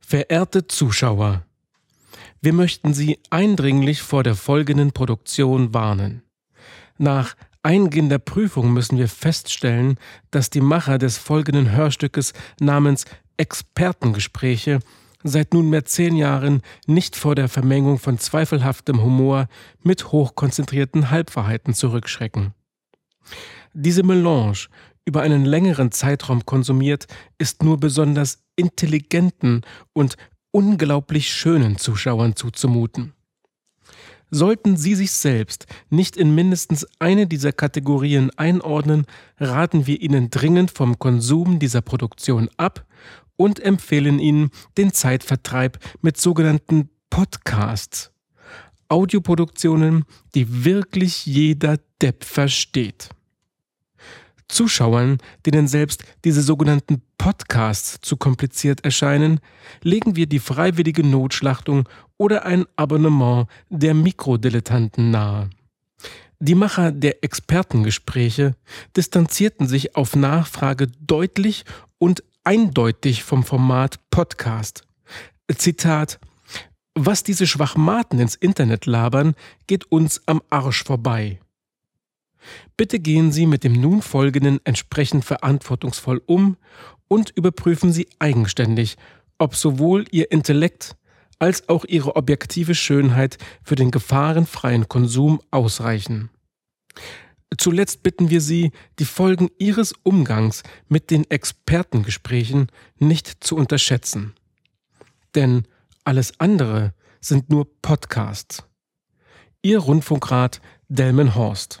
Verehrte Zuschauer, wir möchten Sie eindringlich vor der folgenden Produktion warnen. Nach eingehender Prüfung müssen wir feststellen, dass die Macher des folgenden Hörstückes namens Expertengespräche seit nunmehr zehn Jahren nicht vor der Vermengung von zweifelhaftem Humor mit hochkonzentrierten Halbwahrheiten zurückschrecken. Diese Melange, über einen längeren Zeitraum konsumiert, ist nur besonders intelligenten und unglaublich schönen Zuschauern zuzumuten. Sollten Sie sich selbst nicht in mindestens eine dieser Kategorien einordnen, raten wir Ihnen dringend vom Konsum dieser Produktion ab und empfehlen Ihnen den Zeitvertreib mit sogenannten Podcasts. Audioproduktionen, die wirklich jeder Depp versteht. Zuschauern, denen selbst diese sogenannten Podcasts zu kompliziert erscheinen, legen wir die freiwillige Notschlachtung oder ein Abonnement der Mikrodilettanten nahe. Die Macher der Expertengespräche distanzierten sich auf Nachfrage deutlich und eindeutig vom Format Podcast. Zitat Was diese Schwachmaten ins Internet labern, geht uns am Arsch vorbei. Bitte gehen Sie mit dem nun folgenden entsprechend verantwortungsvoll um und überprüfen Sie eigenständig, ob sowohl Ihr Intellekt als auch Ihre objektive Schönheit für den gefahrenfreien Konsum ausreichen. Zuletzt bitten wir Sie, die Folgen Ihres Umgangs mit den Expertengesprächen nicht zu unterschätzen. Denn alles andere sind nur Podcasts. Ihr Rundfunkrat Delmenhorst.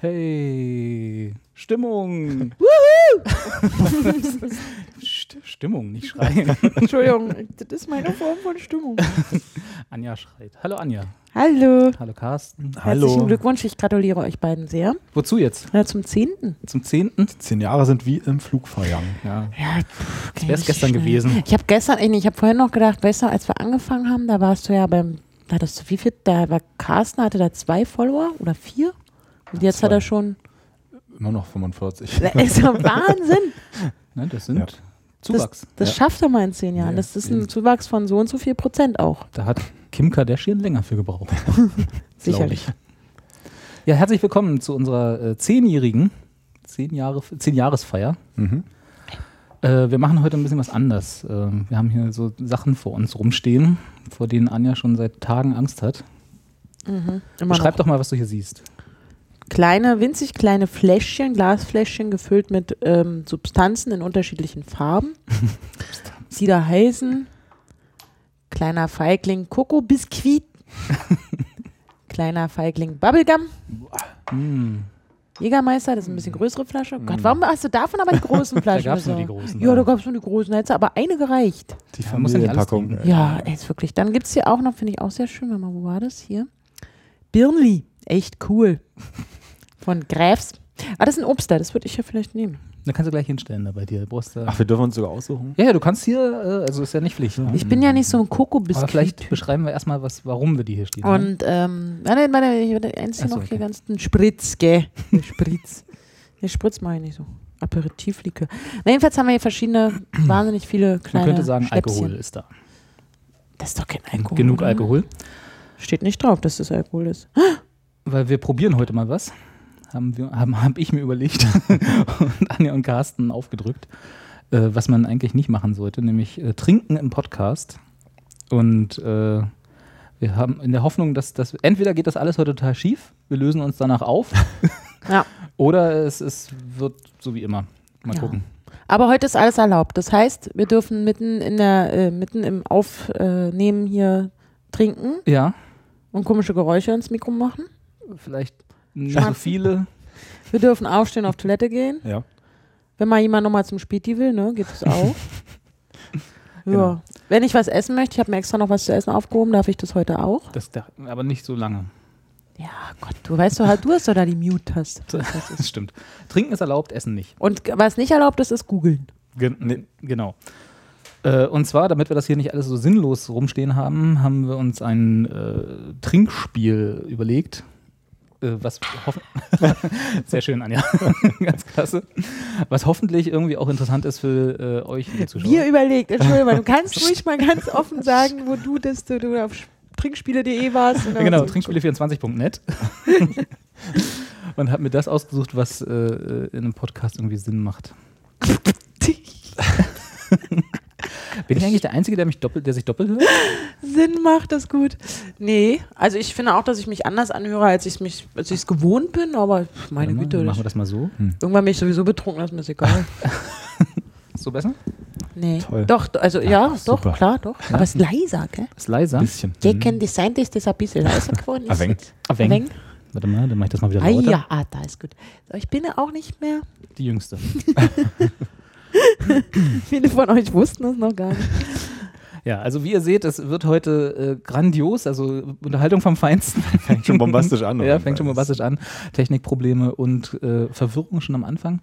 Hey, Stimmung. St Stimmung, nicht schreien. Entschuldigung, das ist meine Form von Stimmung. Anja schreit. Hallo Anja. Hallo. Hallo Carsten. Herzlichen Glückwunsch, ich gratuliere euch beiden sehr. Wozu jetzt? Ja, zum 10. Zum zehnten? Zehn Jahre sind wie im Flug vergangen. Ja. Ja, pff, Das wär's gestern gewesen. Ich habe gestern, ey, nee, ich habe vorhin noch gedacht, weißt du, als wir angefangen haben, da warst du ja beim, da hattest du wie viel, da war Carsten, hatte da zwei Follower oder vier? Und jetzt hat er schon, Immer noch 45. das ist ja Wahnsinn. Ne, das sind Ja. Zuwachs. Das, das schafft er mal in zehn Jahren. Ja, Das ist eben. ein Zuwachs von so und so viel Prozent auch, Da hat Kim Kardashian länger für gebraucht. sicherlich. Glaub ich. Ja, herzlich willkommen zu unserer äh, zehnjährigen, zehn Jahre, zehn Jahresfeier. Mhm. Äh, wir machen heute ein bisschen was anders. Äh, wir haben hier so Sachen vor uns rumstehen, vor denen Anja schon seit Tagen Angst hat. Immer noch. Beschreib doch mal, was du hier siehst. kleine, winzig kleine Fläschchen, Glasfläschchen gefüllt mit ähm, Substanzen in unterschiedlichen Farben, die da heißen kleiner Feigling Coco Biskuit, kleiner Feigling Bubblegum, Mm. Jägermeister, das ist ein bisschen größere Flasche. Oh Gott, warum hast du davon aber die großen Flaschen? gab's nur die besorgt? großen, Ja, ja. da gab es nur die großen, da hättest du aber eine gereicht. Die Ja, muss ja nicht alles Familienpackung. ey. Ja, ey, ist wirklich. Dann gibt es hier auch noch, finde ich auch sehr schön, warte mal, wo war das hier? Birnli, echt cool. Von Gräfs. Ah, das ist ein Obst da, das würde ich ja vielleicht nehmen. Da kannst du gleich hinstellen da bei dir. Du brauchst, da- Ach, wir dürfen uns sogar aussuchen. ja, ja, du kannst hier, äh, also ist ja nicht Pflicht. Ne? Ich bin ja nicht so ein Aber vielleicht Kokobiskuit. beschreiben wir erstmal, was, warum wir die hier stehen. ne? Und, ähm, ah, nein, warte, ich warte, eins hier Ach so, noch hier okay. ganz, ein Spritz, gell? Ein Spritz. Den Spritz mache ich nicht so. Aperitivlikör. Na, jedenfalls haben wir hier verschiedene, wahnsinnig viele kleine Man könnte sagen, Schnäpschen. Alkohol ist da. Das ist doch kein Alkohol. ne? Genug oder? Alkohol. Steht nicht drauf, dass das Alkohol ist. Weil wir probieren heute mal was. Haben wir, haben, hab ich mir überlegt und Anja und Carsten aufgedrückt, äh, was man eigentlich nicht machen sollte, nämlich äh, trinken im Podcast. Und äh, wir haben in der Hoffnung, dass das entweder geht das alles heute total schief, wir lösen uns danach auf, Ja. oder es, es wird so wie immer. Mal Ja. gucken. Aber heute ist alles erlaubt. Das heißt, wir dürfen mitten in der, äh, mitten im Aufnehmen hier trinken Ja, und komische Geräusche ins Mikro machen. vielleicht nicht so Schmatzen. viele. Wir dürfen aufstehen, auf Toilette gehen. Ja. Wenn mal jemand nochmal zum Späti will, ne, gibt es auch. ja. Genau. Wenn ich was essen möchte, ich habe mir extra noch was zu essen aufgehoben, darf ich das heute auch? Das, da- aber nicht so lange. Ja, Gott, du weißt doch, halt, du hast doch da die Mute-Taste. Das stimmt. Trinken ist erlaubt, Essen nicht. Und g- was nicht erlaubt ist, ist googeln. Gen nee, Genau. Äh, und zwar, damit wir das hier nicht alles so sinnlos rumstehen haben, haben wir uns ein äh, Trinkspiel überlegt. Äh, was hoffen Sehr schön, Anja. Ganz klasse. Was hoffentlich irgendwie auch interessant ist für äh, euch, liebe Zuschauer. Wir überlegt, Entschuldigung, du kannst ruhig mal ganz offen sagen, wo du das, du, du auf trinkspiele.de warst. und Ja, genau, so. trinkspiele24.net. und habe mir das ausgesucht, was äh, in einem Podcast irgendwie Sinn macht. Bin ich eigentlich der Einzige, der, mich doppelt, der sich doppelt hört? Sinn macht das gut. Nee, also ich finde auch, dass ich mich anders anhöre, als ich es als ich's gewohnt bin, aber pf, meine Warte ne, mal, Güte, Machen ich- wir das mal so. irgendwann bin ich sowieso betrunken, das ist mir egal. So besser? Nee. Toll. Doch, also ja, doch, super. Mhm. klar, doch. Aber es ist leiser, gell? Ist leiser. Bisschen. Gegen mhm. Design ist das ein bisschen leiser geworden. Ah, wenn. Ah, wenn. Warte mal, dann mache ich das mal wieder Ah, lauter. ja, ah, da ist gut. So, Ich bin auch nicht mehr. Die Jüngste. Viele von euch wussten es noch gar nicht. Ja, also wie ihr seht, es wird heute äh, grandios, also Unterhaltung vom Feinsten. Fängt schon bombastisch an, ja, auf jeden fängt schon Fall. bombastisch an. Technikprobleme und äh, Verwirrung schon am Anfang.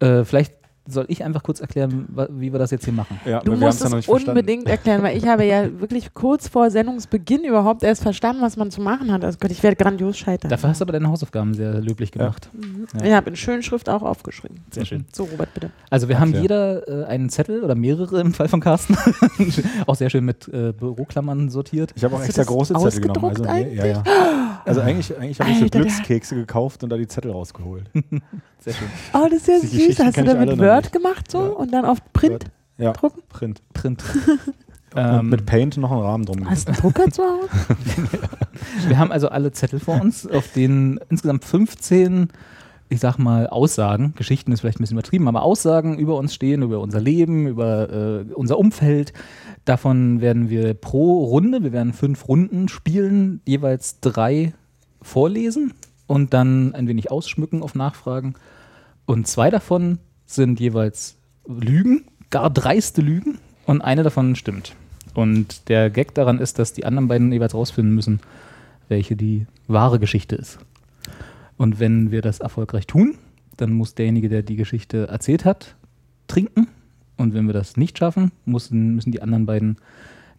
Äh, vielleicht soll ich einfach kurz erklären, wa- wie wir das jetzt hier machen. Ja, Du wir musst haben's ja es noch nicht unbedingt erklären, weil ich habe ja wirklich kurz vor Sendungsbeginn überhaupt erst verstanden, was man zu machen hat. Also Gott, ich werde grandios scheitern. Dafür hast du aber deine Hausaufgaben sehr löblich gemacht. ja. Ich habe in schönen Schrift auch aufgeschrieben. Sehr schön. So, Robert, bitte. Also wir haben Okay. jeder äh, einen Zettel oder mehrere im Fall von Carsten. auch sehr schön mit äh, Büroklammern sortiert. Ich habe auch Hast du extra das große Zettel genommen. Also, ausgedruckt nee, ja, ja. also eigentlich, eigentlich Ah, habe ich so Alter, der- Glückskekse gekauft und da die Zettel rausgeholt. Hm. Sehr schön. Oh, das ist ja Die süß. Geschichten Hast du kenn da ich alle mit noch Word nicht. gemacht so Ja. und dann auf Print Ja, drucken? Print. Print. Ähm, und mit Paint noch einen Rahmen drum. Hast du einen Drucker zu Hause? Wir haben also alle Zettel vor uns, auf denen insgesamt 15, ich sag mal, Aussagen, Geschichten ist vielleicht ein bisschen übertrieben, aber Aussagen über uns stehen, über unser Leben, über äh, unser Umfeld. Davon werden wir pro Runde, wir werden fünf Runden spielen, jeweils drei vorlesen und dann ein wenig ausschmücken auf Nachfragen. Und zwei davon sind jeweils Lügen, gar dreiste Lügen und eine davon stimmt. Und der Gag daran ist, dass die anderen beiden jeweils rausfinden müssen, welche die wahre Geschichte ist. Und wenn wir das erfolgreich tun, dann muss derjenige, der die Geschichte erzählt hat, trinken. Und wenn wir das nicht schaffen, müssen, müssen die anderen beiden,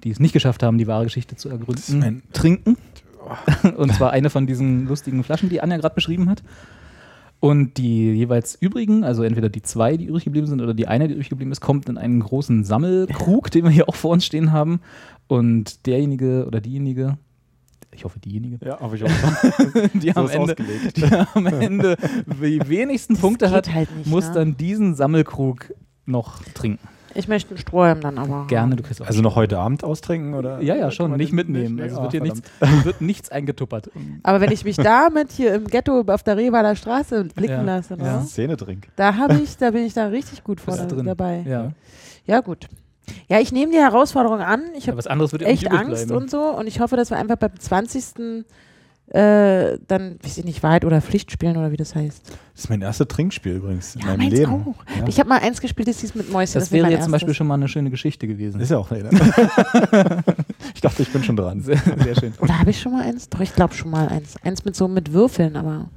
die es nicht geschafft haben, die wahre Geschichte zu ergründen, Sven. trinken. Und zwar eine von diesen lustigen Flaschen, die Anja gerade beschrieben hat. Und die jeweils übrigen, also entweder die zwei, die übrig geblieben sind, oder die eine, die übrig geblieben ist, kommt in einen großen Sammelkrug, den wir hier auch vor uns stehen haben. Und derjenige oder diejenige, ich hoffe diejenige, Ja, habe ich auch. die, so am ist Ende, ausgelegt. die am Ende die wenigsten Punkte geht hat, halt nicht, muss ne? dann diesen Sammelkrug noch trinken. Ich möchte einen Strohhalm dann aber. haben. Gerne, du kriegst auch. Also noch heute Abend austrinken? Oder? ja, ja, schon, Oder- nicht mitnehmen. Nee, also es ah, wird hier verdammt. nichts, hier wird nichts eingetuppert. Aber wenn ich mich damit hier im Ghetto auf der Rehweiler Straße blicken Ja. lasse, ne? Ja. Szenedrink. da habe ich, da bin ich da richtig gut vor, Bist du drin. dabei. Ja. Ja. gut. Ja, ich nehme die Herausforderung an. Ich Ja, habe was anderes wird ja echt nicht übrig Angst bleiben. und so und ich hoffe, dass wir einfach beim 20. Äh, dann, weiß ich nicht, Wahrheit oder Pflicht spielen oder wie das heißt. Das ist mein erstes Trinkspiel übrigens in Ja, meinem meins Leben. auch. Ja. Ich habe mal eins gespielt, das hieß mit Mäuschen. das, war wäre mein jetzt zum erstes. Beispiel schon mal eine schöne Geschichte gewesen. Ist ja auch eine. ich dachte, ich bin schon dran. Sehr, sehr schön. Oder habe ich schon mal eins? Doch, ich glaube schon mal eins. Eins mit so mit Würfeln, aber.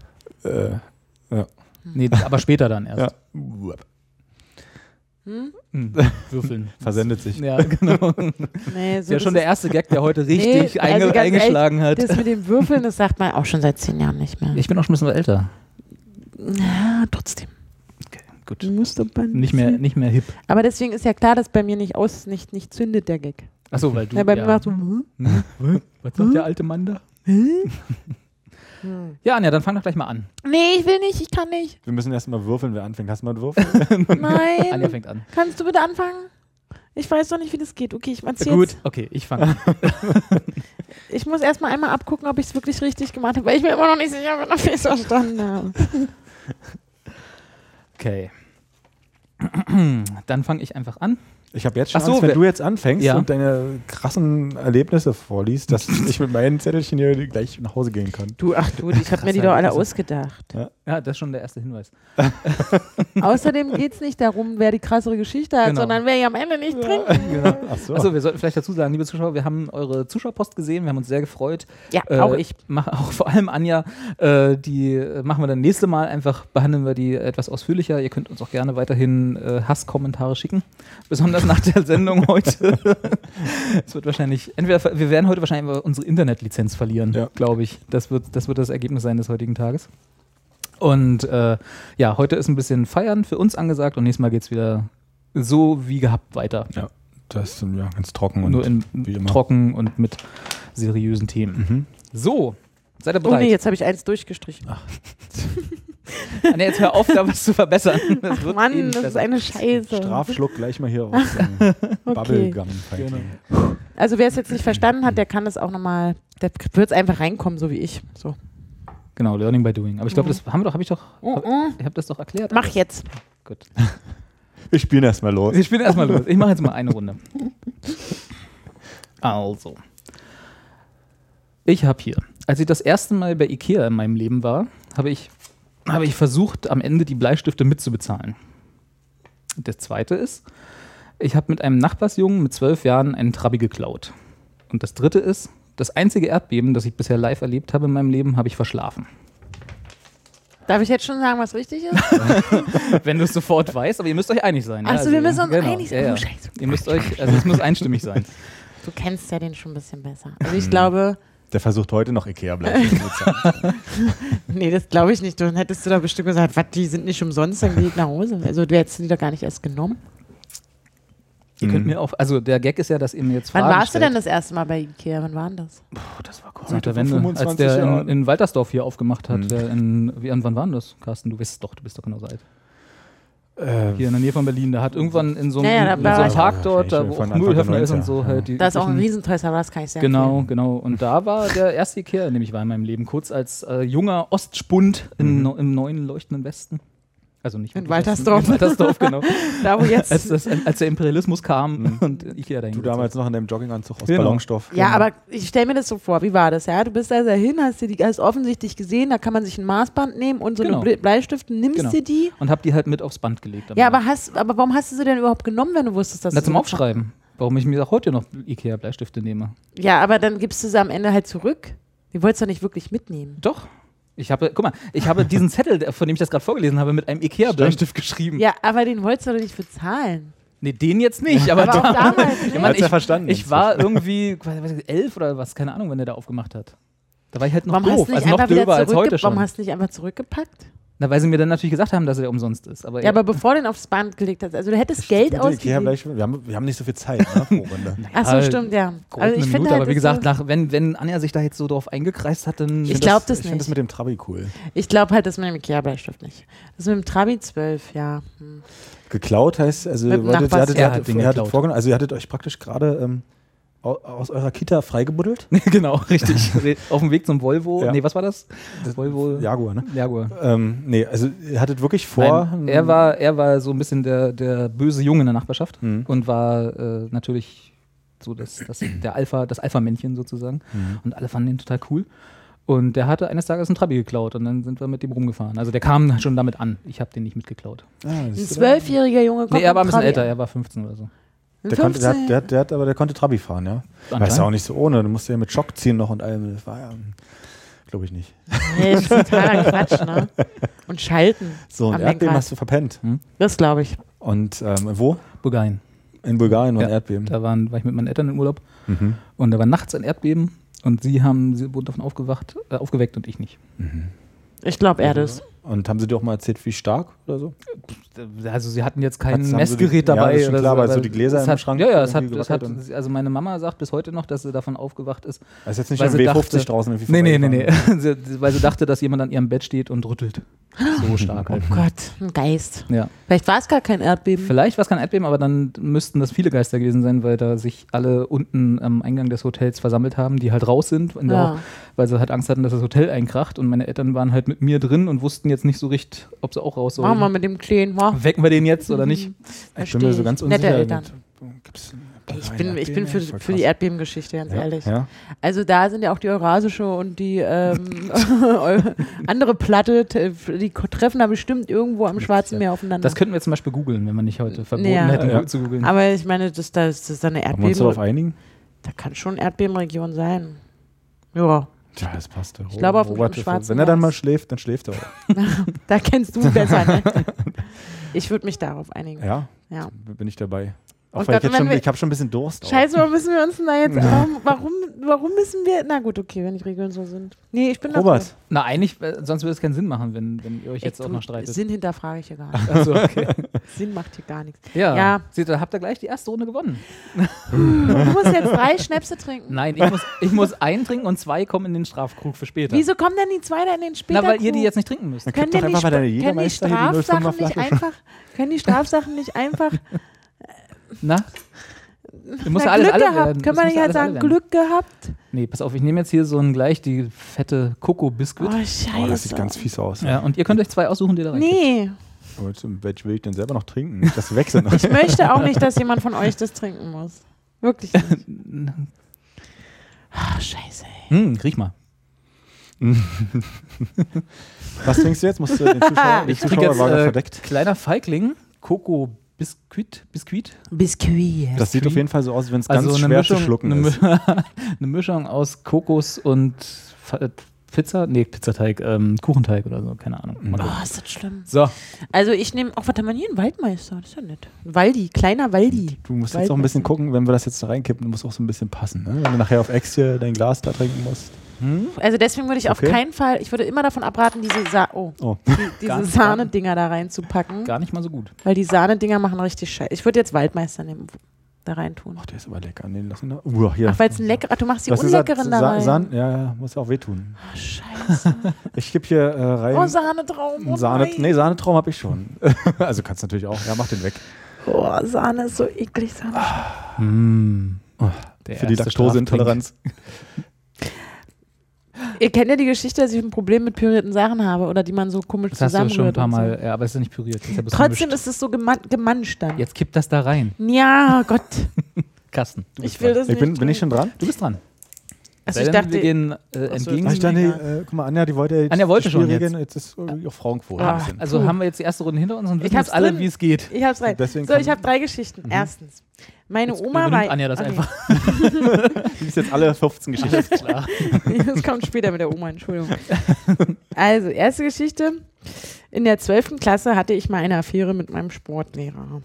Äh, Nee, aber später dann erst. ja. Hm? Hm. Würfeln. Versendet sich. Ja, genau. Nee, so ist ja das schon der erste Gag, der heute Nee, richtig einge also ganz ehrlich, eingeschlagen hat. Das mit den Würfeln, das sagt man auch schon seit zehn Jahren nicht mehr. Ich bin auch schon ein bisschen älter. Na, trotzdem. Gut. Du musst aber Nicht mehr, nicht mehr hip. Aber deswegen ist ja klar, dass bei mir nicht aus, nicht, nicht zündet der Gag. Achso, weil du. Na, bei mir Hm? macht so, hm? Was sagt der alte Mann da? ja, Anja, dann fang doch gleich mal an. nee, ich will nicht, ich kann nicht. Wir müssen erstmal würfeln, wer anfängt. Hast du mal einen Würfel? Anja Nein. fängt an. Kannst du bitte anfangen? Ich weiß noch nicht, wie das geht. Okay, ich erzähl's. Gut, okay, ich fange an. Ich muss erstmal einmal abgucken, ob ich es wirklich richtig gemacht habe, weil ich mir immer noch nicht sicher bin, ob ich es verstanden habe. Okay. Dann fange ich einfach an. Ich habe jetzt schon Ach so, Angst, wenn wer- du jetzt anfängst Ja. und deine krassen Erlebnisse vorliest, dass ich mit meinen Zettelchen hier gleich nach Hause gehen kann. Du, ach also du, ich habe mir die doch alle ausgedacht. Ja, das ist schon der erste Hinweis. Außerdem geht es nicht darum, wer die krassere Geschichte hat, Genau. sondern wer ihr am Ende nicht trinkt. Ach so. Achso, wir sollten vielleicht dazu sagen, liebe Zuschauer, wir haben eure Zuschauerpost gesehen, wir haben uns sehr gefreut. Ja, Äh, auch ich. Mach, auch vor allem Anja, äh, die äh, machen wir dann nächste Mal einfach, behandeln wir die etwas ausführlicher. Ihr könnt uns auch gerne weiterhin äh, Hasskommentare schicken, besonders nach der Sendung heute. Es wird wahrscheinlich, entweder ver- wir werden heute wahrscheinlich unsere Internetlizenz verlieren, Ja. glaube ich. Das wird, das wird das Ergebnis sein des heutigen Tages. Und äh, ja, heute ist ein bisschen Feiern für uns angesagt und nächstes Mal geht es wieder so wie gehabt weiter. Ja. Das ist ja ganz trocken und Nur in wie immer. trocken und mit seriösen Themen. Mhm. So, seid ihr Oh nee, bereit? jetzt habe ich eins durchgestrichen. Ah, nee, jetzt hör auf, da was zu verbessern. Das Ach wird eh Mann, nicht das ist besser. eine Scheiße. Strafschluck gleich mal hier aus dem Okay. Bubblegum. Genau. Also wer es jetzt nicht verstanden hat, der kann das auch nochmal, der wird es einfach reinkommen, so wie ich. So. Genau, Learning by Doing. Aber ich glaube, das haben wir doch, habe ich doch, Oh, hab, oh. ich habe das doch erklärt. Mach jetzt. Gut. Wir spielen erstmal los. Wir spielen erstmal los. Ich mache jetzt mal eine Runde. Also. Ich habe hier, als ich das erste Mal bei Ikea in meinem Leben war, habe ich, habe ich versucht, am Ende die Bleistifte mitzubezahlen. Und Das zweite ist, ich habe mit einem Nachbarsjungen mit zwölf Jahren einen Trabi geklaut. Und das dritte ist, das einzige Erdbeben, das ich bisher live erlebt habe in meinem Leben, habe ich verschlafen. Darf ich jetzt schon sagen, was richtig ist? Wenn du es sofort weißt, aber ihr müsst euch einig sein. also, genau. Ach so, wir müssen uns einig sein. Ja, ja. Oh, scheiße. Ihr müsst euch, also es muss einstimmig sein. Du kennst ja den schon ein bisschen besser. Also ich glaube, Der versucht heute noch Ikea bleiben. nee, das glaube ich nicht. Dann hättest du da bestimmt gesagt, was, die sind nicht umsonst, dann geh ich nach Hause. Also du hättest die doch gar nicht erst genommen. Ihr könnt Mhm. mir auch, also der Gag ist ja, dass ihr mir jetzt Wann Fragen warst du stellt. denn das erste Mal bei Ikea? Wann war denn das? Puh, das war kurz Heute nach der vor Wende, als 25 der in, Jahren. Mhm. in Waltersdorf hier aufgemacht hat. der In, wie, an wann war denn das, Carsten? Du weißt es doch, du bist doch genau so alt. Äh, Hier in der Nähe von Berlin, da hat irgendwann in so einem, Ja, ja, da in so war einem ich- Park dort, Ich da bin wo von auch Anfang Müllhöfner der ist und so 90er, halt. Die Da ist auch ein üblichen- riesen Toys R Us, kann ich sagen. Genau, genau. Und da war der erste Ikea, in dem ich war in meinem Leben, kurz als äh, junger Ostspund in, Mhm. no, im neuen leuchtenden Westen. Also nicht In wirklich Westen, Waltersdorf. In Waltersdorf, genau. Da wo jetzt. als, das, als der Imperialismus kam und Ikea dahin gezogen Mhm. Du damals noch in deinem Jogginganzug aus Genau. Ballonstoff. ja, aber ich stelle mir das so vor, wie war das? Ja, du bist also hin, hast dir die ganz offensichtlich gesehen, da kann man sich ein Maßband nehmen und so Genau. eine Ble- Bleistift, nimmst Genau. dir die. Und hab die halt mit aufs Band gelegt. am Ja, Ende. aber, hast, aber warum hast du sie denn überhaupt genommen, wenn du wusstest, dass Na, du zum sie- Aufschreiben. Warum ich mir auch heute noch Ikea-Bleistifte nehme. Ja, aber dann gibst du sie am Ende halt zurück. Wir wolltest doch nicht wirklich mitnehmen. Doch. Ich habe, guck mal, ich habe diesen Zettel, der- von dem ich das gerade vorgelesen habe, mit einem Ikea-Bleistift geschrieben. Ja, aber den wolltest du doch nicht bezahlen. Nee, den jetzt nicht, aber, Aber auch da, damals. Ja, ne? Mann, Hat's ja verstanden ich inzwischen. war irgendwie weiß ich, elf oder was, keine Ahnung, wenn der da aufgemacht hat. Da war ich halt noch Warum hast doof, du nicht also noch einfach wieder döber als heute zurückgepackt? schon. Warum hast du nicht einfach zurückgepackt? Na, weil sie mir dann natürlich gesagt haben, dass er umsonst ist. Aber Ja, aber bevor du den aufs Band gelegt hast. Also du hättest Geld Gute Ikea ausgegeben. gleich, wir, haben, wir haben nicht so viel Zeit ne, pro Runde. Ach so, Ja, stimmt, ja. grob Also halt ich eine finde Minute, halt, aber wie das gesagt, so, nach, wenn, wenn Anja sich da jetzt so drauf eingekreist hat, dann. Ich glaub das Ich finde das nicht. mit dem Trabi cool. ich glaube halt, das mit dem Ikea-Bleistift nicht. Das mit dem Trabi 12, ja. Hm. Geklaut heißt, also Mit ihr dem wolltet, ihr Nachbars- hattet, Er ihr hat hattet, den ihr hattet geklaut. vorgenommen, also ihr hattet euch praktisch gerade ähm, au- aus eurer Kita freigebuddelt. genau, richtig. Re- Auf dem Weg zum Volvo. Ja. Nee, was war das? Volvo. Jaguar, ne? Jaguar. Ähm, nee, also ihr hattet wirklich vor. Hm. hm, Nein, er, war, er war so ein bisschen der, der böse Junge in der Nachbarschaft Mhm. und war äh, natürlich so das, das, der Alpha, das Alpha-Männchen sozusagen. Mhm. Und alle fanden ihn total cool. Und der hatte eines Tages einen Trabi geklaut und dann sind wir mit dem rumgefahren. Also der kam schon damit an. Ich habe den nicht mitgeklaut. Ah, Ein siehst du, zwölfjähriger Junge kommt Nee, er war ein mit bisschen Trabi älter, an. er war 15 oder so. Ein der, konnte, der, hat, 15 der, hat, der hat aber der konnte Trabi fahren, ja. Weißt du auch nicht so ohne. Du musst ja mit Schock ziehen noch und allem. Das war ja, glaube ich nicht. Nee, das ist totaler Quatsch, ne? Und schalten. So, Am ein Erdbeben Lenkrad. hast du verpennt. Hm. Das glaube ich. Und ähm, wo? Bulgarien. In Bulgarien war ein Ja, Erdbeben. Mhm. Da waren, war ich mit meinen Eltern im Urlaub und da war nachts ein Erdbeben und sie haben, sie wurden davon aufgewacht, äh, aufgeweckt und ich nicht. Ich glaube, er das. Und haben sie dir auch mal erzählt, wie stark oder so? Also sie hatten jetzt kein Hat's- haben so Messgerät die- ja, dabei. das ist schon oder klar, weil aber so die Gläser es im hat, Schrank Ja, ja, es hat, irgendwie es hat, gewackelt also meine Mama sagt bis heute noch, dass sie davon aufgewacht ist. Das ist jetzt nicht Weil im sie W50 dachte- draußen irgendwie Nee, nee, nee, nee. vorbeigefahren. sie, sie- weil sie dachte, dass jemand an ihrem Bett steht und rüttelt. So stark halt. Oh Gott, ein Geist. Ja. Vielleicht war es gar kein Erdbeben. Vielleicht war es kein Erdbeben, aber dann müssten das viele Geister gewesen sein, weil da sich alle unten am Eingang des Hotels versammelt haben, die halt raus sind, in der, Ja. weil sie halt Angst hatten, dass das Hotel einkracht. Und meine Eltern waren halt mit mir drin und wussten jetzt nicht so richtig, ob sie auch raus Machen wir sollen. mit dem Kleinen. Wow. Wecken wir den jetzt oder nicht? Ich bin mir so ganz Nette unsicher. Eltern. mit- Gibt's Ey, Ich bin, ich bin für, für die Erdbebengeschichte, ganz ehrlich. Ja? Also da sind ja auch die Eurasische und die ähm, eu- andere Platte, t- die ko- treffen da bestimmt irgendwo am Schwarzen Meer aufeinander. Das könnten wir zum Beispiel googeln, wenn wir nicht heute verboten Ja. hätten, Ja. zu googeln. Aber ich meine, das, das, das ist eine Haben wir uns Erdbeben. darauf einigen? Da kann schon Erdbebenregion sein. Ja, Ja, das passt. Ich glaube, auf dem Schwarzen Wenn er dann Meer mal ist- schläft, dann schläft er auch. da kennst du besser. Ne? Ich würde mich darauf einigen. Ja, Ja. bin ich dabei. Auch Und weil dann, ich jetzt wenn schon, wir- ich habe schon ein bisschen Durst. auch. Scheiße, warum müssen wir uns denn da jetzt, warum, warum, warum müssen wir, na gut, okay, wenn die Regeln so sind. Nee, ich bin dafür. Robert, Na, eigentlich, äh, sonst würde es keinen Sinn machen, wenn, wenn ihr euch jetzt Ey, auch du, noch streitet. Sinn hinterfrage ich hier gar nicht. Also, okay. Sinn macht hier gar nichts. ja. Ja. Seht ihr, habt ihr gleich die erste Runde gewonnen. Du musst jetzt drei Schnäpse trinken. Nein, ich muss, ich muss einen trinken und zwei kommen in den Strafkrug für später. Wieso kommen denn die zwei da in den später? Na, weil ihr die jetzt nicht trinken müsst. Kipp können doch denn die, einfach Sp- mal deine können die Jägermeister hier, die Strafsachen 0,5er nicht einfach, können die Strafsachen nicht einfach Na? Du musst Na, alles Glück alle gehabt? werden. Können Das wir musst nicht halt alles alle sagen, werden. Glück gehabt? Nee, pass auf, ich nehme jetzt hier so ein gleich die fette Oh, Coco-Biskuit. scheiße. oh, das sieht ganz fies aus. Ja, und ihr könnt euch zwei aussuchen, die da rein. nee, Aber jetzt, welch will ich denn selber noch trinken? Das wechselt noch. ich möchte auch nicht, dass jemand von euch das trinken muss. Wirklich nicht. Ach, Ah, scheiße. ey. Hm, riech mal. Was trinkst du jetzt? Musst du den Zuschauer, Ich den trinke Zuschauer jetzt war gerade äh, verdeckt. kleiner Feigling, Coco-Biskuit, Biskuit. Biskuit. Das sieht auf jeden Fall so aus, wenn es ganz Also eine, schwer Mischung, zu schlucken eine, ist. Mi- eine Mischung aus Kokos und Fa- äh, Pizza, nee, Pizzateig, ähm, Kuchenteig oder so, keine Ahnung. Mal gucken. Oh, ist das schlimm. So, Also ich nehme, oh, warte mal, hier ein Waldmeister, das ist ja nett. Waldi, kleiner Waldi. Du musst jetzt auch ein bisschen gucken, wenn wir das jetzt da reinkippen, muss auch so ein bisschen passen. Ne? Wenn du nachher auf Ex hier dein Glas da trinken musst. Also deswegen würde ich auf Okay. keinen Fall, ich würde immer davon abraten, diese, Sa oh, Oh. die, diese Ganz Sahnedinger da reinzupacken, gar nicht mal so gut. weil die Sahnedinger machen richtig Scheiße. Ich würde jetzt Waldmeister nehmen, da reintun. Ach, der ist aber lecker. Nee, lass ihn da. Uah, hier. Ach, weil es ein leckerer, du machst die unleckeren da Sa rein. Sahne, ja, ja, muss ja auch wehtun. Ach, scheiße. Ich gebe hier äh, rein. Oh, Sahnetraum. Oh, einen Sahne, nein. nee, Sahnetraum habe ich schon. also kannst du natürlich auch. Ja, mach den weg. oh, Sahne ist so eklig. Sahne. Hm. Der Für die erste Laktoseintoleranz. Ihr kennt ja die Geschichte, dass ich ein Problem mit pürierten Sachen habe oder die man so komisch Das hast du schon ein zusammenrührt. paar und Mal, ja, aber es ist ja nicht püriert. Ist ja bloß So. Trotzdem gemischt. ist es so geman- gemanscht dann. Jetzt kippt das da rein. Ja, Gott, Kasten. Du bist ich will dran. das Ich nicht. bin, bin ich tun. schon dran? Du bist dran. also Sei ich denn, dachte, wir gehen äh, Ach so, entgegen. Ach, ich dachte, nee, Mega. äh, guck mal, Anja, die wollte ja jetzt Anja wollte die schon Spielregeln, jetzt. ist irgendwie auch Frauenquote. Ah. ein bisschen. Also Puh. haben wir jetzt die erste Runde hinter uns und Ich wissen jetzt hab's alle, drin. wie es geht. Ich hab's rein. Deswegen so, kann- ich habe drei Geschichten. Erstens, meine Mhm. Jetzt Oma war. übernimmt Anja das Okay. einfach. Du bist jetzt alle 15 Geschichten. Klar. Das kommt später mit der Oma, Entschuldigung. Also, erste Geschichte. In der 12. Klasse hatte ich mal eine Affäre mit meinem Sportlehrer.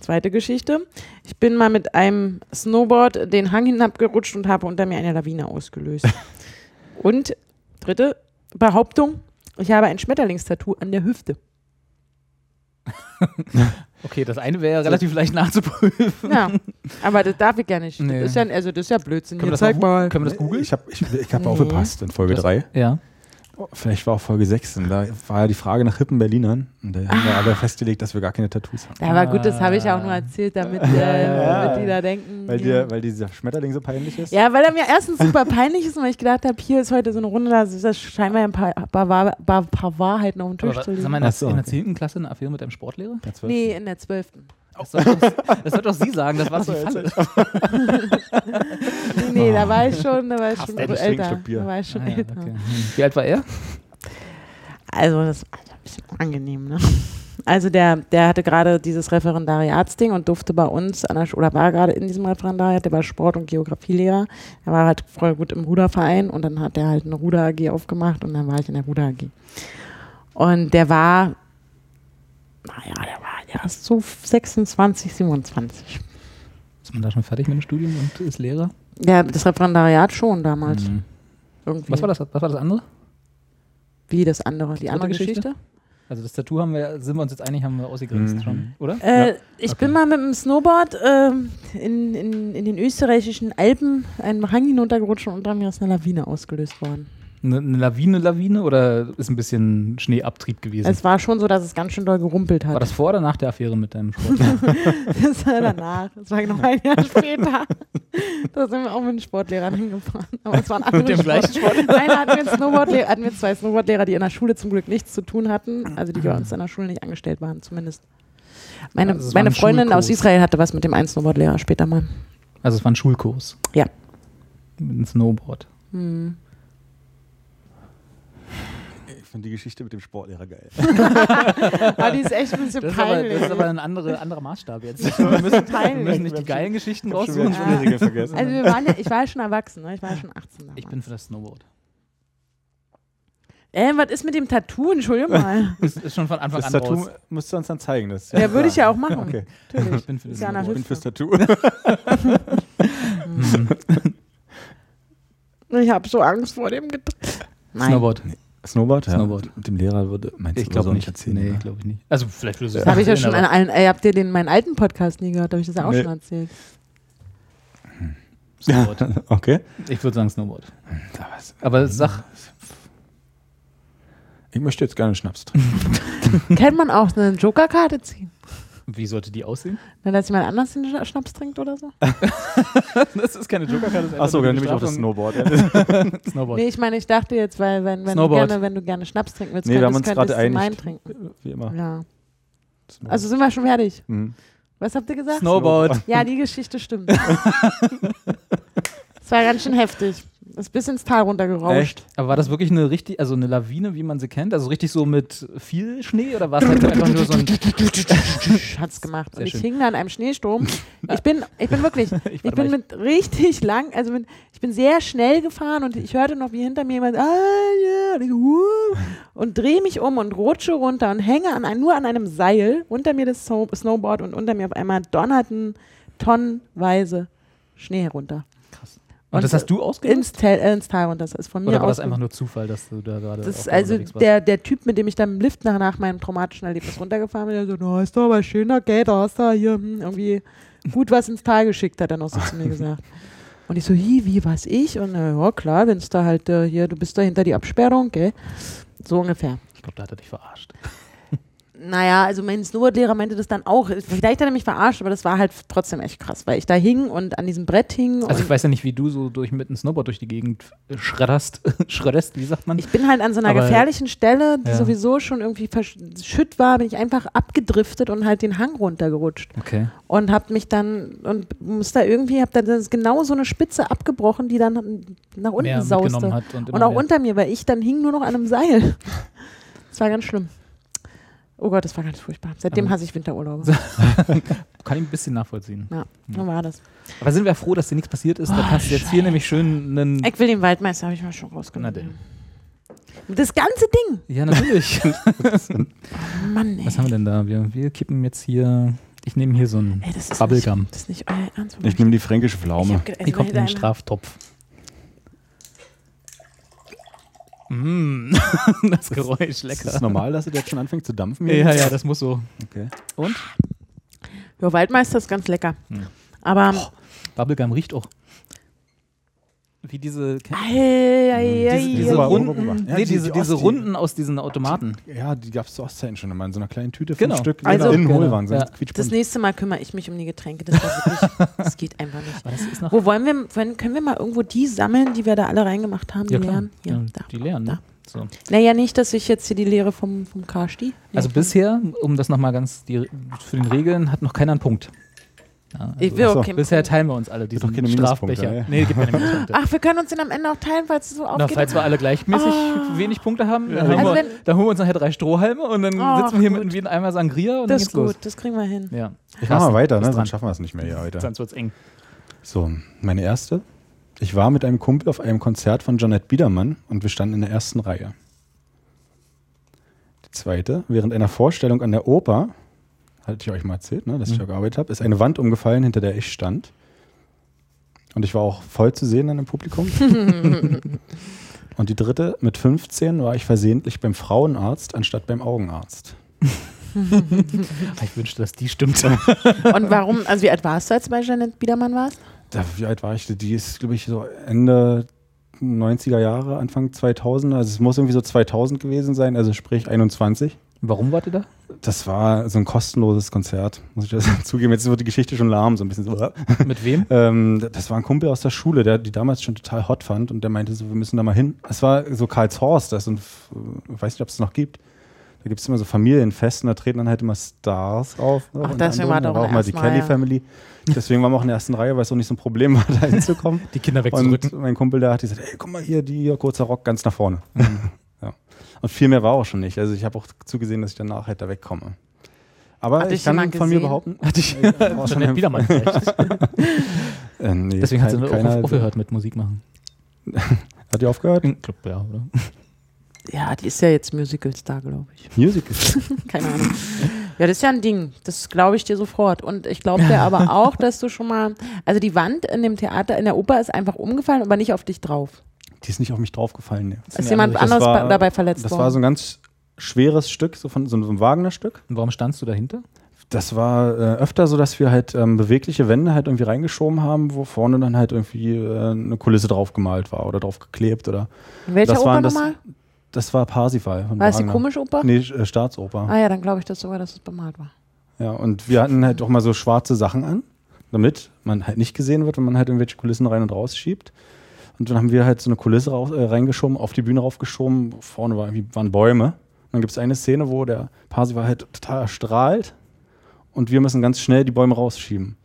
Zweite Geschichte. Ich bin mal mit einem Snowboard den Hang hinabgerutscht und habe unter mir eine Lawine ausgelöst. Und dritte Behauptung. Ich habe ein Schmetterlingstattoo an der Hüfte. Okay, das eine wäre ja relativ leicht nachzuprüfen. Also- Ja, aber das darf ich ja nicht. Nee. Das ist ja, also das ist ja Blödsinn. Können wir Hier, das zeig mal- mal. Können wir das googeln? Äh, Ich habe ich, ich hab Nee. aufgepasst in Folge Das- 3. Ja. Vielleicht war auch Folge 6. Und da war ja die Frage nach hippen Berlinern. Und da haben wir alle festgelegt, dass wir gar keine Tattoos haben. Ja, aber gut, das habe ich ja auch nur erzählt, damit, äh, ja, damit die ja. da denken. Weil, ja. dir, weil dieser Schmetterling so peinlich ist. Ja, weil er mir erstens super peinlich ist und weil ich gedacht habe, hier ist heute so eine Runde, da ist das scheinbar ein paar, paar, Wahr- paar, paar Wahrheiten auf dem Aber, Tisch was- zu sag liegen. mal, in der, Ach so, in der okay. 10. Klasse eine Affäre mit einem Sportlehrer? Ja, zwölf. Nee, in der 12. Das sollte doch, das sollte doch sie sagen, das war die Falle. Nee, nee, da war ich schon, da war ich schon Ach, endlich trinken älter. Stück Bier. Da war ich schon Ah, ja, älter. okay. Hm. Wie alt war er? Also, das war ein bisschen angenehm, ne? Also, der, der hatte gerade dieses Referendariatsding und durfte bei uns, an der, Sch- oder war gerade in diesem Referendariat, der war Sport- und Geografielehrer. Er war halt voll gut im Ruderverein und dann hat er halt eine Ruder-AG aufgemacht und dann war ich in der Ruder-AG. Und der war, naja, der war erst so 26, 27. Ist man da schon fertig mit dem Studium und ist Lehrer? Ja, das Referendariat schon damals. Hm. Irgendwie. Was war das? Was war das andere? Wie das andere, die dritte andere Geschichte? Geschichte? Also das Tattoo haben wir, sind wir uns jetzt einig, haben wir ausgegrenzt Mhm. schon, oder? Äh, Ich Okay. bin mal mit dem Snowboard ähm, in, in, in den österreichischen Alpen einen Hang hinuntergerutscht und unter mir ist eine Lawine ausgelöst worden. Eine eine Lawine, Lawine oder ist ein bisschen Schneeabtrieb gewesen? Es war schon so, dass es ganz schön doll gerumpelt hat. war das vor oder nach der Affäre mit deinem Sportlehrer? das war danach. Das war noch ein Jahr später. da sind wir auch mit dem Sportlehrer hingefahren. Aber es waren andere Mit dem gleichen Sportlehrer? Nein, hatten wir, einen Snowboardlehrer, hatten wir zwei Snowboardlehrer, die in der Schule zum Glück nichts zu tun hatten. Also die bei uns in der Schule nicht angestellt waren zumindest. Meine, Ah. Also es war meine ein Freundin Schulkurs. aus Israel hatte was mit dem einen Snowboardlehrer später mal. Also es war ein Schulkurs. Ja. Mit einem Snowboard. Ich finde die Geschichte mit dem Sportlehrer geil. Aber die ist echt ein bisschen Das ist aber, das ist aber ein andere, anderer Maßstab jetzt. Wir müssen, wir müssen nicht die geilen Geschichten raussuchen. wieder eine sondern- Regeln vergessen. also wir waren ja, ich war ja schon erwachsen, ne? ich war ja schon 18 damals. Ich bin für das Snowboard. äh, was ist mit dem Tattoo? Entschuldigung mal. Das ist schon von Anfang Das an Tattoo raus. müsst ihr uns dann zeigen. Das ist ja, würde ich ja auch machen. Okay, Natürlich. Ich bin für das Ist ja nach ich Snowboard. bin Hilfe. fürs Tattoo. Hm. Ich habe so Angst vor dem Getränk. Nein. Snowboard. Snowboard? Ja. Snowboard. Mit dem Lehrer würde meinst Ich du, glaube soll nicht. erzählen, nee, ne? glaube ich nicht. Also vielleicht löse ich Das habe ich ja ein, schon an aber allen, äh, habt ihr den meinen alten Podcast nie gehört? Habe ich das ja auch Nee. schon erzählt. Snowboard. Okay. Ich würde sagen Snowboard. Da was- Aber sag, Ich möchte jetzt gerne Schnaps trinken. Kann man auch eine Joker-Karte ziehen? wie sollte die aussehen? Na, dass jemand anders den Schna- Schnaps trinkt oder so? Das ist keine Jokerkarte. Achso, dann nehme ich auch das Snowboard. nee, Snowboard. Nee, ich meine, ich dachte jetzt, weil wenn, wenn, du, Snowboard. gerne, wenn du gerne Schnaps trinken willst, wir haben uns könntest, gerade könntest du meinen einig. trinken. Wie immer. Ja. Snowboard. Also sind wir schon fertig. Hm. Mhm. Was habt ihr gesagt? Snowboard. Ja, die Geschichte stimmt. Es war ganz schön heftig. Ist bis ins Tal runtergerauscht. Aber war das wirklich eine richtig, also eine Lawine, wie man sie kennt? Also richtig so mit viel Schnee oder war es halt einfach nur so ein. Hat's gemacht. Sehr Und ich schön. hing da in einem Schneesturm. Ich bin, ich bin wirklich, ich, warte bin mal, mit richtig lang, also mit, ich bin sehr schnell gefahren und ich hörte noch, wie hinter mir jemand, ah, ja, und, ich, "Wuh", und drehe mich um und rutsche runter und hänge an ein, nur an einem Seil, unter mir das Snow Snowboard und unter mir auf einmal donnerten tonnenweise Schnee herunter. Und das hast du ausgelöst? Ins, Tel äh, ins Tal runter. Das ist von mir Oder war aus. das einfach nur Zufall, dass du da gerade. Das ist auch also unterwegs warst? der, der Typ, mit dem ich dann im Lift nach, nach meinem traumatischen Erlebnis runtergefahren bin, der so, na, ist doch aber schöner Geld, da hast du hier hm, irgendwie gut was ins Tal geschickt, hat er noch so zu mir gesagt. Und ich so, hi, wie, was ich? Und äh, ja, klar, wenn's da halt äh, hier, du bist da hinter die Absperrung, gell? So ungefähr. Ich glaube, da hat er dich verarscht. Naja, also mein Snowboardlehrer meinte das dann auch. Vielleicht hat er mich verarscht, aber das war halt trotzdem echt krass, weil ich da hing und an diesem Brett hing. Also und ich weiß ja nicht, wie du so durch mit einem Snowboard durch die Gegend schredderst, schredderst, wie sagt man? Ich bin halt an so einer Hm. Aber- gefährlichen Stelle, die Ja. sowieso schon irgendwie verschütt war, bin ich einfach abgedriftet und halt den Hang runtergerutscht Okay. und hab mich dann und musste da irgendwie, hab dann das- genau so eine Spitze abgebrochen, die dann nach unten Mehr sauste. mitgenommen hat Genau, und immer und auch mehr. unter mir, weil ich dann hing nur noch an einem Seil. Das war ganz schlimm. Oh Gott, das war ganz furchtbar. Seitdem Aber- hasse ich Winterurlaube. Kann ich ein bisschen nachvollziehen. Ah, Ja, Hm. so war das. Aber sind wir froh, dass dir nichts passiert ist? Dann hast du jetzt hier nämlich schön einen. Ich will den Waldmeister, habe ich mal schon Na rausgenommen. denn. Das ganze Ding. Ja, natürlich. Mann, ey. Was haben wir denn da? Wir, wir kippen jetzt hier. Ich nehme hier so einen ey das ist Bubblegum. Nicht, das ist nicht euer Ernst. Ich nehme die fränkische Pflaume. hab ge- also Die kommt in wenn den deine- Straftopf. Mm, das Geräusch, Ist lecker. es normal, dass es jetzt schon anfängt zu dampfen? Ja, ja, das muss so. Okay. Und? Ja, Waldmeister ist ganz lecker. Hm. Aber Bubblegum riecht auch. Wie diese. Ei, Hm, ei, ei, Diese, die ei. sind diese aber Runden, unbewogen. Ja, nee, die- diese, die diese Ostsee. Runden aus diesen Automaten. Ja, die gab es zu Ostzeiten schon immer in so einer kleinen Tüte. Genau. Fünf Stück Also- in Genau. Hohlwaren. Ja. Ja. das nächste Mal kümmere ich mich um die Getränke. Das, war wirklich, das geht einfach nicht. Aber das ist nach Wo wollen wir, wenn, können wir mal irgendwo die sammeln, die wir da alle reingemacht haben, die leeren? Ja, Ja, da. die leeren. Ne? So. Naja, nicht, dass ich jetzt hier die Leere vom, vom Karsti. Nee, Also bisher, um das nochmal ganz die, für den Regeln, hat noch keiner einen Punkt. Ja, also ich will Ach so. okay. Bisher teilen wir uns alle diesen doch keine Minuspunkte, ne? Strafbecher. ja. Nee, gibt keine Minuspunkte. Ach, wir können uns den am Ende auch teilen, falls es so Na, aufgeht. falls wir alle gleichmäßig Ah. wenig Punkte haben, dann, Also holen wir, dann holen wir uns nachher drei Strohhalme und dann Ach, sitzen wir hier gut. mit einem einmal Sangria und das dann ist geht's gut, los. das kriegen wir hin. Ja. Ich mach mal weiter, ne? Bis dran. sonst schaffen wir es nicht mehr hier heute. Sonst wird's eng. So, meine erste. Ich war mit einem Kumpel auf einem Konzert von Janet Biedermann und wir standen in der ersten Reihe. Die zweite. Während einer Vorstellung an der Oper, hatte ich euch mal erzählt, ne, dass ich da gearbeitet habe, ist eine Wand umgefallen, hinter der ich stand. Und ich war auch voll zu sehen dann im Publikum. und die dritte, mit 15 war ich versehentlich beim Frauenarzt anstatt beim Augenarzt. Ah, Ich wünschte, dass die stimmt. Und warum, also wie alt warst du, als du bei Janet Biedermann warst? Da, wie alt war ich? Die ist, glaube ich, so Ende 90er Jahre, Anfang 2000er. Also es muss irgendwie so 2000 gewesen sein, also sprich 21. Warum wart ihr da? Das war so ein kostenloses Konzert, muss ich das zugeben. Jetzt wird die Geschichte schon lahm, so ein bisschen so. Mit wem? Ähm, d- das war ein Kumpel aus der Schule, der die damals schon total hot fand äh, und der meinte so, wir müssen da mal hin. Es war so Karlshorst, das ist ein, F- weiß nicht, ob es noch gibt. Da gibt es immer so Familienfesten, da treten dann halt immer Stars auf. ne? Ach, und deswegen andere. war doch Da war auch im mal die ersten Mal, Kelly ja. Family. Deswegen waren wir auch in der ersten Reihe, weil es auch nicht so ein Problem war, da hinzukommen. Die Kinder Und wegzurücken. mein Kumpel da hat gesagt, ey, guck mal hier, die hier, kurzer Rock ganz nach vorne. Mhm. ja. Und viel mehr war auch schon nicht. Also ich habe auch zugesehen, dass ich danach halt da wegkomme. Aber Hat dich ich kann von jemand mir gesehen? behaupten, Hatte ich war schon wieder mal vielleicht. äh, nee, Deswegen hat sie kein- auf, keiner- aufgehört mit Musik machen. Hat die aufgehört? Ich glaub, ja, oder? Ja, die ist ja jetzt Musical-Star, glaube ich. Music Keine Ahnung. Ja, das ist ja ein Ding. Das glaube ich dir sofort. Und ich glaube dir aber auch, dass du schon mal. Also die Wand in dem Theater, in der Oper ist einfach umgefallen, aber nicht auf dich drauf. Die ist nicht auf mich draufgefallen. Ne. Ist jemand Das anderes war- ba- dabei verletzt Das worden? war so ein ganz schweres Stück, so von so einem Wagner-Stück. Und warum standst du dahinter? Das war äh, öfter so, dass wir halt ähm, bewegliche Wände halt irgendwie reingeschoben haben, wo vorne dann halt irgendwie äh, eine Kulisse drauf gemalt war oder drauf geklebt oder. In welcher das Oper waren das- nochmal? Das war Parsifal. Von War es die Wagner. komische Oper? Nee, äh, Staatsoper. Ah ja, dann glaube ich das sogar, dass es bemalt war. Ja, und wir hatten halt auch mal so schwarze Sachen an, damit man halt nicht gesehen wird, wenn man halt irgendwelche Kulissen rein und raus schiebt. Und dann haben wir halt so eine Kulisse raus, äh, reingeschoben, auf die Bühne raufgeschoben. Vorne war, irgendwie- waren Bäume. Und dann gibt es eine Szene, wo der Parsival halt total erstrahlt und wir müssen ganz schnell die Bäume rausschieben.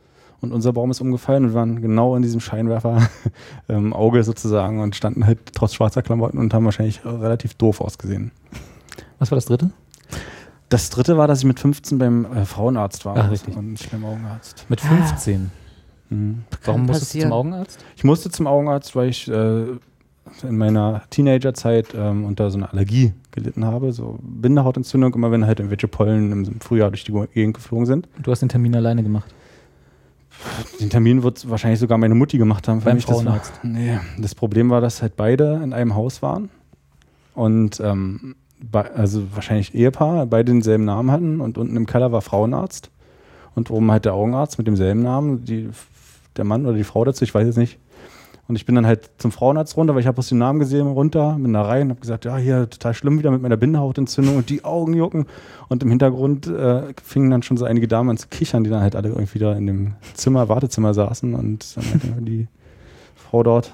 Und unser Baum ist umgefallen und wir waren genau in diesem Scheinwerfer ähm, Auge sozusagen und standen halt trotz schwarzer Klamotten und haben wahrscheinlich äh, relativ doof ausgesehen. Was war das dritte? Das dritte war, dass ich mit 15 beim äh, Frauenarzt war Ah, richtig. und nicht beim Augenarzt. Mit 15. Mhm. Warum musstest du Ah. passieren. zum Augenarzt? Ich musste zum Augenarzt, weil ich äh, in meiner Teenagerzeit ähm, unter so einer Allergie gelitten habe, so Bindehautentzündung, immer wenn halt irgendwelche Pollen im Frühjahr durch die Gegend geflogen sind. Du hast den Termin alleine gemacht. Den Termin wird wahrscheinlich sogar meine Mutti gemacht haben. für Beim mich. Das war- Frauenarzt. Nee, das Problem war, dass halt beide in einem Haus waren und ähm, bei, also wahrscheinlich Ehepaar, beide denselben Namen hatten und unten im Keller war Frauenarzt und oben halt der Augenarzt mit demselben Namen, die, der Mann oder die Frau dazu, ich weiß jetzt nicht. Und ich bin dann halt zum Frauenarzt runter, weil ich habe bloß den Namen gesehen, runter, bin da rein, habe gesagt, ja, hier total schlimm wieder mit meiner Bindehautentzündung und die Augen jucken. Und im Hintergrund äh, fingen dann schon so einige Damen an zu kichern, die dann halt alle irgendwie da in dem Zimmer, Wartezimmer saßen und dann halt irgendwie die Frau dort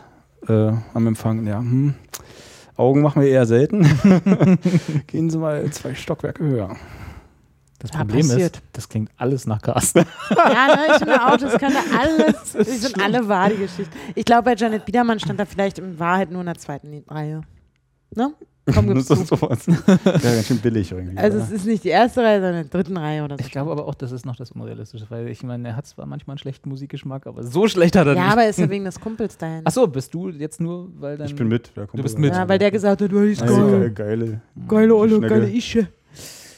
äh, am Empfang, ja, hm. Augen machen wir eher selten. Gehen Sie mal zwei Stockwerke höher. Das Ja, Problem passiert. ist, das klingt alles nach Carsten. Ja, ne, ich finde auch, das könnte alles, das sind alle wahre Geschichten. Ich glaube, bei Janet Biedermann stand da vielleicht in Wahrheit nur in der zweiten Reihe. Ne? Komm, gib's Das zu. ist sowas. Ja, ganz schön billig irgendwie. Also oder? es ist nicht die erste Reihe, sondern in der dritten Reihe oder so. Ich glaube aber auch, das ist noch das Unrealistische, weil ich meine, er hat zwar manchmal einen schlechten Musikgeschmack, aber so schlecht hat er ja, nicht. aber ist ja wegen des Kumpels dahin. Achso, bist du jetzt nur, weil dein. ich bin mit. Du bist mit. ja, weil der gesagt hat, du hast Also, geil. geile, geile, Geile Olle, Schnecke. geile Ische.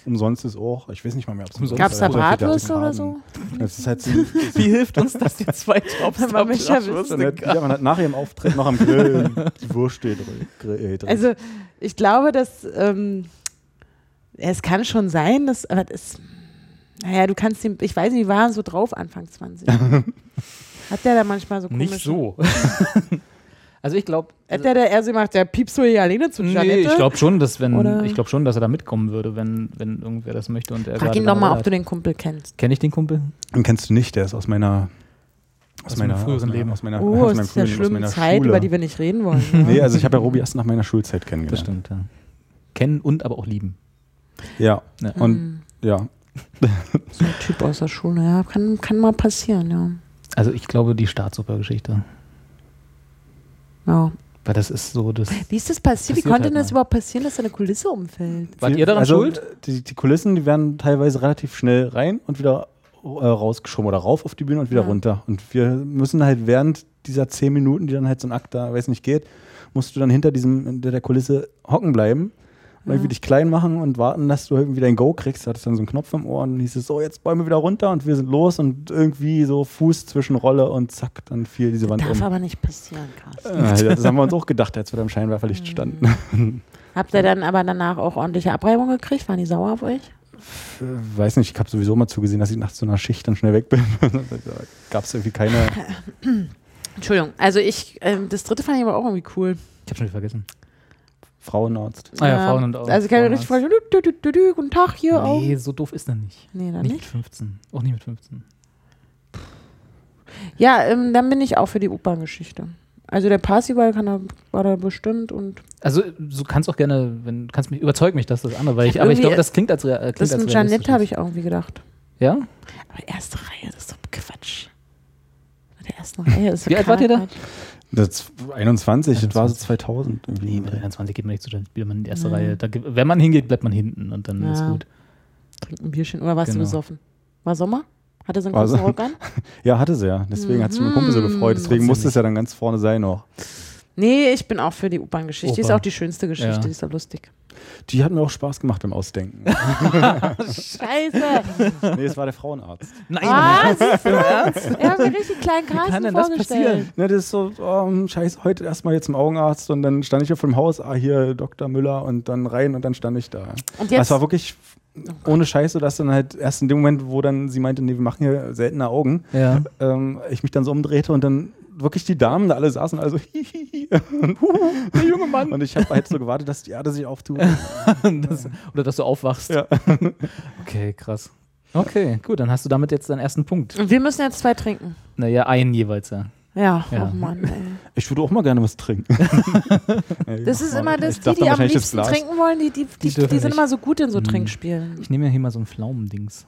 umsonst ist auch. Ich weiß nicht mal mehr, ob es Umsonst. Gab es da Also, Bratwürste oder so? Das ist halt so. das Wie hilft uns das jetzt zwei Jobs? Wenn man mich ja ist wüsste. dann halt- ja, man hat nach ihrem Auftritt noch am Grill die Wurst steht drin. Grill drin. Also ich glaube, dass ähm, es kann schon sein, dass aber das, naja, du kannst den, ich weiß nicht, die waren so drauf Anfang 20. Hat der da manchmal so komisch? Nicht so. also ich glaube. Hat der da eher so gemacht, der piepst du hier alleine zu Nee, Janette? ich glaube schon, dass wenn Oder- ich glaube schon, dass er da mitkommen würde, wenn, wenn irgendwer das möchte und er Frag ihn doch mal, ob du den Kumpel kennst. Kenne ich den Kumpel? Den kennst du nicht, der ist aus meiner. Aus, Aus meinem meiner früheren aus meiner, Leben. Aus meiner, Oh, aus es meinem ist ja früheren Leben, aus schlimme meiner Zeit, Schule. über die wir nicht reden wollen. ne? Nee, ja. also ich habe ja Robi erst nach meiner Schulzeit Das kennengelernt. stimmt, ja. Kennen und aber auch lieben. Ne? Ja. Ja. Mhm. Und ja, so ein Typ aus der Schule, ja, kann, kann mal passieren, ja. Also ich glaube die Staatsopergeschichte. ja. Weil das ist so das. Wie ist das passiert? Wie Passiert konnte halt denn das mal. überhaupt passieren, dass da eine Kulisse umfällt? Wart Wir- ihr daran also, schuld? Die, die Kulissen, die werden teilweise relativ schnell rein und wieder äh, rausgeschoben oder rauf auf die Bühne und wieder Ja. runter. Und wir müssen halt während dieser zehn Minuten, die dann halt so ein Akt da, weiß nicht, geht, musst du dann hinter diesem, hinter der Kulisse hocken bleiben und irgendwie dich klein machen und warten, dass du irgendwie dein Go kriegst. Da hattest du dann so einen Knopf im Ohr und dann hieß es so, jetzt Bäume wieder runter und wir sind los und irgendwie so Fuß zwischen Rolle und zack, dann fiel diese Wand Darf um. aber nicht passieren, Carsten. Äh, Das haben wir uns auch gedacht, als wir da im Scheinwerferlicht standen. Habt ihr dann aber danach auch ordentliche Abreibung gekriegt? Waren die sauer auf euch? Äh, weiß nicht, ich habe sowieso mal zugesehen, dass ich nach so einer Schicht dann schnell weg bin. Gab es irgendwie keine. Entschuldigung, also ich, ähm, das dritte fand ich aber auch irgendwie cool. Ich habe schon wieder vergessen. Frauenarzt. Ah ja, Frauen und Augen. Also ich kann mir richtig vorstellen, du, du, du, du, guten Tag hier auch. Nee, so doof ist er nicht. Nee, dann Nicht mit nicht. 15. Auch nicht mit 15. Ja, ähm, dann bin ich auch für die Operngeschichte. Also der Parsival kann da, war da bestimmt und Also du kannst auch gerne, wenn du kannst mich überzeug mich, dass das andere, weil ich, hab aber ich irgendwie- glaube, das klingt als, rea- äh, klingt das als ist ein Janett, realistisch. habe ich irgendwie gedacht. Ja? Aber erste Reihe, das ist doch Quatsch. Mit der ersten Reihe ist Wie alt wart ihr da? Das 21, das war so 2000. Nee, Irgendwie. mit 23 geht man nicht zu, dann spielt man in die erste Nee. Reihe. Da, ge- wenn man hingeht, bleibt man hinten und dann ist Ja. gut. Trinken ein Bierchen oder warst Genau. du besoffen? War Sommer? Hatte sie einen War kurzen so- Rock an? Ja, hatte sie ja. Deswegen hat sich mein Kumpel so gefreut. Deswegen Trotzdem musste es ja dann ganz vorne sein noch. Nee, ich bin auch für die U-Bahn-Geschichte. Die ist Opa. auch die schönste Geschichte, Ja. die ist ja lustig. Die hat mir auch Spaß gemacht beim Scheiße! Ausdenken. nee, es war der Frauenarzt. Nein! Was? Wir haben einen richtig kleinen Carsten kann denn das vorgestellt. Ne, das ist so, ähm, scheiße, heute erstmal jetzt zum Augenarzt und dann stand ich hier vor dem Haus, ah, hier Dr. Müller und dann rein und dann stand ich da. Und Das jetzt, Oh war wirklich ohne Scheiße, dass dann halt erst in dem Moment, wo dann sie meinte, nee, wir machen hier seltene Augen, Ja. ähm, ich mich dann so umdrehte und dann wirklich die Damen da alle saßen, also hihihi. Und, der junge Mann. Und ich habe halt so gewartet, dass die Erde sich auftut. das, oder dass du aufwachst. Ja. Okay, krass. Okay, gut, dann hast du damit jetzt deinen ersten Punkt. wir müssen jetzt zwei trinken. Naja, einen jeweils, ja. Ja, Ja. oh Mann, ey. Ich würde auch mal gerne was trinken. Das ist immer das, Ich die, darf die dann am wahrscheinlich das liebsten Glas. trinken wollen, die, die, die, die, dürfen sind nicht. immer so gut in so Hm. Trinkspielen. Ich nehme ja hier mal so ein Pflaumendings.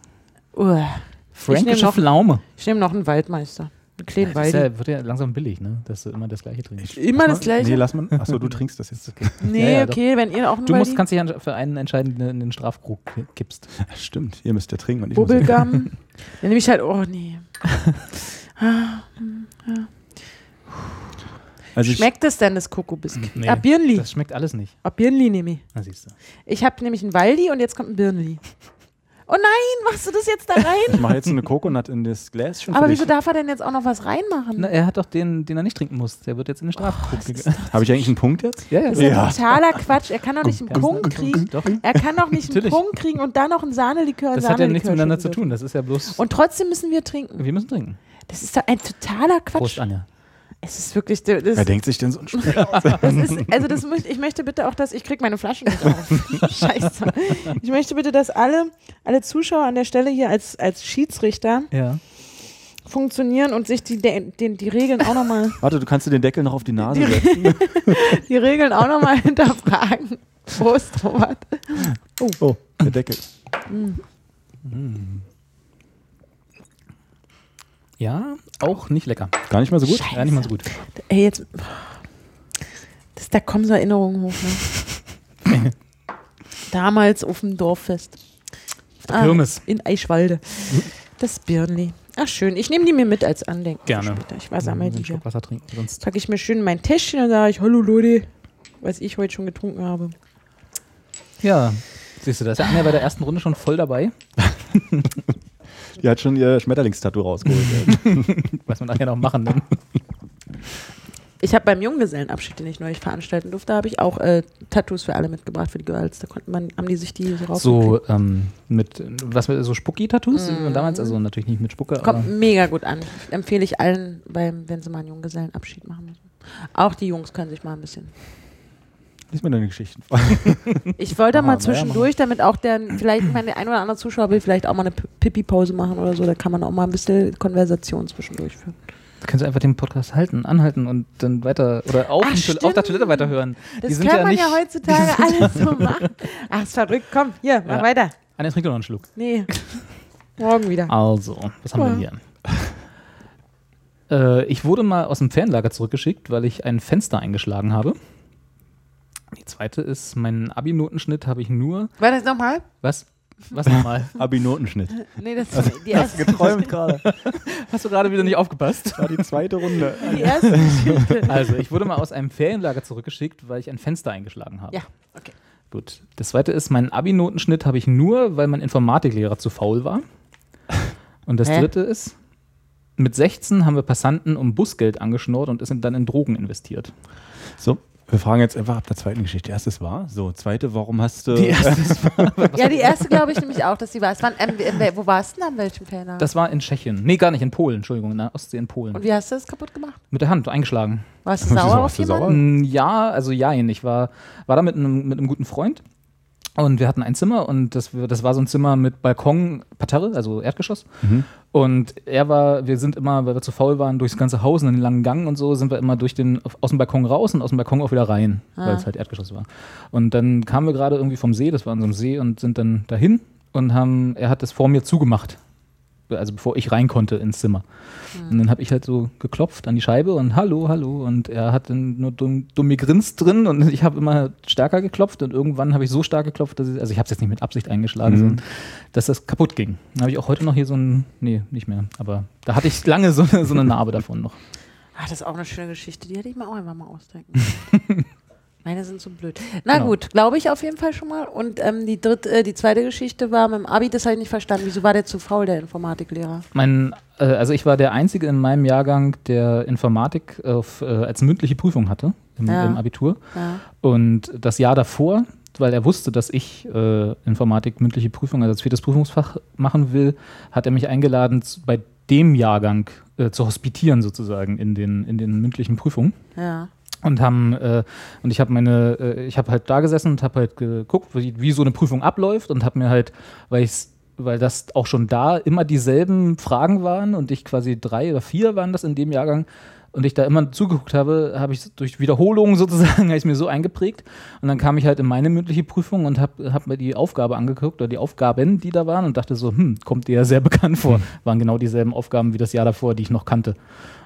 Uah. Fränkische noch- Pflaume. Ich nehme noch einen Waldmeister. Einen kleinen Das ist Wald. ja, wird ja langsam billig, ne? Dass du immer das gleiche trinkst. Immer das Nee, gleiche. lass mal. Achso, du trinkst das jetzt. Nee, Ja, ja, doch. okay, wenn ihr auch einen Du musst, Waldi- kannst dich an- für einen entscheiden, den du in den Strafkrug kippst. Stimmt, ihr müsst ja trinken. Und ich muss ja- Bubblegum. Dann nehme ich halt, oh nee. Ah, hm, ja. also ich, Schmeckt es denn, das Kokobiscuit? Nee, ah, Birnli. Das schmeckt alles nicht. Ah, Birnli nehme ich. Na, siehst du. Ich habe nämlich einen Waldi und jetzt kommt ein Birnli. Oh nein, machst du das jetzt da rein? ich mache jetzt so eine Kokonat in das Glas. Schon Aber für wieso dich. darf er denn jetzt auch noch was reinmachen? Na, er hat doch den, den er nicht trinken muss. Der wird jetzt in den Strafkrug oh, Habe ich eigentlich einen Punkt jetzt? Ja, ja. Das ist ja Ja. totaler Quatsch. Er kann doch nicht einen Ja. Punkt kriegen. Doch. Er kann doch nicht einen Natürlich. Punkt kriegen und dann noch einen Sahnelikör. Das hat ja nichts Sahnelikör miteinander zu schütten tun. Das ist ja bloß. dürfen. Und trotzdem müssen wir trinken. wir müssen trinken. Das ist doch ein totaler Quatsch. Prost, Anja. Es ist wirklich. Das, das Wer denkt sich denn so ein Spiel? ist, also das möchte, ich möchte bitte auch, dass ich krieg meine Flaschen nicht auf. Scheiße. Ich möchte bitte, dass alle, alle Zuschauer an der Stelle hier als, als Schiedsrichter Ja. funktionieren und sich die, den- den- die Regeln auch nochmal Warte, du kannst dir den Deckel noch auf die Nase setzen. die Regeln auch noch mal hinterfragen. Prost, Robert. Oh, der Deckel. Ja, auch nicht lecker. Gar nicht mal so gut. Ja, nicht mal so gut. Ey, jetzt. Das, da kommen so Erinnerungen hoch, ne? Damals auf dem Dorffest. Auf der Kirmes. In Eichwalde. Das Birnli. Ach, schön. Ich nehme die mir mit als Andenken. für Gerne. Mhm, Später. Ich war sammel Einen die hier. Schluck Wasser trinken. Sonst Packe ich mir schön in mein Täschchen und sage ich, hallo Leute, was ich heute schon getrunken habe. ja, siehst du, da ist ja Anja bei der ersten Runde schon voll dabei. Die hat schon ihr Schmetterlingstattoo rausgeholt. Was wir nachher noch machen. Ne? Ich habe beim Junggesellenabschied, den ich neulich veranstalten durfte, habe ich auch äh, Tattoos für alle mitgebracht, für die Girls. Da konnten man, haben die sich die so rauf. So, ähm, mit, äh, was wir, so Spucki-Tattoos, wie man damals, also natürlich nicht mit Spucke, Kommt aber mega gut an. Empfehle ich allen, beim, wenn sie mal einen Junggesellenabschied machen müssen. Auch die Jungs können sich mal ein bisschen. Lies mir deine Geschichten. Ich wollte Aha, mal na ja, zwischendurch, damit auch der, vielleicht, ich meine, der ein oder andere Zuschauer will vielleicht auch mal eine P- Pipi-Pause machen oder so. Da kann man auch mal ein bisschen Konversation zwischendurch führen. kannst du einfach den Podcast halten, anhalten und dann weiter, oder auf, Ach, die Toil- auf der stimmt. Toilette weiterhören. Das kann man ja heutzutage alles so machen. Ach, ist verrückt. Komm, hier, mach Ja. weiter. Anja, trink doch noch einen Schluck. Nee. Morgen wieder. Also, was haben wir hier? Äh, ich wurde mal aus dem Fernlager zurückgeschickt, weil ich ein Fenster eingeschlagen habe. Die zweite ist, meinen Abi-Notenschnitt habe ich nur, War das nochmal? was, was nochmal? Abi-Notenschnitt. Nee, das war Also, die erste, Geträumt gerade. Hast du gerade wieder nicht aufgepasst? War die zweite Runde. die erste Geschichte. Also, ich wurde mal aus einem Ferienlager zurückgeschickt, weil ich ein Fenster eingeschlagen habe. Ja, okay. Gut. Das zweite ist, meinen Abi-Notenschnitt habe ich nur, weil mein Informatiklehrer zu faul war. Und das Hä? dritte ist, mit 16 haben wir Passanten um Busgeld angeschnurrt und sind dann in Drogen investiert. So, wir fragen jetzt einfach ab der zweiten Geschichte. Die erste war. So, zweite, warum hast du. Ja, die erste glaube ich nämlich auch, dass sie war. Es waren, ähm, äh, wo warst du denn an welchem Fernlager? Das war in Tschechien. Nee, gar nicht, in Polen, Entschuldigung, in der Ostsee in Und Polen. wie hast du das kaputt gemacht? Mit der Hand eingeschlagen. Warst du Wieso sauer auf warst du jemanden? Mm, sauer? Ja, also jein. Ich war, war da mit einem, mit einem guten Freund Und wir hatten ein Zimmer und das, das war so ein Zimmer mit Balkon, Parterre, also Erdgeschoss. Und er war, wir sind immer, weil wir zu faul waren, durchs ganze Haus und in den langen Gang und so, sind wir immer durch den, auf- aus dem Balkon raus und aus dem Balkon auch wieder rein, weil es halt Erdgeschoss war. Und dann kamen wir gerade irgendwie vom See, das war an so einem See, und sind dann dahin und haben, er hat das vor mir zugemacht. Also bevor ich rein konnte ins Zimmer. Und dann habe ich halt so geklopft an die Scheibe und hallo, hallo. Und er hat dann nur dumm, dumm gegrinst drin und ich habe immer stärker geklopft und irgendwann habe ich so stark geklopft, dass ich, also ich habe es jetzt nicht mit Absicht eingeschlagen, sondern dass das kaputt ging. Dann habe ich auch heute noch hier so ein, nee, nicht mehr, aber da hatte ich lange so, eine- so eine Narbe davon noch. Ach, Ah, das ist auch eine schöne Geschichte. Die hätte ich mir auch einfach mal ausdenken. können. Meine sind so blöd. Na Genau. gut, glaube ich auf jeden Fall schon mal. Und ähm, die, dritte, äh, die zweite Geschichte war mit dem Abi, das habe ich nicht verstanden. Wieso war der zu faul, der Informatiklehrer? Mein, äh, also ich war der Einzige in meinem Jahrgang, der Informatik auf, äh, als mündliche Prüfung hatte im, Ja. im Abitur. Ja. Und das Jahr davor, weil er wusste, dass ich äh, Informatik mündliche Prüfung, also als viertes Prüfungsfach machen will, hat er mich eingeladen, zu- bei dem Jahrgang äh, zu hospitieren sozusagen in den, in den mündlichen Prüfungen Ja. und haben äh, und ich habe meine äh, ich habe halt da gesessen und habe halt geguckt wie, wie so eine Prüfung abläuft und habe mir halt weil ich's weil das auch schon da immer dieselben Fragen waren und ich quasi drei oder vier waren das in dem Jahrgang und ich da immer zugeguckt habe, habe ich durch Wiederholungen sozusagen, habe ich mir so eingeprägt. Und dann kam ich halt in meine mündliche Prüfung und habe hab mir die Aufgabe angeguckt oder die Aufgaben, die da waren und dachte so, hm, kommt dir ja sehr bekannt vor. Waren genau dieselben Aufgaben wie das Jahr davor, die ich noch kannte.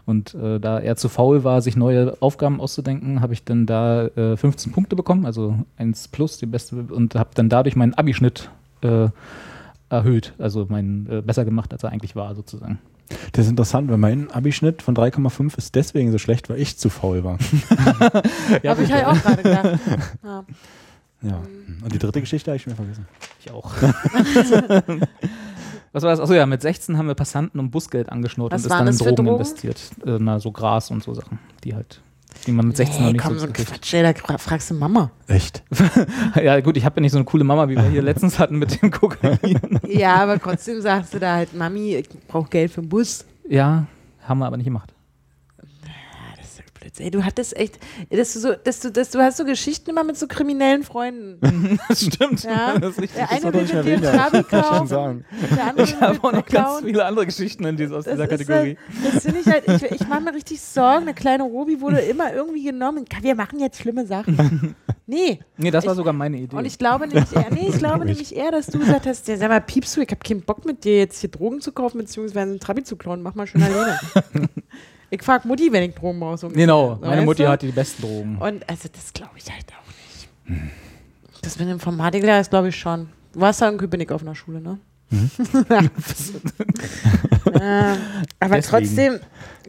Und äh, da er zu faul war, sich neue Aufgaben auszudenken, habe ich dann da äh, 15 Punkte bekommen, also 1 plus, die beste, und habe dann dadurch meinen Abischnitt äh, erhöht, also meinen äh, besser gemacht, als er eigentlich war, sozusagen. Das ist interessant, weil mein Abischnitt von 3,5 ist deswegen so schlecht, weil ich zu faul war. habe ich halt auch gerade gedacht. Ja. Ja. Und die dritte Geschichte habe ich schon wieder vergessen. Ich auch. Was war das? Achso, ja, mit 16 haben wir Passanten um Busgeld angeschnurrt Was und ist waren dann in das für Drogen, Drogen? investiert. Äh, na, so Gras und so Sachen, die halt, die man mit 16 noch Hey, nicht komm, so so ein kriegt. Quatsch, ey, da fra- fragst du Mama. Echt? Ja, gut, ich habe ja nicht so eine coole Mama, wie wir hier letztens hatten mit dem Kokain. Ja, aber trotzdem sagst du da halt, Mami, ich brauche Geld für den Bus. ja, haben wir aber nicht gemacht. Das ist ja Blödsinn. Ey, du hattest echt, dass du so, dass du, dass du hast so Geschichten immer mit so kriminellen Freunden. Das stimmt. Ja. Das ist richtig. Der eine doch will nicht mit dir erwähnt, Trabi ich kann schon kaufen, sagen. der andere Ich habe will auch mit dir noch ganz klauen. viele andere Geschichten in dieser, aus Das dieser ist Kategorie. Halt, das finde ich halt, ich, ich mache mir richtig Sorgen. Der kleine Robi wurde immer irgendwie genommen. Wir machen jetzt schlimme Sachen. Nee, Nee, das war Ich- sogar meine Idee. und ich glaube nämlich eher, nee, ich glaube nämlich eher, dass du gesagt hast, ja, sag mal, piepst du, ich habe keinen Bock mit dir jetzt hier Drogen zu kaufen, beziehungsweise einen Trabi zu klauen, mach mal schön alleine. ich frag Mutti, wenn ich Drogen brauche. So ungefähr. genau, So, meine weißt Mutti du? hat die besten Drogen. Und also das glaube ich halt auch nicht. Das mit dem Informatiklehrer ist, glaube ich, schon. Du warst da in Köpenick auf einer Schule, ne? Mhm. ähm, aber Deswegen. trotzdem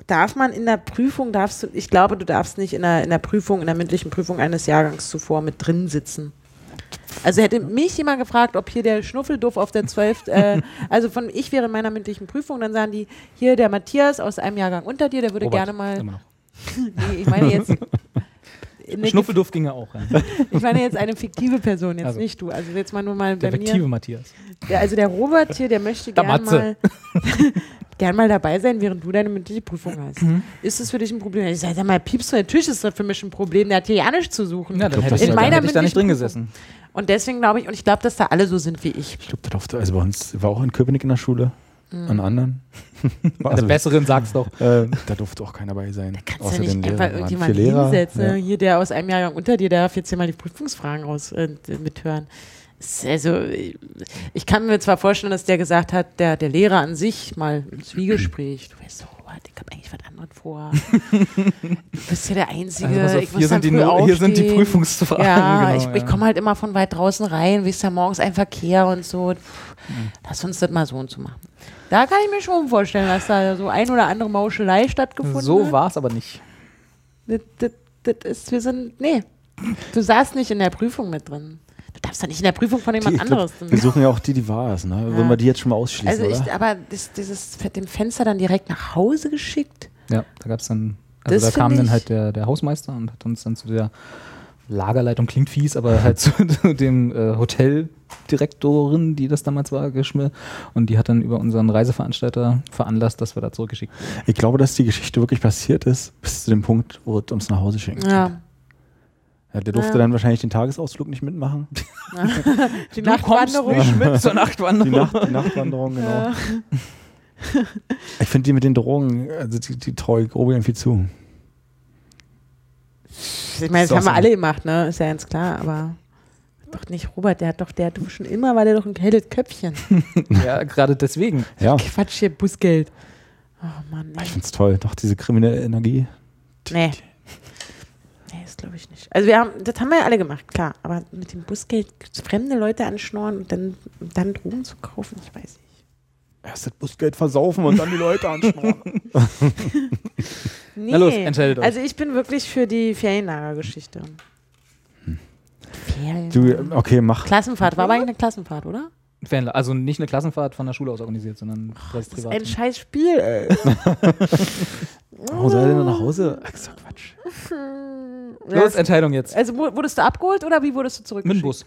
darf man in der Prüfung, darfst du, ich glaube, du darfst nicht in der, in der Prüfung, in der mündlichen Prüfung eines Jahrgangs zuvor mit drin sitzen. Also hätte mich jemand gefragt, ob hier der Schnuffelduff auf der 12. äh, also von ich wäre in meiner mündlichen Prüfung, dann sagen die, hier der Matthias aus einem Jahrgang unter dir, der würde Robert, gerne mal. immer noch. Nee, ich meine jetzt. eine Schnuffelduft ging ja auch. Ja. ich meine jetzt eine fiktive Person, jetzt Also. nicht du. Also jetzt mal nur mal bei Der fiktive mir. Matthias. Der, also der Robert hier, der möchte Der gern Matze. mal, gern mal dabei sein, während du deine mündliche Prüfung hast. Mhm. Ist das für dich ein Problem? Ich sage, sag mal, piepst du, natürlich ist das für mich ein Problem, der hat hier ja nichts zu suchen. Ja, dann glaub, hätte das ich, war- da- meiner hätte ich da nicht drin mündlichen gesessen. Und deswegen glaube ich, und ich glaube, dass da alle so sind wie ich. Ich glaube, da durfte, also bei uns war auch in Köpenick in der Schule, Mhm. an anderen. Bei der Also, Besseren sag's doch. äh, da durfte auch keiner bei sein. Da Kannst du nicht einfach irgendjemanden hinsetzen? Hier, der aus einem Jahrgang unter dir darf jetzt hier mal die Prüfungsfragen raus äh, mithören. Ist Also, äh, ich kann mir zwar vorstellen, dass der gesagt hat, der, der Lehrer an sich mal im Zwiegespräch, du weißt doch, Robert, ich habe eigentlich was anderes vor. Du bist ja der Einzige. Also pass auf, ich muss hier, dann sind die, früh No- hier sind die aufstehen. Prüfungsfragen. Ja, genau, ich, ich komme halt immer von weit draußen rein, wisst ja morgens ein Verkehr und so. Hm. Pff, Lass uns das mal so und so machen. Da kann ich mir schon vorstellen, dass da so ein oder andere Mauschelei stattgefunden hat. So war's aber nicht. Das, das, das ist, wir sind, nee. Du saßt nicht in der Prüfung mit drin. Du darfst ja nicht in der Prüfung von Die, jemand ich anderes glaub, wir drin. suchen ja auch die, die war es, ne? Wollen wir die jetzt schon mal ausschließen, Also ich, oder? aber das, dieses mit dem Fenster dann direkt nach Hause geschickt. Ja, da gab's dann. Das Also da find kam dann ich- halt der, der Hausmeister und hat uns dann zu der Lagerleitung, klingt fies, aber halt zu, zu dem äh, Hoteldirektorin, die das damals war, geschmiert. Und die hat dann über unseren Reiseveranstalter veranlasst, dass wir da zurückgeschickt wurden. Ich, glaube, dass die Geschichte wirklich passiert ist, bis zu dem Punkt, wo es uns nach Hause schenkt. Ja. Ja, der durfte Ja. dann wahrscheinlich den Tagesausflug nicht mitmachen. Die Du kommst Nachtwanderung. nicht mit zur Die, Nachtwanderung. Nacht, die Nachtwanderung, genau. Ja. Ich finde die mit den Drogen, also die, die treue Grobian viel zu. Ich meine, Ist das haben auch so. wir alle gemacht, ne? Ist ja ganz klar, aber doch nicht Robert, der hat doch, der hat doch schon immer, war der doch ein gehelltes Köpfchen. Ja, gerade deswegen. Ja, Quatsch, hier Bußgeld. Oh Mann, ich nee. finde es toll. Doch, diese kriminelle Energie. Nee, nee das glaube ich nicht. Also wir haben, das haben wir ja alle gemacht, klar. Aber mit dem Bußgeld fremde Leute anschnorren und dann, dann Drogen zu kaufen, ich weiß nicht. Erst das Busgeld versaufen und dann die Leute anschmauern. Nee. Na los, entscheidet euch. Also ich bin wirklich für die Ferienlagergeschichte. Hm. Ferien. Du, okay, mach. Klassenfahrt, war aber eigentlich eine Klassenfahrt, oder? Fanla- Also nicht eine Klassenfahrt von der Schule aus organisiert, sondern das Das ist privat. ne? ein scheiß Spiel, ey. Warum soll er denn nach Hause? Ach, so Quatsch. Ja, Los, Entscheidung jetzt. Also wo- wurdest du abgeholt oder wie wurdest du Mit dem zurückgeschickt? Bus.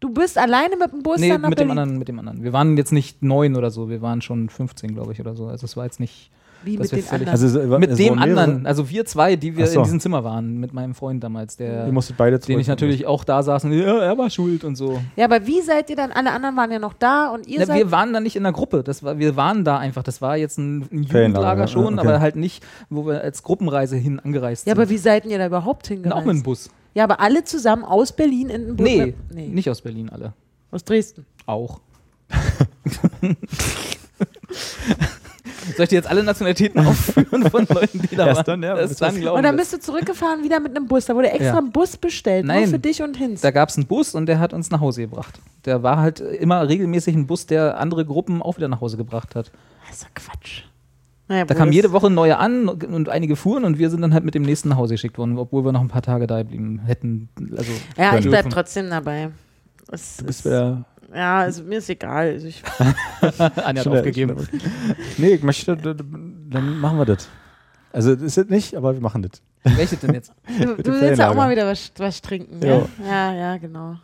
Du bist alleine mit dem Bus Nee, dann nach mit dem Berlin? anderen, mit dem anderen. Wir waren jetzt nicht neun oder so, wir waren schon 15, glaube ich, oder so. Also es war jetzt nicht Wie dass mit wir den völlig- anderen? Also, es war- mit es dem waren mehrere- anderen, also wir zwei, die wir Ach so. in diesem Zimmer waren, mit meinem Freund damals, der äh, Ihr musstet beide den ich zurück. natürlich auch da saß und ja, er war schuld und so. ja, aber wie seid ihr dann? Alle anderen waren ja noch da und ihr Na, seid... wir waren da nicht in der Gruppe, das war, wir waren da einfach. Das war jetzt ein, ein Ferienlager, Jugendlager ja, schon, okay. aber halt nicht, wo wir als Gruppenreise hin angereist ja, sind. aber wie seid ihr da überhaupt Und hingereist? auch mit dem Bus. Ja, aber alle zusammen aus Berlin in den Bus? Nee, nee. nicht aus Berlin alle. Aus Dresden. Auch. Soll ich dir jetzt alle Nationalitäten aufführen von Leuten, die da Erst waren? dann, ja, Erst dann, glauben Und dann wir. bist du zurückgefahren wieder mit einem Bus. Da wurde extra Ja. ein Bus bestellt, Nein. nur für dich und Hinz. Da gab es einen Bus und der hat uns nach Hause gebracht. Der war halt immer regelmäßig ein Bus, der andere Gruppen auch wieder nach Hause gebracht hat. Das ist doch Quatsch. Naja, Da Boris. kamen jede Woche neue an und einige fuhren und wir sind dann halt mit dem nächsten nach Hause geschickt worden, obwohl wir noch ein paar Tage da geblieben hätten. Also, Ja, ich bleib dürfen. trotzdem dabei. Es Du bist ist, wieder. ja, also mir ist egal. Also ich, Anja hat Schnell, aufgegeben. Nee, ich möchte. Dann machen wir das. Also, das ist es nicht, aber wir machen das. Welche denn jetzt? du Mit du dem willst ja auch Ferienlager. mal wieder was, was trinken. Ne? Ja, ja, genau.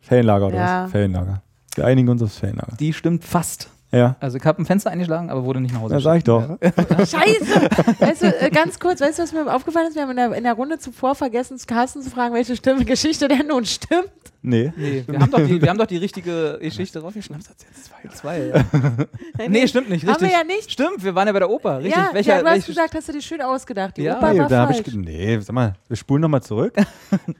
Ferienlager oder Ja. was? Ferienlager. Wir einigen uns aufs Ferienlager. Die stimmt fast. Ja, Also ich habe ein Fenster eingeschlagen, aber wurde nicht nach Hause das sag ich doch. Scheiße! Weißt du, äh, ganz kurz, weißt du, was mir aufgefallen ist? Wir haben in der, in der Runde zuvor vergessen, Carsten zu fragen, welche Stimme, Geschichte denn nun stimmt. Nee. Nee, wir haben, doch die, wir haben doch die richtige Geschichte rausgeschnappt. jetzt zwei. zwei ja. Nee, stimmt nicht. Haben Richtig. wir ja nicht. Stimmt, wir waren ja bei der Oper. Richtig. ja, welcher, ja, du hast welche- gesagt, hast du dir schön ausgedacht. Die Ja. Opa Nee, war da hab falsch. ich, ge- nee, sag mal, wir spulen nochmal zurück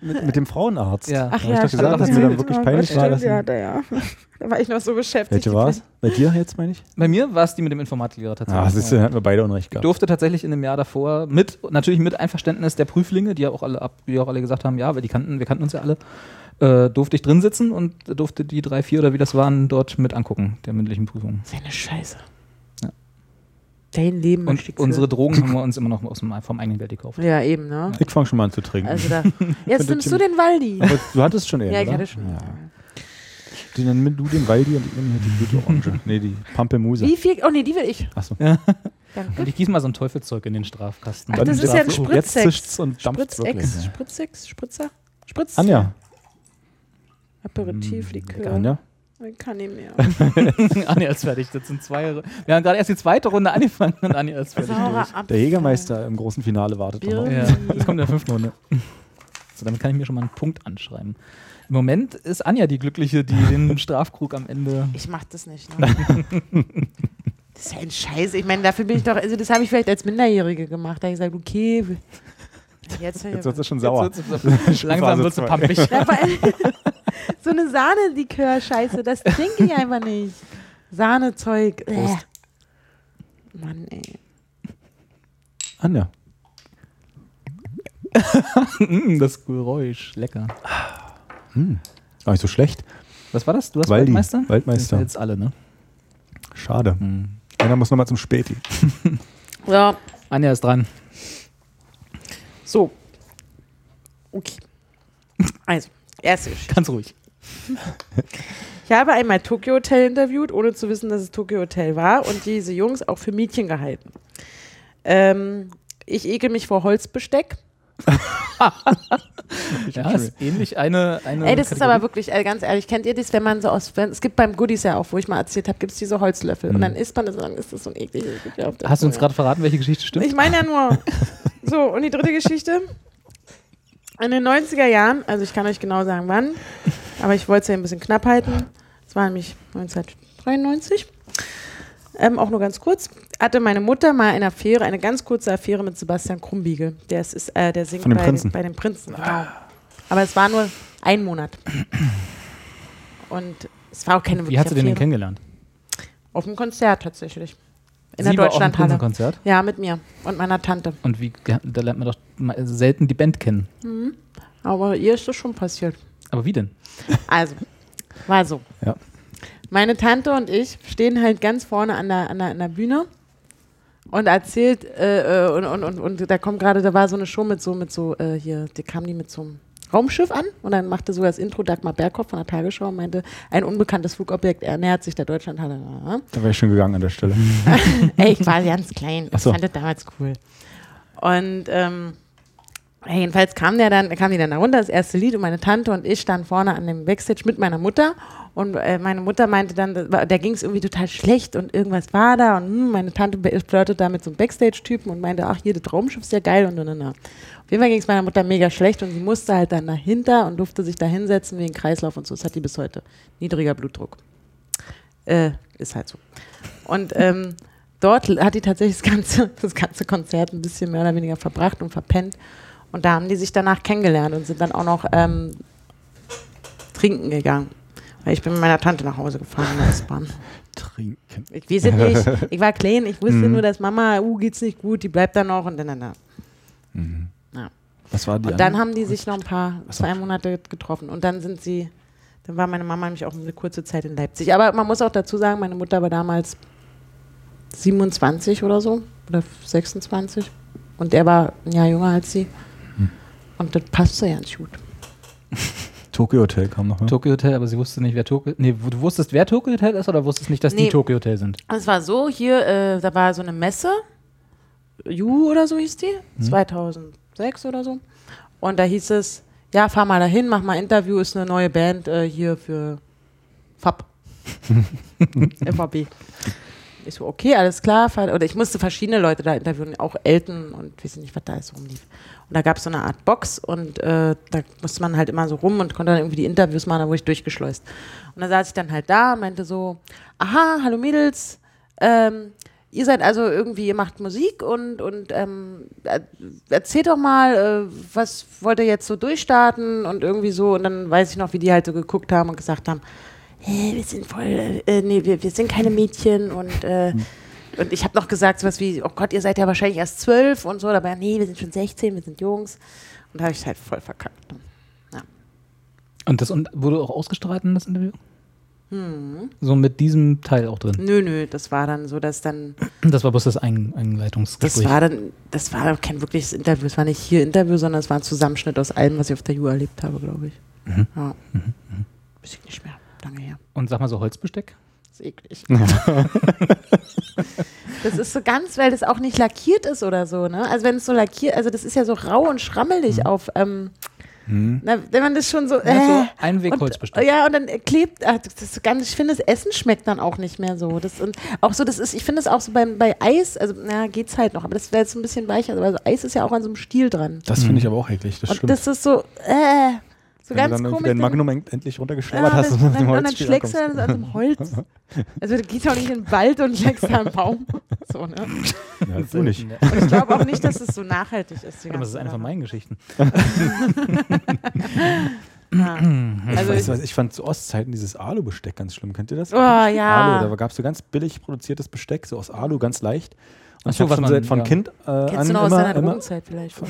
mit, mit dem Frauenarzt. Ja. Da Ach hab ja, ich doch gesagt, dass stimmt. mir dann wirklich Oh peinlich Gott, war. stimmt, Dass ja, da, ja. da war ich noch so beschäftigt. welche war es? Bei dir jetzt, meine ich? Bei mir war es die mit dem Informatiklehrer tatsächlich. Ah, siehst du, dann hatten wir beide Unrecht Ich gehabt. durfte tatsächlich in dem Jahr davor mit, natürlich mit Einverständnis der Prüflinge, die ja auch alle ab, die auch alle gesagt haben, ja, weil die kannten, wir kannten uns ja alle, äh, durfte ich drin sitzen und durfte die drei, vier oder wie das waren, dort mit angucken, der mündlichen Prüfung. Seine Scheiße. Ja. Dein Leben Und möchte ich unsere führen. Drogen haben wir uns immer noch aus dem, vom eigenen Geld gekauft. Ja, eben, ne? Ich fange schon mal an zu trinken. Also da. Jetzt nimmst du Tim- den Waldi. Aber du hattest schon einen, Ja, ich oder? hatte schon. Den, dann nimm du den Waldi und ich nehme hier die gute Orange. nee, die Pampelmuse. Wie viel? Oh nee, die will ich. Achso. Und Danke. ich gieße mal so ein Teufelzeug in den Strafkasten. Ach, das ist ja ein Spritzex. Jetzt zischt's und dampft wirklich. Spritzex, Spritzex, Spritzer, Spritz. Anja. Aperitif, Likör. Anja. Ich kann nicht mehr. Ah, Anja ist fertig, das sind zwei. Wir haben gerade erst die zweite Runde angefangen und Anja ist fertig. Saurer Apfel. Der Jägermeister im großen Finale wartet Bier. noch. Ja, das kommt in der fünften Runde. So, damit kann ich mir schon mal einen Punkt anschreiben. Im Moment ist Anja die Glückliche, die den Strafkrug am Ende. Ich mach das nicht. Ne? das ist ja ein Scheiß. Ich meine, dafür bin ich doch. Also, das habe ich vielleicht als Minderjährige gemacht. Da habe ich gesagt, okay. w- Jetzt, Jetzt wird es schon sauer. Jetzt wird's- Langsam Phase wird sie zwei. pampig. Ja, vor allem- so eine Sahne-Likör-Scheiße, das trinke ich einfach nicht. Sahnezeug. Äh. Prost. Mann, ey. Anja. Mm, das Geräusch, lecker. Gar nicht so schlecht. Was war das? Du hast Waldi, Waldmeister? Waldmeister. Das sind Jetzt alle, ne? Schade. Hm. Einer muss nochmal zum Späti. Ja, Anja ist dran. so. Okay. Also, erste Geschichte. Ganz ruhig. Ich habe einmal Tokyo Hotel interviewt, ohne zu wissen, dass es Tokyo Hotel war und diese Jungs auch für Mädchen gehalten. Ähm, ich ekel mich vor Holzbesteck. Ja, ist ähnlich eine. eine Ey, das ist Kategorie. aber wirklich, also ganz ehrlich, kennt ihr das, wenn man so aus, wenn, es gibt beim Goodies ja auch, wo ich mal erzählt habe, gibt es diese Holzlöffel und dann isst man das und dann ist das so ein ekliges. Gefühl auf der Mhm. Hast du uns Zunge. gerade verraten, welche Geschichte stimmt? Ich meine ja nur. So, und die dritte Geschichte. In den 90er Jahren, also ich kann euch genau sagen wann, aber ich wollte es ja ein bisschen knapp halten. Es war nämlich 1993. Ähm, auch nur ganz kurz. Hatte meine Mutter mal eine Affäre, eine ganz kurze Affäre mit Sebastian Krumbiegel. Der, ist, ist, äh, der singt Von dem bei, Prinzen. bei dem Prinzen. Genau. Aber es war nur ein Monat. Und es war auch keine Wie wirkliche hast du den denn Affäre. kennengelernt? Auf dem Konzert tatsächlich. In Sie war der auch im Deutschlandhalle. Prinzenkonzert. Ja, mit mir und meiner Tante. Und wie, da lernt man doch mal selten die Band kennen. Aber ihr ist das schon passiert. Aber wie denn? Also, war so. Ja. Meine Tante und ich stehen halt ganz vorne an der, an der, an der Bühne und erzählt, äh, äh, und, und, und, und da kommt gerade, da war so eine Show mit so, mit so, äh, hier, die kam die mit so einem Raumschiff an und dann machte so das Intro Dagmar Berghoff von der Tagesschau und meinte, ein unbekanntes Flugobjekt ernährt sich der Deutschlandhalle. Ja. Da wäre ich schon gegangen an der Stelle. Hm. Ey, ich war ganz klein. Ich Ach so. fand das damals cool. Und ähm, ja, jedenfalls kam der dann, kam die dann da runter, das erste Lied und meine Tante und ich standen vorne an dem Backstage mit meiner Mutter und äh, meine Mutter meinte dann, das war- der ging es irgendwie total schlecht und irgendwas war da und hm, meine Tante be- flirtet da mit so einem Backstage-Typen und meinte, ach hier, das Raumschiff ist ja geil und und und. und. Auf jeden Fall ging es meiner Mutter mega schlecht und sie musste halt dann dahinter und durfte sich da hinsetzen wegen Kreislauf und so. Das hat die bis heute. Niedriger Blutdruck. Äh, ist halt so. Und ähm, dort hat die tatsächlich das ganze, das ganze Konzert ein bisschen mehr oder weniger verbracht und verpennt. Und da haben die sich danach kennengelernt und sind dann auch noch ähm, trinken gegangen. Weil ich bin mit meiner Tante nach Hause gefahren in der S-Bahn. Trinken. Ich weiß es nicht. Ich war klein, ich wusste nur, dass Mama, uh, geht's nicht gut, die bleibt da noch und dann, dann, dann. Was war die Und dann andere? haben die sich noch ein paar, Achso. zwei Monate getroffen. Und dann sind sie, dann war meine Mama nämlich auch eine kurze Zeit in Leipzig. Aber man muss auch dazu sagen, meine Mutter war damals 27 oder so, oder 26. Und er war ein Jahr jünger als sie. Und das passte ja nicht gut. Tokyo Hotel kam noch. Ne? Tokyo Hotel, aber sie wusste nicht, wer Tokyo. Nee, du wusstest, wer Tokyo Hotel ist oder wusstest nicht, dass die Nee. Tokyo Hotel sind? Es war so, hier, äh, da war so eine Messe, Ju oder so hieß die, 2006 oder so. Und da hieß es, ja, fahr mal dahin, mach mal Interview, ist eine neue Band äh, hier für FAB. FAB. Ich so, okay, alles klar. fahr- Oder ich musste verschiedene Leute da interviewen, auch Elton und weiß ich nicht, was da alles rumlief. Und da gab es so eine Art Box und äh, da musste man halt immer so rum und konnte dann irgendwie die Interviews machen, da wurde ich durchgeschleust. Und da saß ich dann halt da und meinte so, aha, hallo Mädels, ähm, ihr seid also irgendwie, ihr macht Musik und, und ähm, er- erzählt doch mal, äh, was wollt ihr jetzt so durchstarten und irgendwie so. Und dann weiß ich noch, wie die halt so geguckt haben und gesagt haben, hey, wir sind voll, äh, nee, wir, wir sind keine Mädchen und äh, und ich habe noch gesagt sowas wie, oh Gott, ihr seid ja wahrscheinlich erst zwölf und so, aber nee, wir sind schon 16, wir sind Jungs. Und da habe ich halt voll verkackt. Und das und wurde auch ausgestrahlt in das Interview? Hm. So mit diesem Teil auch drin. Nö, nö, das war dann so, dass dann, Das war bloß das Ein Einleitungsgespräch. das war dann, das war dann kein wirkliches Interview, es war nicht hier Interview, sondern es war ein Zusammenschnitt aus allem, was ich auf der Ju erlebt habe, glaube ich. Ja. Weiß ich nicht mehr, lange her. und sag mal so Holzbesteck? Das ist eklig. das ist so ganz, weil das auch nicht lackiert ist oder so, ne? Also wenn es so lackiert, also das ist ja so rau und schrammelig Mhm. auf, ähm, na, wenn man das schon so, äh, Ja, so Einwegholzbesteck. und, oh ja, und dann klebt, ach, das ist so ganz, ich finde, das Essen schmeckt dann auch nicht mehr so. Das, und auch so, das ist, ich finde es auch so beim, bei Eis, also na, geht's halt noch, aber das wäre jetzt so ein bisschen weicher, aber so Eis ist ja auch an so einem Stiel dran. Das finde ich aber auch eklig. Das und stimmt. das ist so, äh, so Hm. Wenn ganz du dann irgendwie komisch. den dann- Magnum en- endlich ja, runtergeschlabbert das, hast dann, und mit dem dann, dann Holz schlägst du dann an so einem Holz. Also du gehst auch nicht in den Wald und schlägst da einen Baum. So, ne? Ja, du nicht. Ja. Und ich glaube auch nicht, dass es so nachhaltig ist. die Aber Das ist ganze eine von Sache. meinen Geschichten. Ja. Also Weißt du was, ich fand zu Ostzeiten dieses Alu-Besteck ganz schlimm. Kennt ihr das? Oh, ja. Alu, da gab es so ganz billig produziertes Besteck, so aus Alu, ganz leicht. Und Ach so, was ich habe schon man- seit von ja. Kind äh, an kennst du noch aus immer, deiner immer Jugendzeit vielleicht?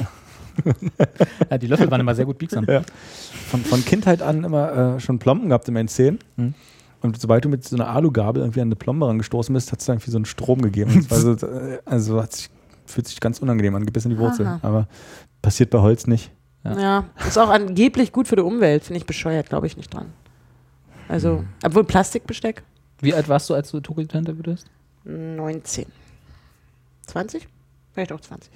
Ja, die Löffel waren immer sehr gut biegsam. Ja. von, von Kindheit an immer äh, schon Plomben gehabt in meinen Zähnen. Mhm. Und sobald du mit so einer Alugabel irgendwie an eine Plombe rangestoßen bist, hat es dann irgendwie so einen Strom gegeben. Das war so, äh, also hat sich, fühlt sich ganz unangenehm an, bis in die Wurzel. Aha. Aber passiert bei Holz nicht. Ja. Ja, ist auch angeblich gut für die Umwelt, finde ich bescheuert, glaube ich nicht dran. Hm. Also, obwohl Plastikbesteck? Wie alt warst du, als du Tokyo Hotel interviewt hast? 19. 20? Vielleicht auch 20.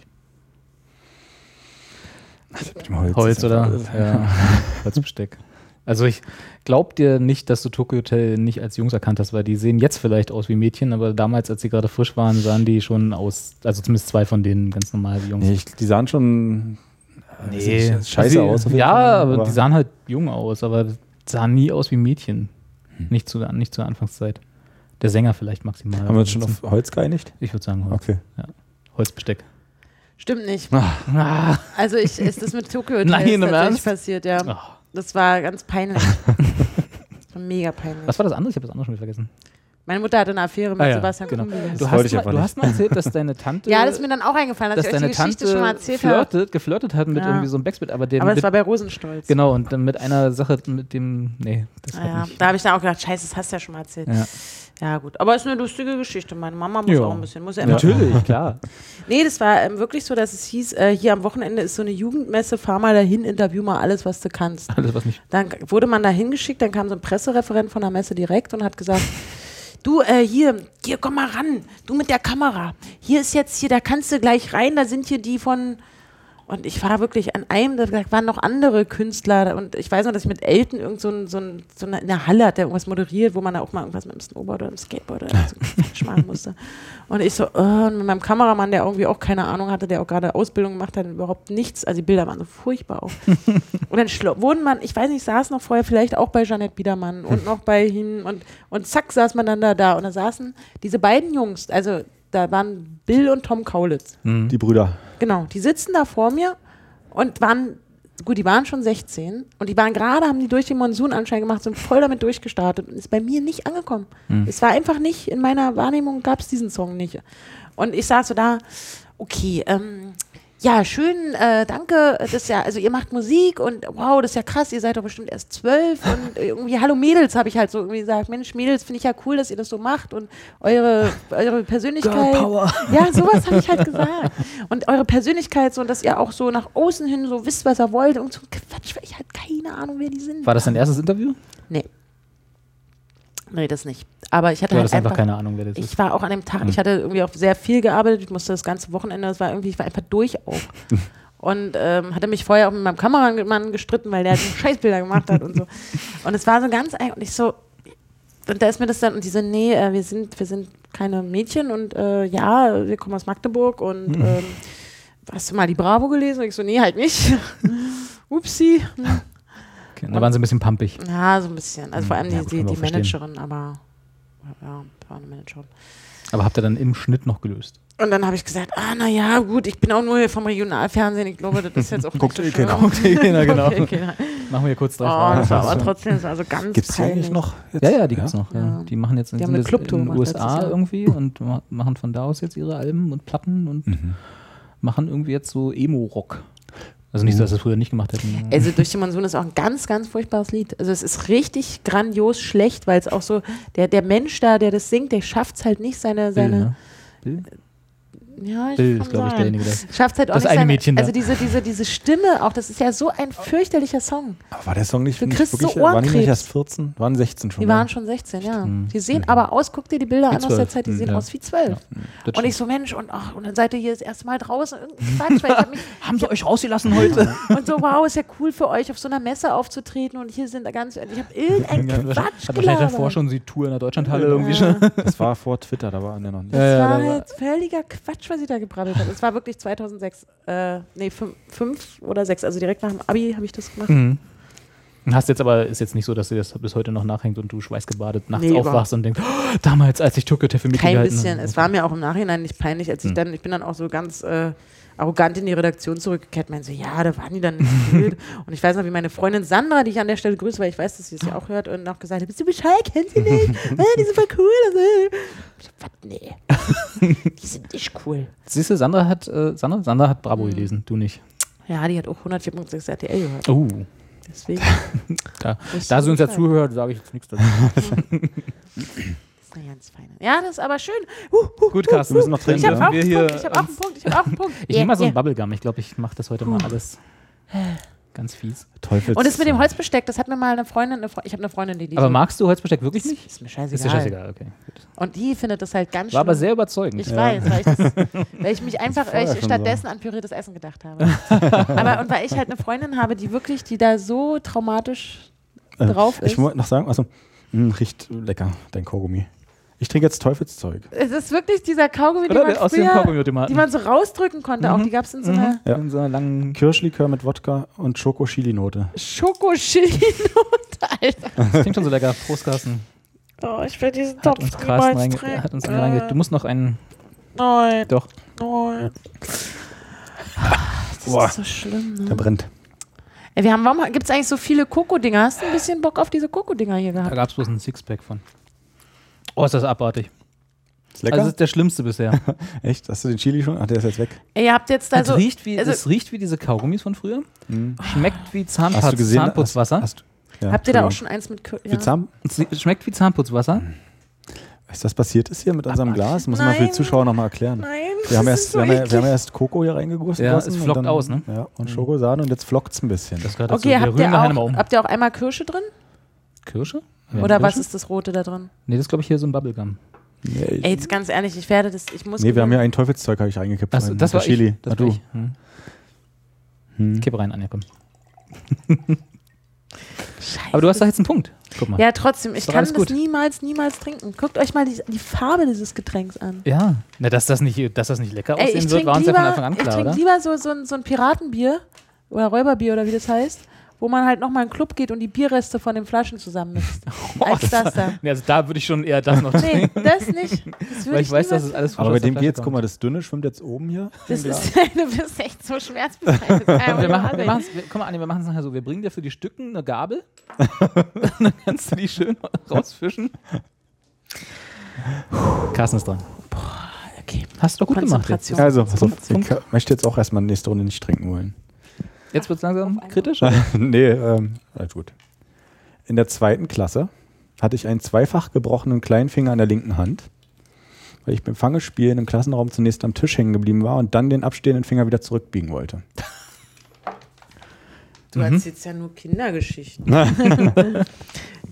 Mit dem Holz, Holz ist einfach- oder ja, Holzbesteck. Also ich glaub dir nicht, dass du Tokyo Hotel nicht als Jungs erkannt hast, weil die sehen jetzt vielleicht aus wie Mädchen, aber damals, als sie gerade frisch waren, sahen die schon aus, also zumindest zwei von denen ganz normal wie Jungs. Nee, ich, die sahen schon Nee. sieht scheiße aus auf jeden Ja, Fall, aber aber- die sahen halt jung aus, aber sahen nie aus wie Mädchen. Hm. Nicht, zu, der- nicht zur Anfangszeit. Der Sänger vielleicht maximal. Also, Haben wir uns schon auf Holz geeinigt? Ich würde sagen, Holz, Okay. Holzbesteck. Stimmt nicht. Ah, Also ich, ist das mit Tokyo Hotel Nein, ist im tatsächlich Ernst? passiert, ja. Oh. Ah. Das war ganz peinlich. das war mega peinlich. was war das andere? Ich habe das andere schon wieder vergessen. Meine Mutter hatte eine Affäre mit Ah, ja, Sebastian Äh, genau. Kumbel. Du, Das hast wollte ich mal, aber du nicht. hast mal erzählt, dass deine Tante. Ja, das ist mir dann auch eingefallen, dass dass ich euch die deine Geschichte Tante schon mal erzählt habe. flirtet, geflirtet hat mit Ja. irgendwie so einem Backspit, aber der Aber es mit, war bei Rosenstolz. genau und dann mit einer Sache mit dem nee, das Ah, hat ja. nicht. Da habe ich dann auch gedacht, scheiße, das hast du ja schon mal erzählt. Ja. Ja. gut. Aber es ist eine lustige Geschichte. Meine Mama muss Ja. auch ein bisschen, muss ja immer. Natürlich, klar. Nee, das war ähm, wirklich so, dass es hieß, äh, hier am Wochenende ist so eine Jugendmesse, fahr mal dahin, interview mal alles, was du kannst. Alles was nicht. Dann k- wurde man da hingeschickt, dann kam so ein Pressereferent von der Messe direkt und hat gesagt, du äh, hier, hier komm mal ran, du mit der Kamera. Hier ist jetzt hier, da kannst du gleich rein, da sind hier die von und ich war da wirklich an einem, da waren noch andere Künstler und ich weiß noch, dass ich mit Elton irgend so, ein, so, ein, so eine, in der Halle hat, der irgendwas moderiert, wo man da auch mal irgendwas mit dem Snowboard oder dem Skateboard oder so Quatsch machen musste. Und ich so, äh, und mit meinem Kameramann, der irgendwie auch keine Ahnung hatte, der auch gerade Ausbildung gemacht hat, überhaupt nichts. Also die Bilder waren so furchtbar auch. Und dann schlo- wurden man, ich weiß nicht, saß noch vorher vielleicht auch bei Jeanette Biedermann und noch bei hin und, und zack saß man dann da, da. Und da saßen diese beiden Jungs, also da waren Bill und Tom Kaulitz. Die Brüder. Genau, die sitzen da vor mir und waren, gut, die waren schon 16 und die waren gerade, haben die durch den Monsun anscheinend gemacht, sind voll damit durchgestartet und ist bei mir nicht angekommen. Es war einfach nicht, in meiner Wahrnehmung gab es diesen Song nicht. Und ich saß so da, okay, ähm, ja, schön, äh, danke. Das ist ja, also ihr macht Musik und wow, das ist ja krass, ihr seid doch bestimmt erst zwölf und irgendwie, hallo Mädels, habe ich halt so irgendwie gesagt, Mensch, Mädels, finde ich ja cool, dass ihr das so macht und eure, eure Persönlichkeit. Ja, sowas habe ich halt gesagt. Und eure Persönlichkeit, so dass ihr auch so nach außen hin so wisst, was ihr wollt und so ein Quatsch, weil ich halt keine Ahnung, wer die sind. War das dein erstes Äh, Interview? Nee. Nee, das nicht. Aber ich hatte Du halt hattest einfach, einfach keine Ahnung, wer das Hm. ist. ich war auch an dem Tag, ich hatte irgendwie auch sehr viel gearbeitet, ich musste das ganze Wochenende, das war irgendwie, ich war einfach durch auch. Und ähm, hatte mich vorher auch mit meinem Kameramann gestritten, weil der halt so Scheißbilder gemacht hat und so. Und es war so ganz ein- und ich so, und da ist mir das dann, und die so, nee, äh, wir sind, wir sind keine Mädchen und äh, ja, wir kommen aus Magdeburg Hm. und ähm, hast du mal die Bravo gelesen? Und ich so, nee, halt nicht. Upsi. Okay, da waren sie ein bisschen pumpig. Ja, so ein bisschen. Also vor allem Hm. Ja, die, gut, die, können wir die auch verstehen. Managerin, aber ja, war eine Managerin. Aber habt ihr dann im Schnitt noch gelöst? Und dann habe ich gesagt, ah, naja, gut, ich bin auch nur hier vom Regionalfernsehen. Ich glaube, das ist jetzt auch nicht eh so schlimm. Container, genau. Okay, genau. Machen wir hier kurz Oh, drei Fragen. das war aber trotzdem das war also ganz Gibt es die peinlich. eigentlich noch? Jetzt? ja, ja, die gibt's noch. Ja. Ja. Die machen jetzt Die sind haben eine jetzt Clubtour in den gemacht letztes USA Jahr. irgendwie und ma- machen von da aus jetzt ihre Alben und Platten und machen irgendwie jetzt so Emo-Rock. Also nicht so, dass sie es früher nicht gemacht hätten. Also durch den Monsun ist auch ein ganz, ganz furchtbares Lied. Also es ist richtig grandios schlecht, weil es auch so, der, der Mensch da, der das singt, der schafft es halt nicht seine, seine, Bill, ne? Bill? ja, ich Bill kann ist, glaube ich, sagen. derjenige, der. Schafft halt auch Das nicht eine seine, Mädchen da. also diese, diese, diese Stimme auch, das ist ja so ein fürchterlicher Song. Aber War der Song nicht, Du nicht kriegst so wirklich, äh, waren die nicht Ohrenkrebs. erst 14? Waren 16 schon? Die ne? waren schon 16, ja. Die sehen aber aus, guck dir die Bilder Wie an aus der 12. Zeit, die sehen Ja. aus wie zwölf. das Und stimmt. ich so, Mensch, und, ach, und dann seid ihr hier das erste Mal draußen. Irgendein Quatsch, weil ich hab mich, haben sie euch rausgelassen heute? und so, wow, ist ja cool für euch, auf so einer Messe aufzutreten. Und hier sind da ganz, ich habe irgendeinen Quatsch Hat wahrscheinlich davor gelabert. schon die Tour in der Deutschlandhalle irgendwie schon. Das war vor Twitter, da waren ja noch nicht. Das Ja, ja, war da war- halt völliger Quatsch, was ich da gebrabbelt habe. Es war wirklich 2006, äh, nee, fünf, fünf oder sechs, also direkt nach dem Abi habe ich das Mhm. gemacht. Hast jetzt aber, ist jetzt nicht so, dass dir das bis heute noch nachhängt und du schweißgebadet nachts Nee, überhaupt aufwachst und denkst, oh, damals, als ich Tokyo Hotel für mich Kein gehalten bisschen. habe. Es war mir auch im Nachhinein nicht peinlich, Hm. als ich dann, ich bin dann auch so ganz äh, arrogant in die Redaktion zurückgekehrt, meinte so, ja, da waren die dann nicht so wild. Und ich weiß noch, wie meine Freundin Sandra, die ich an der Stelle grüße, weil ich weiß, dass sie es ja auch hört, und noch gesagt hat, bist du Bescheid, kennst du nicht? Ah, die sind voll cool. Also, ich so, was, nee. Die sind nicht cool. Siehst du, Sandra hat, äh, Sandra? Sandra hat Hm. Bravo gelesen, du nicht. Ja, die hat auch 104.6 RTL gehört. Oh. Deswegen. Da, Wusste da sie uns ja Bescheid. zuhört, sage ich jetzt nichts dazu. Das ist eine ganz feine. Ja, das ist aber schön. Huh, huh, Gut, huh, Carsten, wir huh. müssen noch trennen, Ich habe ja? auch, Wir einen hier- ähm, Punkt, ich hab auch einen Punkt, ich habe auch einen Punkt. Ich Yeah, nehme mal so yeah. ein Bubblegum. Ich glaube, ich mache das heute mal alles Äh. ganz fies. Teufels. Und das mit dem Holzbesteck, das hat mir mal eine Freundin, eine Fre ich habe eine Freundin, die die Aber so- magst du Holzbesteck wirklich Ist- nicht? Ist mir scheißegal. Ist dir scheißegal, okay. Gut. Und die findet das halt ganz schön. War aber sehr überzeugend. ich weiß, weil ich, das, weil ich mich einfach vorher weil ich schon stattdessen an püriertes Essen gedacht habe. aber und weil ich halt eine Freundin habe, die wirklich, die da so traumatisch Äh, drauf ist. Ich wollte noch sagen, also, mh, riecht lecker, hm, dein Kaugummi. Ich trinke jetzt Teufelszeug. Es ist wirklich dieser Kaugummi, den Oder? man Der- Aus dem früher, die Kaugummi-Automaten. man so rausdrücken konnte. Auch die gab es in so einer Mhm. In so einer langen Kirschlikör mit Wodka und Schoko-Chili-Note. Schokoschilinote, Alter. Das klingt schon so lecker. Prost, Carsten. Oh, ich will diesen Hat Topf uns Carsten niemals reinge trinken. hat uns einen reinge Du musst noch einen. Nein, Doch. nein. Das Boah. ist so schlimm, Der ne? brennt. Ey, wir haben, warum gibt es eigentlich so viele Kokodinger? Hast du ein bisschen Bock auf diese Kokodinger hier Da gehabt? gab es bloß einen Sixpack von. Oh, ist das abartig. Ist lecker? Also, das ist der schlimmste bisher. Echt? Hast du den Chili schon? Ach, der ist jetzt weg. Ey, ihr habt jetzt da Also, so. es, riecht wie, also- es riecht wie diese Kaugummis von früher. Schmeckt wie Zahnputz, Hast du gesehen? Zahnputzwasser. Hast, hast, ja, habt ihr da auch Entschuldigung. schon eins mit Kir- Für Zahn, Es schmeckt wie Zahnputzwasser. was das passiert ist hier mit unserem Glas, muss man für die Nein. Zuschauer nochmal erklären. Nein, Wir haben, das ist erst, so wir, haben, ja- eklig. wir haben erst Koko hier reingegossen. Ja, lassen es und flockt dann, aus, ne? Ja, und Schokosahne und jetzt flockt es ein bisschen. Das gehört dazu. Okay, habt ihr, nachher nochmal auch, um. habt ihr auch einmal Kirsche drin? Kirsche? Oder was ist das Rote da drin? Nee, das ist, glaube ich, hier so ein Bubblegum. Nee, Ey, jetzt ganz ehrlich, ich werde das. Ich muss. nee wir haben ja. ja ein Teufelszeug, habe ich reingekippt. Achso, vorhin. das war Der Chili. ich. Das Ah, war du. ich. Hm. Hm. Kipp rein, Anja, komm. Aber du hast doch jetzt einen Punkt. Guck mal. Ja, trotzdem, ich doch kann alles das gut. niemals, niemals trinken. Guckt euch mal die, die Farbe dieses Getränks an. Ja. Na, dass das nicht, dass das nicht lecker Ey, aussehen ich wird, trinke war uns ja von Anfang lieber, an ich klar, trink oder? lieber so, so, ein- so ein Piratenbier oder Räuberbier oder wie das heißt, wo man halt nochmal in den Club geht und die Bierreste von den Flaschen zusammenmisst. als das da. Nee, also da würde ich schon eher das noch trinken. Nee, das nicht. Das würde Weil ich weiß, niemals- dass es alles frisch Aber bei aus der dem Flasche geht's. Guck kommt. mal, das Dünne schwimmt jetzt oben hier. das ist, du bist echt so schmerzbefreit. Aber wir machen, wir machen's, wir, komm mal, Anja, wir machen es nachher so. Wir bringen dir für die Stücken eine Gabel. dann kannst du die schön rausfischen. Carsten ist dran. okay. Hast du doch gut gemacht. Jetzt, Konzentration. Also, pass auf, Punkt. ich ka- möchte jetzt auch erstmal nächste Runde nicht trinken wollen. jetzt wird es langsam kritisch. nee, ähm, alles gut. In der zweiten Klasse hatte ich einen zweifach gebrochenen Kleinfinger an der linken Hand, weil ich beim Fangespielen im Klassenraum zunächst am Tisch hängen geblieben war und dann den abstehenden Finger wieder zurückbiegen wollte. Mhm. Du erzählst ja nur Kindergeschichten.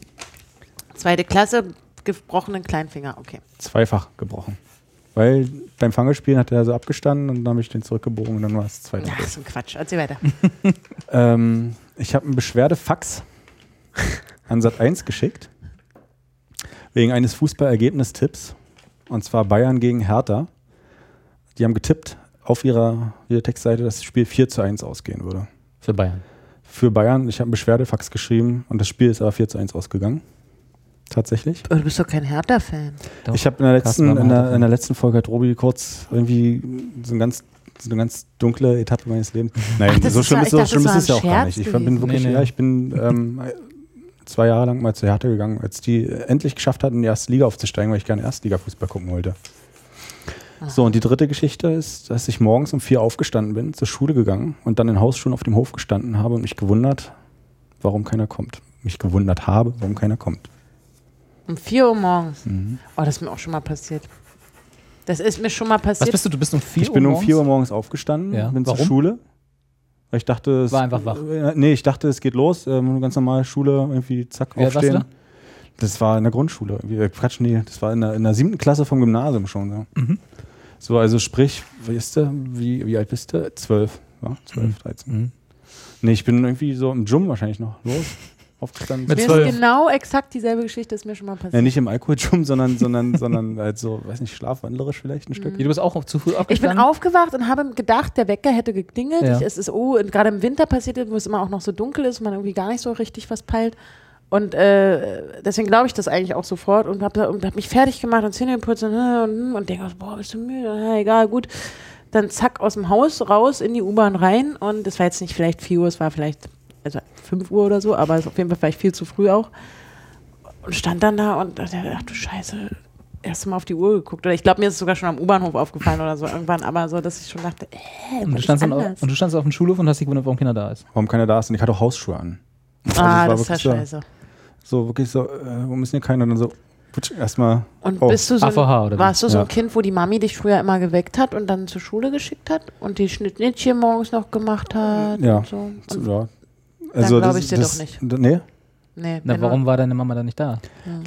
Zweite Klasse, gebrochenen Kleinfinger, okay. Zweifach gebrochen. Weil beim Fangespielen hat er so abgestanden und dann habe ich den zurückgebogen und dann war es zweite Ach, Klasse. so ein Quatsch. Erzähl weiter. Ähm, ich habe einen Beschwerdefax an Sat 1 geschickt. Wegen eines Fußballergebnistipps. Und zwar Bayern gegen Hertha. Die haben getippt auf ihrer, ihrer Textseite, dass das Spiel 4 zu 1 ausgehen würde. Für Bayern. Für Bayern, ich habe einen Beschwerdefax geschrieben und das Spiel ist aber 4 zu 1 ausgegangen. Tatsächlich. Aber Oh, du bist doch kein Hertha-Fan. Doch. Ich habe in, der Carsten letzten- war mal in, der- Hertha-Fan. in der letzten Folge hat Robi kurz irgendwie so, ein ganz, so eine ganz dunkle Etappe meines Lebens. Nein, Ach, das so ist schlimm ja- ist, ich so dachte, schlimm das ist es ja war auch ein gar Scherz nicht. Ich bin gewesen. wirklich, Nee, nee. ja, ich bin ähm, zwei Jahre lang mal zur Hertha gegangen, als die endlich geschafft hatten, in die erste Liga aufzusteigen, weil ich gerne Erstliga-Fußball gucken wollte. So, und die dritte Geschichte ist, dass ich morgens um vier aufgestanden bin, zur Schule gegangen und dann in Hausschuhen auf dem Hof gestanden habe und mich gewundert, warum keiner kommt. Mich gewundert habe, warum keiner kommt. Um 4 Uhr morgens. Mhm. Oh, das ist mir auch schon mal passiert. Das ist mir schon mal Was passiert. bist du? Du bist um 4 Uhr Ich bin um 4 Uhr morgens? morgens aufgestanden, Ja. bin Warum? zur Schule. Weil ich dachte, es War einfach wach. Äh, Nee, ich dachte, es geht los. Ähm, ganz normal Schule, irgendwie zack, Wie alt warst du aufstehen. da? Das war in der Grundschule. Irgendwie, äh, Quatsch, nee, das war in der, in der siebten Klasse vom Gymnasium schon. Ja. Mhm. So, also sprich, weißt du, wie, wie alt bist du? Zwölf, ja? Zwölf, dreizehn. Mhm. Nee, ich bin irgendwie so im Gym wahrscheinlich noch los. Aufgestanden. Mit mir zwölf. ist genau exakt dieselbe Geschichte, ist mir schon mal passiert. ja, nicht im Alkohol-Gym, sondern, sondern, sondern halt so, weiß nicht, schlafwandlerisch vielleicht ein Stück. Wie, Du bist auch zu früh ich bin aufgestanden? aufgewacht und habe gedacht, der Wecker hätte geklingelt. Ja. Ich, es ist, oh, und gerade im Winter passiert das, wo es immer auch noch so dunkel ist und man irgendwie gar nicht so richtig was peilt. Und äh, deswegen glaube ich das eigentlich auch sofort und habe und hab mich fertig gemacht und Zähne geputzt und, äh, und, und denke, boah, bist du müde? Ja, egal, gut. Dann zack, aus dem Haus, raus, in die U-Bahn rein. Und es war jetzt nicht vielleicht 4 Uhr, es war vielleicht also 5 Uhr oder so, aber es ist auf jeden Fall vielleicht viel zu früh auch. Und stand dann da und dachte, ach du Scheiße, erst mal auf die Uhr geguckt. Oder ich glaube, mir ist es sogar schon am U-Bahnhof aufgefallen oder so irgendwann, aber so, dass ich schon dachte, äh, Und was du, ist standst dann anders? auf, und du standst auf dem Schulhof und hast dich gewundert, warum keiner da ist. Warum keiner da ist und ich hatte auch Hausschuhe an. Ah, Also das es ist ja war wirklich scheiße. So, wirklich so, äh, warum ist denn hier keiner? Und dann so, putsch, erstmal. Und oh. bist du so ein, AVH oder wie? warst du so ein Ja. Kind, wo die Mami dich früher immer geweckt hat und dann zur Schule geschickt hat und die Schnittnittchen morgens noch gemacht hat Ja. und so? Und, ja. Also glaub das- ich dir das, doch nicht. d- Nee, nee, Na, wenn warum war deine Mama da nicht da?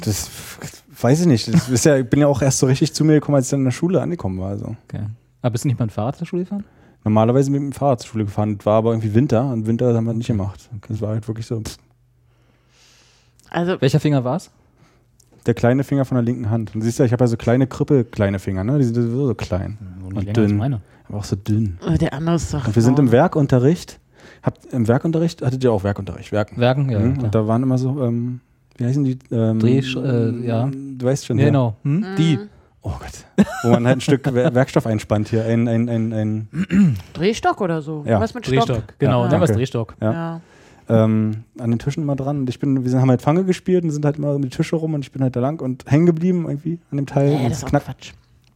das f- weiß ich nicht. Das ist ja, ich bin ja auch erst so richtig zu mir gekommen, als ich dann in der Schule angekommen war. Also. Okay. Aber bist du nicht mal ein Fahrrad zur Schule gefahren? Normalerweise bin ich mit dem Fahrrad zur Schule gefahren, das war aber irgendwie Winter und Winter haben wir nicht gemacht. Das war halt wirklich so, pff, du- Also, Welcher Finger war's? der kleine Finger von der linken Hand. Und siehst du, ich habe ja so kleine Krippe, kleine Finger, ne? Die sind so so klein. Und Und länger als dünn. meine. Aber auch so dünn. Äh, Der andere ist doch. Und wir sind im Werkunterricht. Habt, Im Werkunterricht hattet ihr auch Werkunterricht, Werken. Werken, ja. Mhm. klar. Und da waren immer so, ähm, wie heißen die? Ähm, Drehsch- äh, ja. Du weißt schon. ja, ja. genau. Mhm. Hm? Die. Oh Gott. Wo man halt ein Stück Wer- Werkstoff einspannt hier. Ein, ein, ein, ein, Drehstock oder so. Ja. Was mit Stock? Drehstock. Genau, Ja. dann war es Danke. Drehstock. Ja. Ja. ähm, an den Tischen immer dran. Und ich bin, wir sind- haben halt Fange gespielt und sind halt immer um die Tische rum und ich bin halt da lang und hängen geblieben irgendwie an dem Teil. Nee, und das ist Oh, das, auch knack, Quatsch.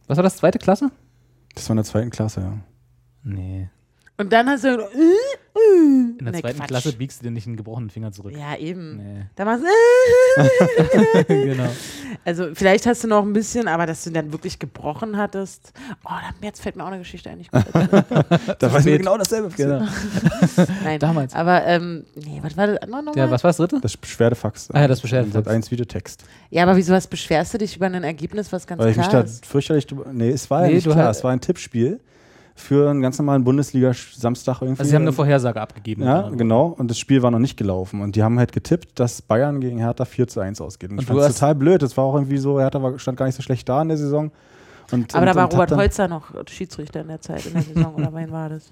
Was war das? Zweite Klasse? das war in der zweiten Klasse, ja. Nee. Und dann hast du. Äh, äh. In der zweiten Klasse biegst du dir nicht einen gebrochenen Finger zurück. Ja, eben. Nee. Da machst du. genau. äh. also, vielleicht hast du noch ein bisschen, aber dass du dann wirklich gebrochen hattest. Oh, da- jetzt fällt mir auch eine Geschichte ein. Ich guck jetzt. Da weiß spät. ich genau dasselbe. genau. Nein, Damals. Aber, ähm, nee, was war das andere nochmal? Ja, was war das dritte? Das Beschwerdefax. Ah ja, das Beschwerdefax. Sat 1 Videotext. Ja, aber wieso was beschwerst du dich über ein Ergebnis, was ganz Weil ich mich klar da ist? fürchterlich drüber. Nee, es war Nee, ja nicht du klar. hast- Es war ein Tippspiel für einen ganz normalen Bundesliga-Samstag irgendwie. Also sie haben eine Vorhersage abgegeben. ja, genau. Und das Spiel war noch nicht gelaufen. Und die haben halt getippt, dass Bayern gegen Hertha 4 zu 1 ausgeht. Und, Und ich du fand es hast- total blöd. Das war auch irgendwie so, Hertha war, stand gar nicht so schlecht da in der Saison. Und, Aber da und, war und hab Robert dann- Holzer noch Schiedsrichter in der Zeit, in der Saison, oder wen war das?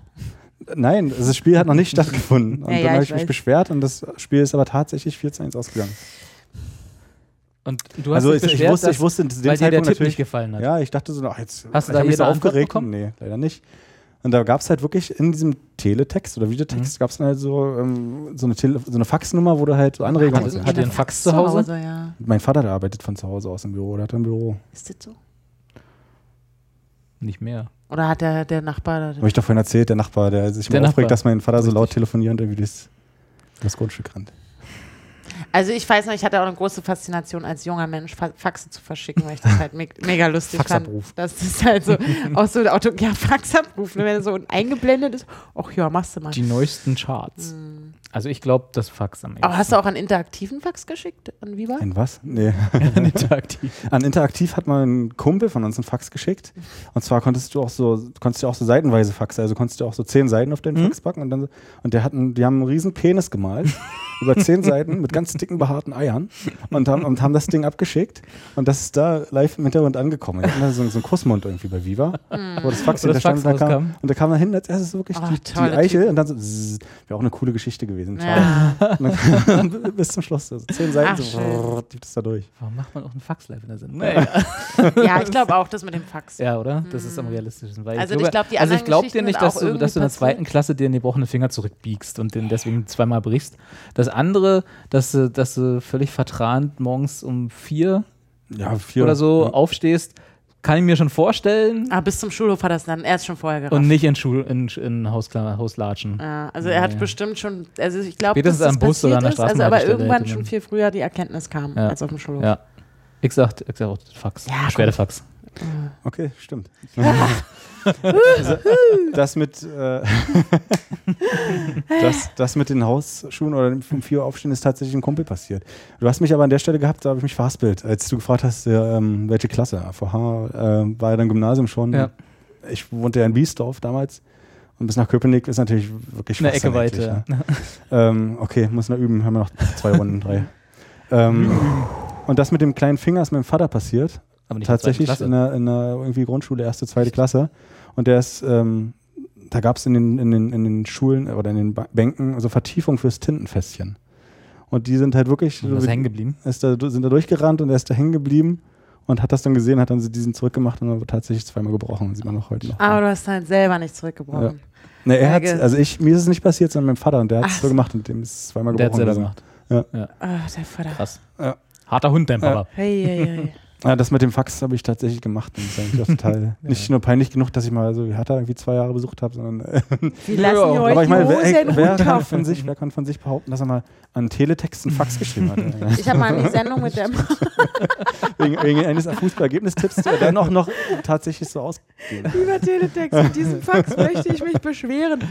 Nein, also das Spiel hat noch nicht stattgefunden. Und Ja, ja, dann habe ich ich mich weiß. beschwert und das Spiel ist aber tatsächlich 4 zu 1 ausgegangen. Und du hast also dich ich, ich beschwert, wusste, dass, ich wusste zu dem weil dir der Zeitpunkt Tipp nicht natürlich. gefallen hat. Ja, ich dachte so, ach, jetzt Hast du ich da hab mich jede so Antwort aufgeregt. bekommen? Nee, leider nicht. Und da gab es halt wirklich in diesem Teletext oder Mhm. Videotext gab es dann halt so, ähm, so, eine Tele so eine Faxnummer, wo du halt so Anregungen Hattest- hast. hat ihr einen Fax zu Hause? ja. Mein Vater, der arbeitet von zu Hause aus im Büro, der hat ein Büro. Ist das so? Nicht mehr. Oder hat der, der Nachbar da. Habe ich doch vorhin erzählt, der Nachbar, der sich Der immer Nachbar. aufregt, dass mein Vater so laut telefoniert und irgendwie das, das Grundstück rennt. Also, ich weiß noch, ich hatte auch eine große Faszination als junger Mensch, Fa Faxe zu verschicken, weil ich das halt me mega lustig Faxabruf. fand. Dass das halt so aus so einem Auto. Ja, Faxabruf, ne, wenn er so eingeblendet ist. Och ja, machst du mal. Die neuesten Charts. Also ich glaube, das Fax am Ende. Hm. Aber hast du auch einen interaktiven Fax geschickt? An Viva? Ein was? Nee. interaktiv. An Interaktiv hat mal ein Kumpel von uns einen Fax geschickt. Und zwar konntest du auch so, konntest du auch so seitenweise Faxe, also konntest du auch so zehn Seiten auf den Mhm. Fax packen und dann und der hatten, die haben einen riesen Penis gemalt. über zehn Seiten mit ganz dicken behaarten Eiern und haben, und haben das Ding abgeschickt und das ist da live im Hintergrund angekommen. Die hatten da so, so einen Kussmund irgendwie bei Viva, wo das Fax Mhm. Wo das hinterstand Fax und, da kam, rauskam. Oh, und da kam dann hin, als erstes wirklich Ah, die, tolle die Eichel Typen. und dann so, zzz, wäre auch eine coole Geschichte gewesen. Ja. Und dann, bis zum Schluss, also zehn Seiten, Ach, so, schön. gibt es da durch. Warum macht man auch einen Fax live in der Sendung? Naja. ja, ich glaube auch, das mit dem Fax. ja, oder? Das ist am realistischsten. Weil Also, ich ich glaube, glaub, die also ich anderen glaub dir Geschichten nicht, sind dass auch du, dass du in der irgendwie zweiten Klasse dir den gebrochenen Finger zurückbiegst und den deswegen zweimal brichst. Das andere, dass du, dass du völlig vertrant morgens um vier Ja, vier oder so aufstehst, kann ich mir schon vorstellen. Ah, bis zum Schulhof hat er es dann erst schon vorher gerafft. Und nicht in, Schul in, in Hauskla- Hauslatschen. Ja, also er hat bestimmt schon, also ich glaube, dass Spätestens das am Bus passiert oder an der ist, also aber Straßenbahnhaltestelle irgendwann hätte man- schon viel früher die Erkenntnis kam, Ja. als auf dem Schulhof. Ja. Ich sag, ich sag auch Fax. Ja, komm. Beschwerdefax. Okay, stimmt. also, das mit äh, das, das mit den Hausschuhen oder dem um 4 Uhr aufstehen ist tatsächlich einem Kumpel passiert. Du hast mich aber an der Stelle gehabt, da habe ich mich verhaspelt, als du gefragt hast, äh, ähm, welche Klasse. AVH äh, war ja dann Gymnasium schon. Ja. Ich wohnte ja in Biesdorf damals. Und bis nach Köpenick ist natürlich wirklich Eine Schwachsinn Ecke eigentlich, weiter. Ne? ähm, okay, muss noch üben. Haben wir noch zwei Runden, drei. Ähm, und das mit dem kleinen Finger ist meinem Vater passiert Aber nicht in der zweiten tatsächlich Klasse. in einer, in einer irgendwie Grundschule, erste, zweite Klasse. Und der ist, ähm, da gab es in den, in, den, in den Schulen oder in den Ba- Bänken so Vertiefung fürs Tintenfässchen. Und die sind halt wirklich, Und das ist hängen geblieben. ist da, sind da durchgerannt und er ist da hängen geblieben und hat das dann gesehen, hat dann diesen zurückgemacht und dann wird tatsächlich zweimal gebrochen. Sieht man noch heute noch. Aber du hast halt selber nicht zurückgebrochen. Ne, er hat, Ärger. also ich, mir ist es nicht passiert, sondern meinem Vater und der hat es Ach. so gemacht und dem ist es zweimal Der hat gebrochen. Also, selber gegangen. gemacht. Ah, der Vater. Krass. Ja. Harter Hund, dein Ja. Papa. Hey, hey, hey. Ja, das mit dem Fax habe ich tatsächlich gemacht. Und das ist eigentlich auch total nicht nur peinlich genug, dass ich mal so Hertha irgendwie zwei Jahre besucht habe, sondern äh, Die lassen Ja, ihr euch Aber ich meine, die wer, Hose in ey, wer, Ruhe kann kaufen. von sich, wer kann von sich behaupten, dass er mal an Teletext einen Fax geschrieben hat? Äh, Ich habe mal eine Sendung mit der wegen, wegen eines Fußballergebnistipps, der dann auch noch tatsächlich so ausgeht. Lieber Teletext, mit diesem Fax möchte ich mich beschweren.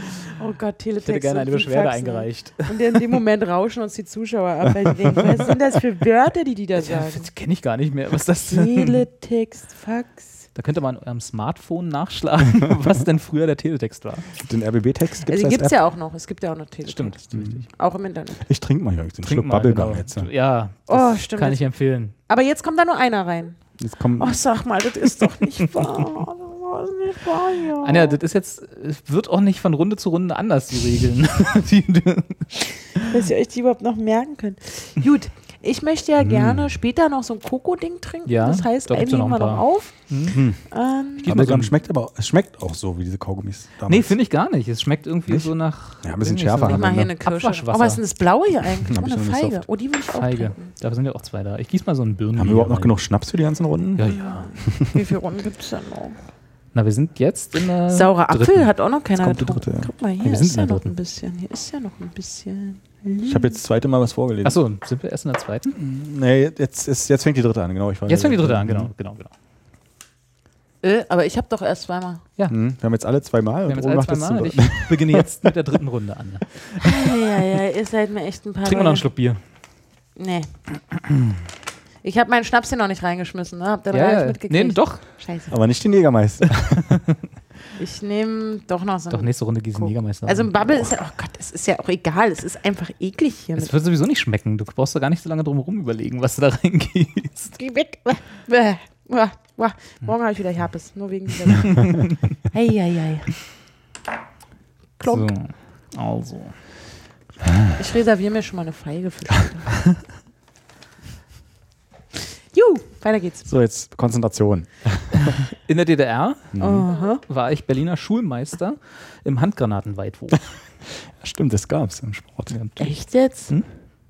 Oh Gott, Teletext. Ich hätte gerne und eine die Beschwerde Faxen. eingereicht. Und in dem Moment rauschen uns die Zuschauer ab, weil die denken, was sind das für Wörter, die die da sagen? Das kenne ich gar nicht mehr. Was ist das denn? Teletext, Fax. Da könnte man an eurem Smartphone nachschlagen, was denn früher der Teletext war. Den RBB-Text gibt Also, es die gibt es ja auch noch. Es gibt ja auch noch Teletext. Stimmt, ist richtig. Auch im Internet. Ich trinke mal, Jörg, den Trink Schluck mal, Bubblegum genau. jetzt. Ja, Oh, das stimmt. kann ich empfehlen. Aber jetzt kommt da nur einer rein. Jetzt kommen Oh, sag mal, das ist doch nicht wahr. Das ist nicht wahr, ja. Anja, das ist jetzt, es wird auch nicht von Runde zu Runde anders, die Regeln. die, die, dass ihr euch die überhaupt noch merken könnt. Gut, ich möchte ja gerne später noch so ein Koko-Ding trinken. Hm. Ja, das heißt, da gibt's ja einlegen noch wir ein noch paar. Hm. auf. Gib Ähm, mal so Bubblegum ein- schmeckt aber auch- es schmeckt auch so wie diese Kaugummis damals. nee, finde ich gar nicht. Es schmeckt irgendwie so nach. Ja, ein weiß bisschen nicht, schärfer. So mal nach hier eine Kirsche. Abwaschwasser. Oh, was ist denn das Blaue hier eigentlich? Hab Oh, ich eine noch nicht Feige. soft. Oh, die will ich auch Feige. trinken. Da sind ja auch zwei da. Ich gieße mal so einen Birnen. Haben wir überhaupt noch genug Schnaps für die ganzen Runden? Ja, ja. Wie viele Runden gibt es denn noch? Na, wir sind jetzt in der. Saurer Apfel dritten. hat auch noch keiner kommt die getrunken. dritte, ja. Guck mal, hier wir sind ist in ja der noch dritten. ein bisschen. Hier ist ja noch ein bisschen. Ich habe jetzt das zweite Mal was vorgelesen. Achso, sind wir erst in der zweiten? Nee, jetzt, ist, jetzt fängt die dritte an, genau. Ich war Jetzt fängt die dritte an, genau, genau, genau. Äh, aber ich habe doch erst zweimal. Mhm. Wir haben jetzt alle zweimal genau. Wir haben jetzt alle und Ruben macht zwei das zum Mal. Ich dritten. beginne jetzt mit der dritten Runde an. Ja, ja, ihr seid mir echt ein paar. Trink mal noch einen Schluck Bier. Nee. Ich habe meinen Schnaps hier noch nicht reingeschmissen, ne? Habt ihr da Ja, gar ja. nicht Nee, mitgekriegt? doch. Scheiße. Aber nicht den Jägermeister. Ich nehme doch noch so Doch, einen. nächste Runde gießen Guck. Jägermeister. Also ein Bubble ist ja, oh Gott, es ist ja auch egal, es ist einfach eklig hier. Es Mit. wird sowieso nicht schmecken. Du brauchst da gar nicht so lange drum herum überlegen, was du da reingießt. Geh weg. Äh, Uah, uah, uah, uah. äh. Morgen habe ich wieder Herpes, nur wegen dieser. Eieiei. So. Klonk. Also. Ich reserviere mir schon mal eine Feige für später. Juhu, weiter geht's. So, jetzt Konzentration. In der DDR Aha. war ich Berliner Schulmeister im Handgranatenweitwurf. Ja, stimmt, das gab's im Sport. Echt jetzt?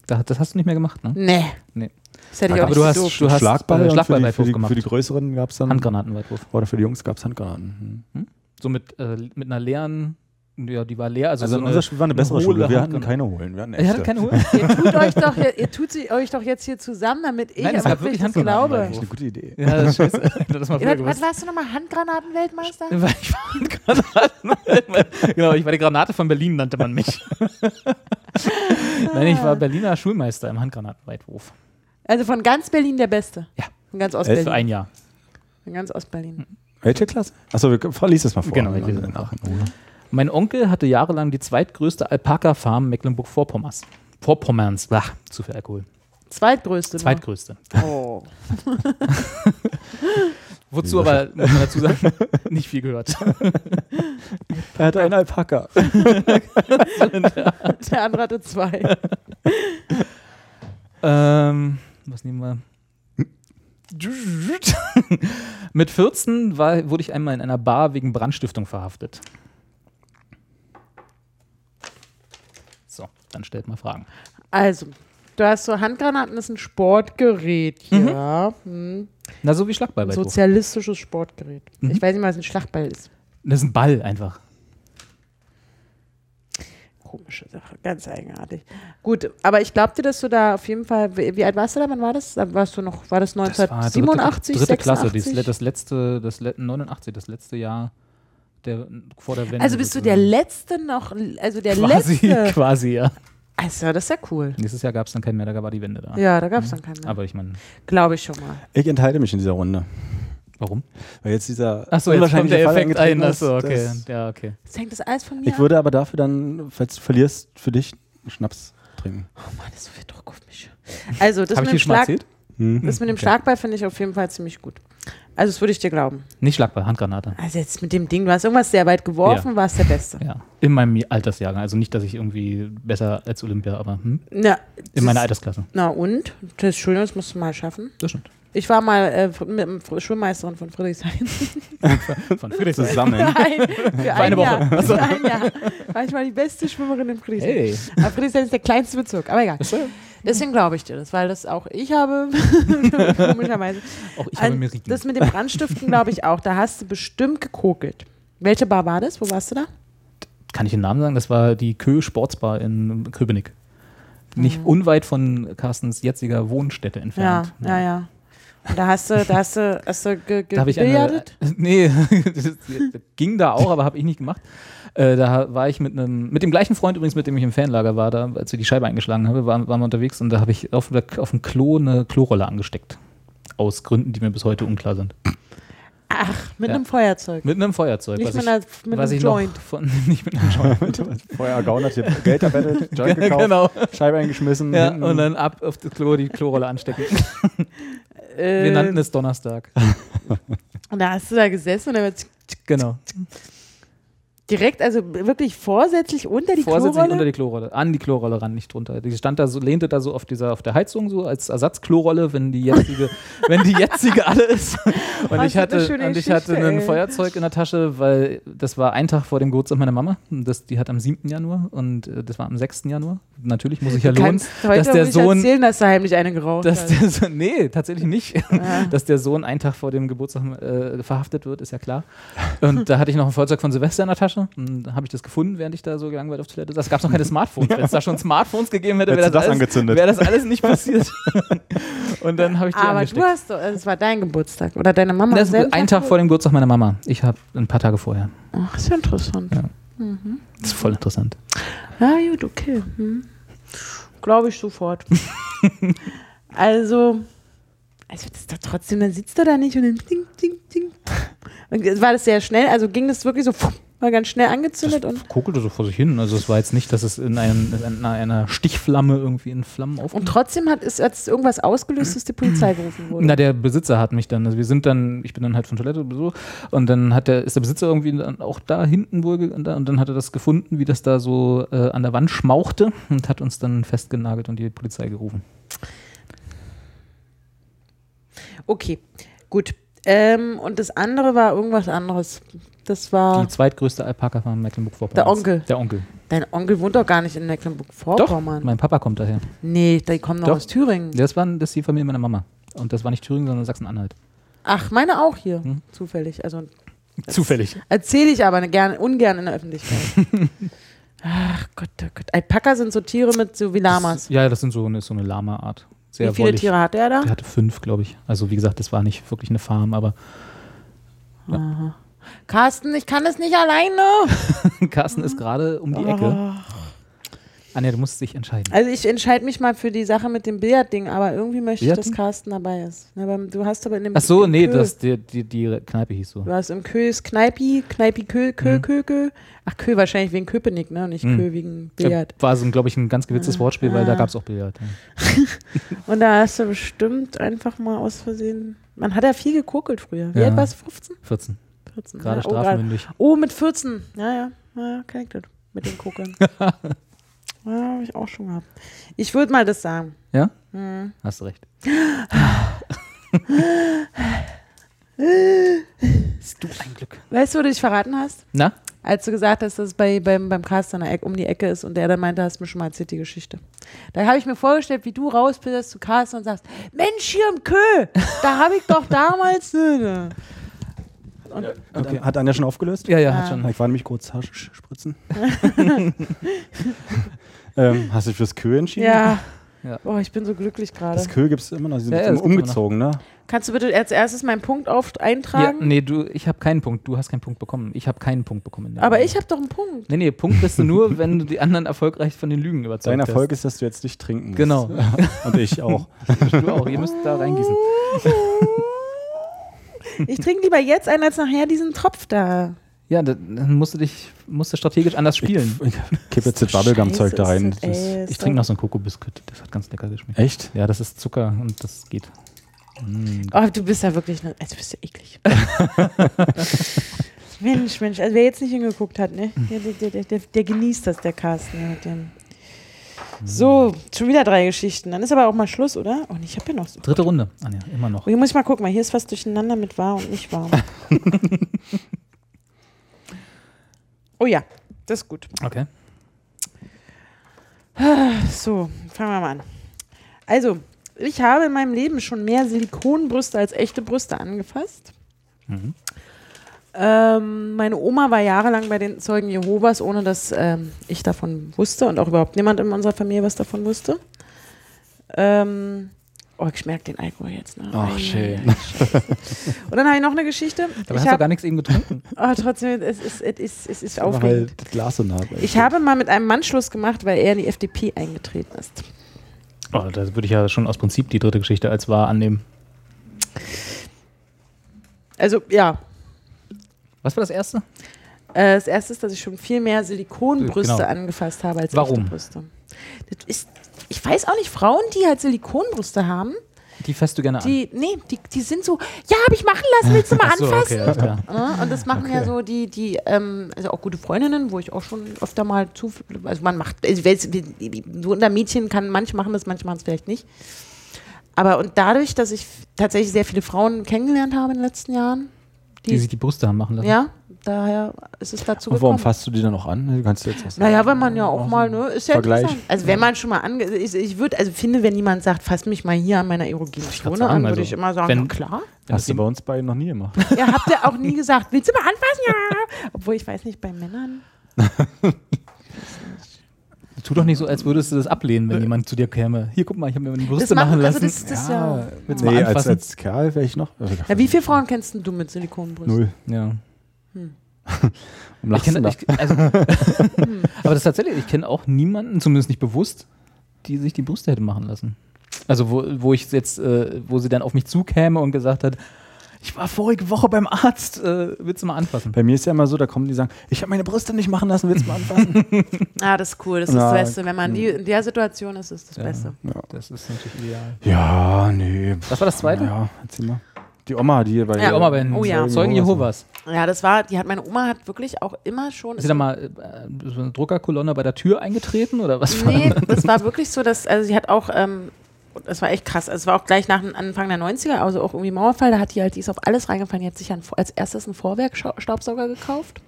Da- Das hast du nicht mehr gemacht, ne? Nee. Nee. Das hätte ich auch Aber nicht du hast, so du hast Schlagball, äh, und für, die, für, Schlagballweitwurf die, gemacht. für die größeren gab's dann. Handgranatenweitwurf. Oder für die Jungs gab's Handgranaten. Ähm, So mit, äh, mit einer leeren, ja, die war leer. Also, Also, so in unserer Schule war eine bessere hohle Schule. Wir hatten Handgranate. keine hohlen. Wir hatten Er hatte echte. keine Uhr. Ihr tut, euch doch, ihr tut sie, euch doch jetzt hier zusammen, damit ich Nein, es aber gab wirklich nicht das Handgranaten glaube. bei Eigentlich eine gute Idee. Ja, das ist scheiße. Das mal Ihr früher wart- Was gewusst. warst du nochmal? Handgranatenweltmeister? Weil ich war die Granate, genau, ich war die Granate von Berlin, nannte man mich. Nein, ich war Berliner Schulmeister im Handgranatenweitwurf. Also von ganz Berlin der Beste. Ja. Von ganz Elf Für Ostberlin. ein Hm. Jahr. Von ganz Ostberlin. Welche Klasse? Achso, wir- Frau, lies das mal vor. Genau, ich lese das nach. Mein Onkel hatte jahrelang die zweitgrößte Alpaka-Farm Mecklenburg-Vorpommerns. Vorpommerns, ach, zu viel Alkohol. Zweitgrößte. ne? Zweitgrößte. Oh. Wozu aber, muss man dazu sagen, nicht viel gehört. Er hatte einen Alpaka. Der andere hatte zwei. Ähm, was nehmen wir? Mit 14 war, wurde ich einmal in einer Bar wegen Brandstiftung verhaftet. So, dann stellt mal Fragen. Also, du hast so Handgranaten, das ist ein Sportgerät, ja. Hm. Na, Mhm. so wie Schlagball Ein bei sozialistisches Sportgerät. Mhm. Ich weiß nicht mal, was ein Schlachtball ist. Das ist ein Ball Äh, einfach. Ah, Komische Sache, ganz eigenartig. Gut, aber ich glaub dir, dass du da auf jeden Fall, wie wie alt warst du da? Wann war das? Da warst du noch, war das Das war 1987, dritte, dritte 86? Klasse, das, le- das letzte, das le 89, das letzte Jahr der, vor der Wende. also bist du der sozusagen. Letzte noch, also der quasi, Letzte. quasi, ja. Also, das ist ja cool. Nächstes Jahr gab es dann keinen mehr, da war die Wende da. Ja, da gab es dann keinen mehr. Aber ich meine, Glaube ich schon mal. Ich enthalte mich in dieser Runde. Warum? Weil jetzt dieser Achso, jetzt kommt unwahrscheinliche der Fall Effekt ein. eingetreten ist, Achso, okay. dass- Ja, okay. Das hängt das alles von mir Ich ab. würde aber dafür dann, falls du verlierst, für dich einen Schnaps trinken. Oh Mann, das ist so viel Druck auf mich. Also, das Hab ich mit, dir dem schon mal Schlag, erzählt? Hm, das mit dem Schlagball finde ich auf jeden Fall ziemlich gut. Also, das würde ich dir glauben. Nicht Schlagball, Handgranate. Also, jetzt mit dem Ding, du hast irgendwas sehr weit geworfen, Ja. warst der Beste. Ja. In meinem Altersjahrgang. Also nicht, dass ich irgendwie besser als Olympia, aber hm? Na, das- in meiner Altersklasse. Na und? Das Schöne, das musst du mal schaffen. Das stimmt. Ich war mal äh, fr- mit dem Fr- Schulmeisterin von Friedrichshain. Von Friedrichshain. Zusammen. Nein, eine für ein Woche. Jahr. Ach so. Für ein Jahr. War ich mal die beste Schwimmerin in Friedrichshain. Hey. Aber Friedrichshain ist der kleinste Bezirk, aber egal. Deswegen glaube ich dir das, weil das auch ich habe, komischerweise. Auch ich habe Ein- Meriten. Das mit dem Brandstiften glaube ich auch. Da hast du bestimmt gekokelt. Welche Bar war das? Wo warst du da? Kann ich den Namen sagen? Das war die Kö Sportsbar in Köpenick. Nicht unweit von Carstens jetziger Wohnstätte entfernt. Ja, ja, ja. Und da hast du, da hast du, hast du ge, ge Da habe ich eine, gebilliardet? Nee, das ging da auch, aber habe ich nicht gemacht. Äh, da war ich mit einem, mit dem gleichen Freund übrigens, mit dem ich im Fanlager war, da, als wir die Scheibe eingeschlagen haben, waren, waren wir unterwegs und da habe ich auf, der- auf dem Klo eine Klorolle angesteckt. Aus Gründen, die mir bis heute unklar sind. Ach, mit Ja. einem Feuerzeug. Mit einem Feuerzeug, Nicht was mit, ich, einer, mit was einem ich noch Joint. von nicht mit einem Joint. Vorher ergaunert, ihr habt Geld erbettelt, Joint gekauft, genau. Scheibe eingeschmissen. Ja, hinten- und dann ab auf das Klo die Klorolle anstecken. Äh, Wir nannten es Donnerstag. Und da hast du da gesessen und dann wird Genau. direkt, also wirklich vorsätzlich unter die Vorsätzlich Klorolle. unter die Klorolle, an die Klorolle ran, nicht drunter. Die stand da so, lehnte da so auf dieser, auf der Heizung so als Ersatzklorolle, wenn die jetzige, wenn die jetzige alle ist. Und Was ich für eine hatte, schöne und ich hatte Geschichte, ein ey. Feuerzeug in der Tasche, weil das war ein Tag vor dem Geburtstag meiner Mama. Und Das, die hat am 7. Januar und äh, das war am 6. Januar. Natürlich muss ich ja Du lohnen, kannst heute dass der ruhig Sohn- erzählen, dass du heimlich eine geraucht dass hast. der so, nee, tatsächlich nicht. Ja. dass der Sohn einen Tag vor dem Geburtstag äh, verhaftet wird, ist ja klar. Und da hatte ich noch ein Feuerzeug von Silvester in der Tasche. Und da habe ich das gefunden, während ich da so gelangweilt auf Toilette saß. Es gab noch keine Smartphones. Wenn es da schon Smartphones gegeben hätte, wäre Hättest du das, das alles- angezündet. wär das alles nicht passiert. Und dann habe ich die Aber du angesteckt. hast doch, also es war dein Geburtstag oder deine Mama. Das am selben ist ein Tag Tag vor dem Geburtstag meiner Mama. Ich habe ein paar Tage vorher. Ach, ist ja interessant. Ja. Das ist Mhm. voll interessant. Ja, gut, okay. Hm. Glaube ich sofort. also, also das ist doch trotzdem, dann sitzt er da nicht und dann ding, ding, ding. Und das war das sehr schnell, also ging das wirklich so, fupp, war ganz schnell angezündet und, Kugelte so vor sich hin. Also es war jetzt nicht, dass es in, einem, in einer Stichflamme irgendwie in Flammen aufging. und trotzdem hat es hat es irgendwas ausgelöst, dass die Polizei gerufen wurde. Na, der Besitzer hat mich dann, also wir sind dann, ich bin dann halt von Toilette besucht und dann hat der, ist der Besitzer irgendwie dann auch da hinten wohl, ge- und da- und dann hat er das gefunden, wie das da so äh, an der Wand schmauchte und hat uns dann festgenagelt und die Polizei gerufen. Okay, gut. Ähm, und das andere war irgendwas anderes. Das war, Die zweitgrößte Alpaka von Mecklenburg-Vorpommern. Ah. Der Onkel. Oh, Der Onkel. dein Onkel wohnt doch gar nicht in Mecklenburg-Vorpommern. Mein Papa kommt daher. Nee, die kommen noch Doch. aus Thüringen. Das, war, das ist die Familie meiner Mama. Und das war nicht Thüringen, sondern Sachsen-Anhalt. Ach, meine auch hier, Hm. zufällig. Also Zufällig. Erzähle ich aber gern, ungern in der Öffentlichkeit. Ach Gott, oh Gott. Alpaka sind so Tiere mit so wie Lamas. Das, ja, das sind so eine, so eine Lama-Art. Sehr wie viele wollig. Tiere hat er da? Der hatte fünf, glaube ich. Also wie gesagt, das war nicht wirklich eine Farm, aber Carsten, ich kann es nicht alleine. Carsten Mhm. ist gerade um die Ecke. Ah. Anja, du musst dich entscheiden. Also ich entscheide mich mal für die Sache mit dem Billardding, aber irgendwie möchte ich, dass Billardding? Carsten dabei ist. Na, beim, du hast aber in dem Ach so, im nee, Kö- das, die, die, die Kneipe hieß so. Du hast im Kö ist Kneipi, Kneipi Kö, Kö, Kö, Kö. Ach, Kö wahrscheinlich wegen Köpenick, ne? Und nicht Mhm. Kö wegen Billard. War so, glaube ich, ein ganz gewitztes Wortspiel, weil da ah. gab es auch Billard. Ja. Und da hast du bestimmt einfach mal aus Versehen. Man hat ja viel gekokelt früher. Wie Ja. alt warst du? 15? 14. 14. Gerade ja, oh, strafmündig. Oh, mit 14. Ja, ja, ja, ja, connected. Mit den Kokern. ja, habe ich auch schon gehabt. Ich würde mal das sagen. Ja? Hast du recht. Bist du ein Glück. Weißt du, wo du dich verraten hast? Na? Als du gesagt hast, dass es bei, beim, beim Cast an der Ecke, um die Ecke ist und der dann meinte, hast du mir schon mal erzählt, die Geschichte. Da habe ich mir vorgestellt, wie du rauspillerst zu Carsten und sagst, Mensch, hier im Kö, da habe ich doch damals... Ne, ne. Hat, hat Anja schon aufgelöst? Ja, Ah. ja, hat schon. Ich war nämlich kurz Hasch spritzen. ähm, hast du dich fürs Kö entschieden? Ja. Ja. Oh, ich bin so glücklich gerade. Das Kö gibt es immer noch. Sie sind Ja, ja, jetzt das gibt's umgezogen, ne? Kannst du bitte als erstes meinen Punkt auf Ja, eintragen? nee, du, ich habe keinen Punkt. Du hast keinen Punkt bekommen. Ich habe keinen Punkt bekommen. in der Aber Runde. ich habe doch einen Punkt. Nee, nee, Punkt bist du nur, wenn du die anderen erfolgreich von den Lügen überzeugt Dein hast. Erfolg ist, dass du jetzt nicht trinken musst. Genau. Und ich auch. Du auch. Ihr müsst da reingießen. Ich trinke lieber jetzt einen als nachher diesen Tropf da. Ja, dann dann musst du dich musst du strategisch anders spielen. Ich kipp jetzt das Bubblegum-Zeug da rein. Scheiße, ist das, ey, Das- ist Ich trinke noch doch- so ein Kokobiskuit, das hat ganz lecker geschmeckt. Echt? Ja, das ist Zucker und das geht. Oh, du bist ja wirklich, ne, also bist du eklig. Mensch, Mensch, also wer jetzt nicht hingeguckt hat, ne? Der, der, der, der, der genießt das, der Carsten. Ja, mit dem. So, schon wieder drei Geschichten. Dann ist aber auch mal Schluss, oder? Und ich habe ja noch so. Dritte Runde, Anja, immer noch. Oh, hier muss ich mal gucken, weil hier ist was durcheinander mit wahr und nicht wahr. oh ja, das ist gut. Okay. So, fangen wir mal an. Also, ich habe in meinem Leben schon mehr Silikonbrüste als echte Brüste angefasst. Mhm. Ähm, meine Oma war jahrelang bei den Zeugen Jehovas, ohne dass ähm, ich davon wusste und auch überhaupt niemand in unserer Familie was davon wusste. Ähm, oh, ich merke den Alkohol jetzt. Ne? Ei, ei, Oh, schön. ei, Scheiße. und dann habe ich noch eine Geschichte. Dabei ich hast du hab, gar nichts eben getrunken. oh, trotzdem, es ist, es ist, es ist Aber aufregend. Halt das Glas so nah. bei. Ich habe mal mit einem Mann Schluss gemacht, weil er in die FDP eingetreten ist. Oh, da würde ich ja schon aus Prinzip die dritte Geschichte als wahr annehmen. Also ja, Was war das erste? Äh, das erste ist, dass ich schon viel mehr Silikonbrüste Genau. angefasst habe als Warum? echte Brüste. Das ist, ich weiß auch nicht, Frauen, die halt Silikonbrüste haben, Die fasst du gerne an. die, nee, die, die sind so, ja, habe ich machen lassen, willst du mal Ah. Ach so, anfassen? okay, alles klar. Ne? Und das machen ja so die, die, ähm, also auch gute Freundinnen, wo ich auch schon öfter mal zu, also man macht, also ich weiß, so unter Mädchen kann, manche machen das, manche machen es vielleicht nicht. Aber und dadurch, dass ich tatsächlich sehr viele Frauen kennengelernt habe in den letzten Jahren, Die sich die Brüste haben machen lassen. ja, daher ist es dazu Und gekommen. warum fasst du die dann auch an? Du kannst jetzt was Naja, wenn man ja auch mal, ne, ist ja Vergleich. interessant. Also wenn man schon mal ange... Ich, ich würde, also finde, wenn jemand sagt, fass mich mal hier an meiner erogenen grad Zone sagen, an, würde also ich immer sagen, wenn- na klar. Hast du bei uns beiden noch nie gemacht. Ja, habt ihr auch nie gesagt, willst du mal anfassen? Ja. Obwohl, ich weiß nicht, bei Männern... Tu doch nicht so, als würdest du das ablehnen, wenn jemand zu dir käme. Hier, guck mal, ich habe mir meine Brüste machen- machen Äh. also lassen. das- das ist ja- Willst du mal Nee, als, anfassen? als Kerl wäre ich noch. Ja, wie viele Frauen kennst denn du mit Silikonbrüsten? Null. ja. Um Ich kenn, ich, also, aber das ist tatsächlich, ich kenne auch niemanden, zumindest nicht bewusst, die sich die Brüste hätte machen lassen. Also wo, wo ich jetzt, äh, wo sie dann auf mich zukäme und gesagt hat, ich war vorige Woche beim Arzt, äh, willst du mal anfassen? Bei mir ist ja immer so, da kommen die sagen, ich habe meine Brüste nicht machen lassen, willst du mal anfassen? Ah, das ist cool, das ist Na, das Beste. Wenn man die, in der Situation ist, ist das Ja. Beste. Das ist natürlich ideal. ja, nee. Was war das zweite? Ja, erzähl mal. Die Oma, die bei Ja, Die Oma bei den Oh ja. Zeugen Jehovas. Ja, das war, die hat, meine Oma hat wirklich auch immer schon... Ist sie da mal äh, so eine Druckerkolonne bei der Tür eingetreten oder was? war- Nee, das war wirklich so, dass, also sie hat auch, ähm, das war echt krass. Also es war auch gleich nach dem Anfang der 90er, also auch irgendwie Mauerfall, da hat die halt, die ist auf alles reingefallen. Die hat sich an, als erstes einen Vorwerkstaubsauger gekauft.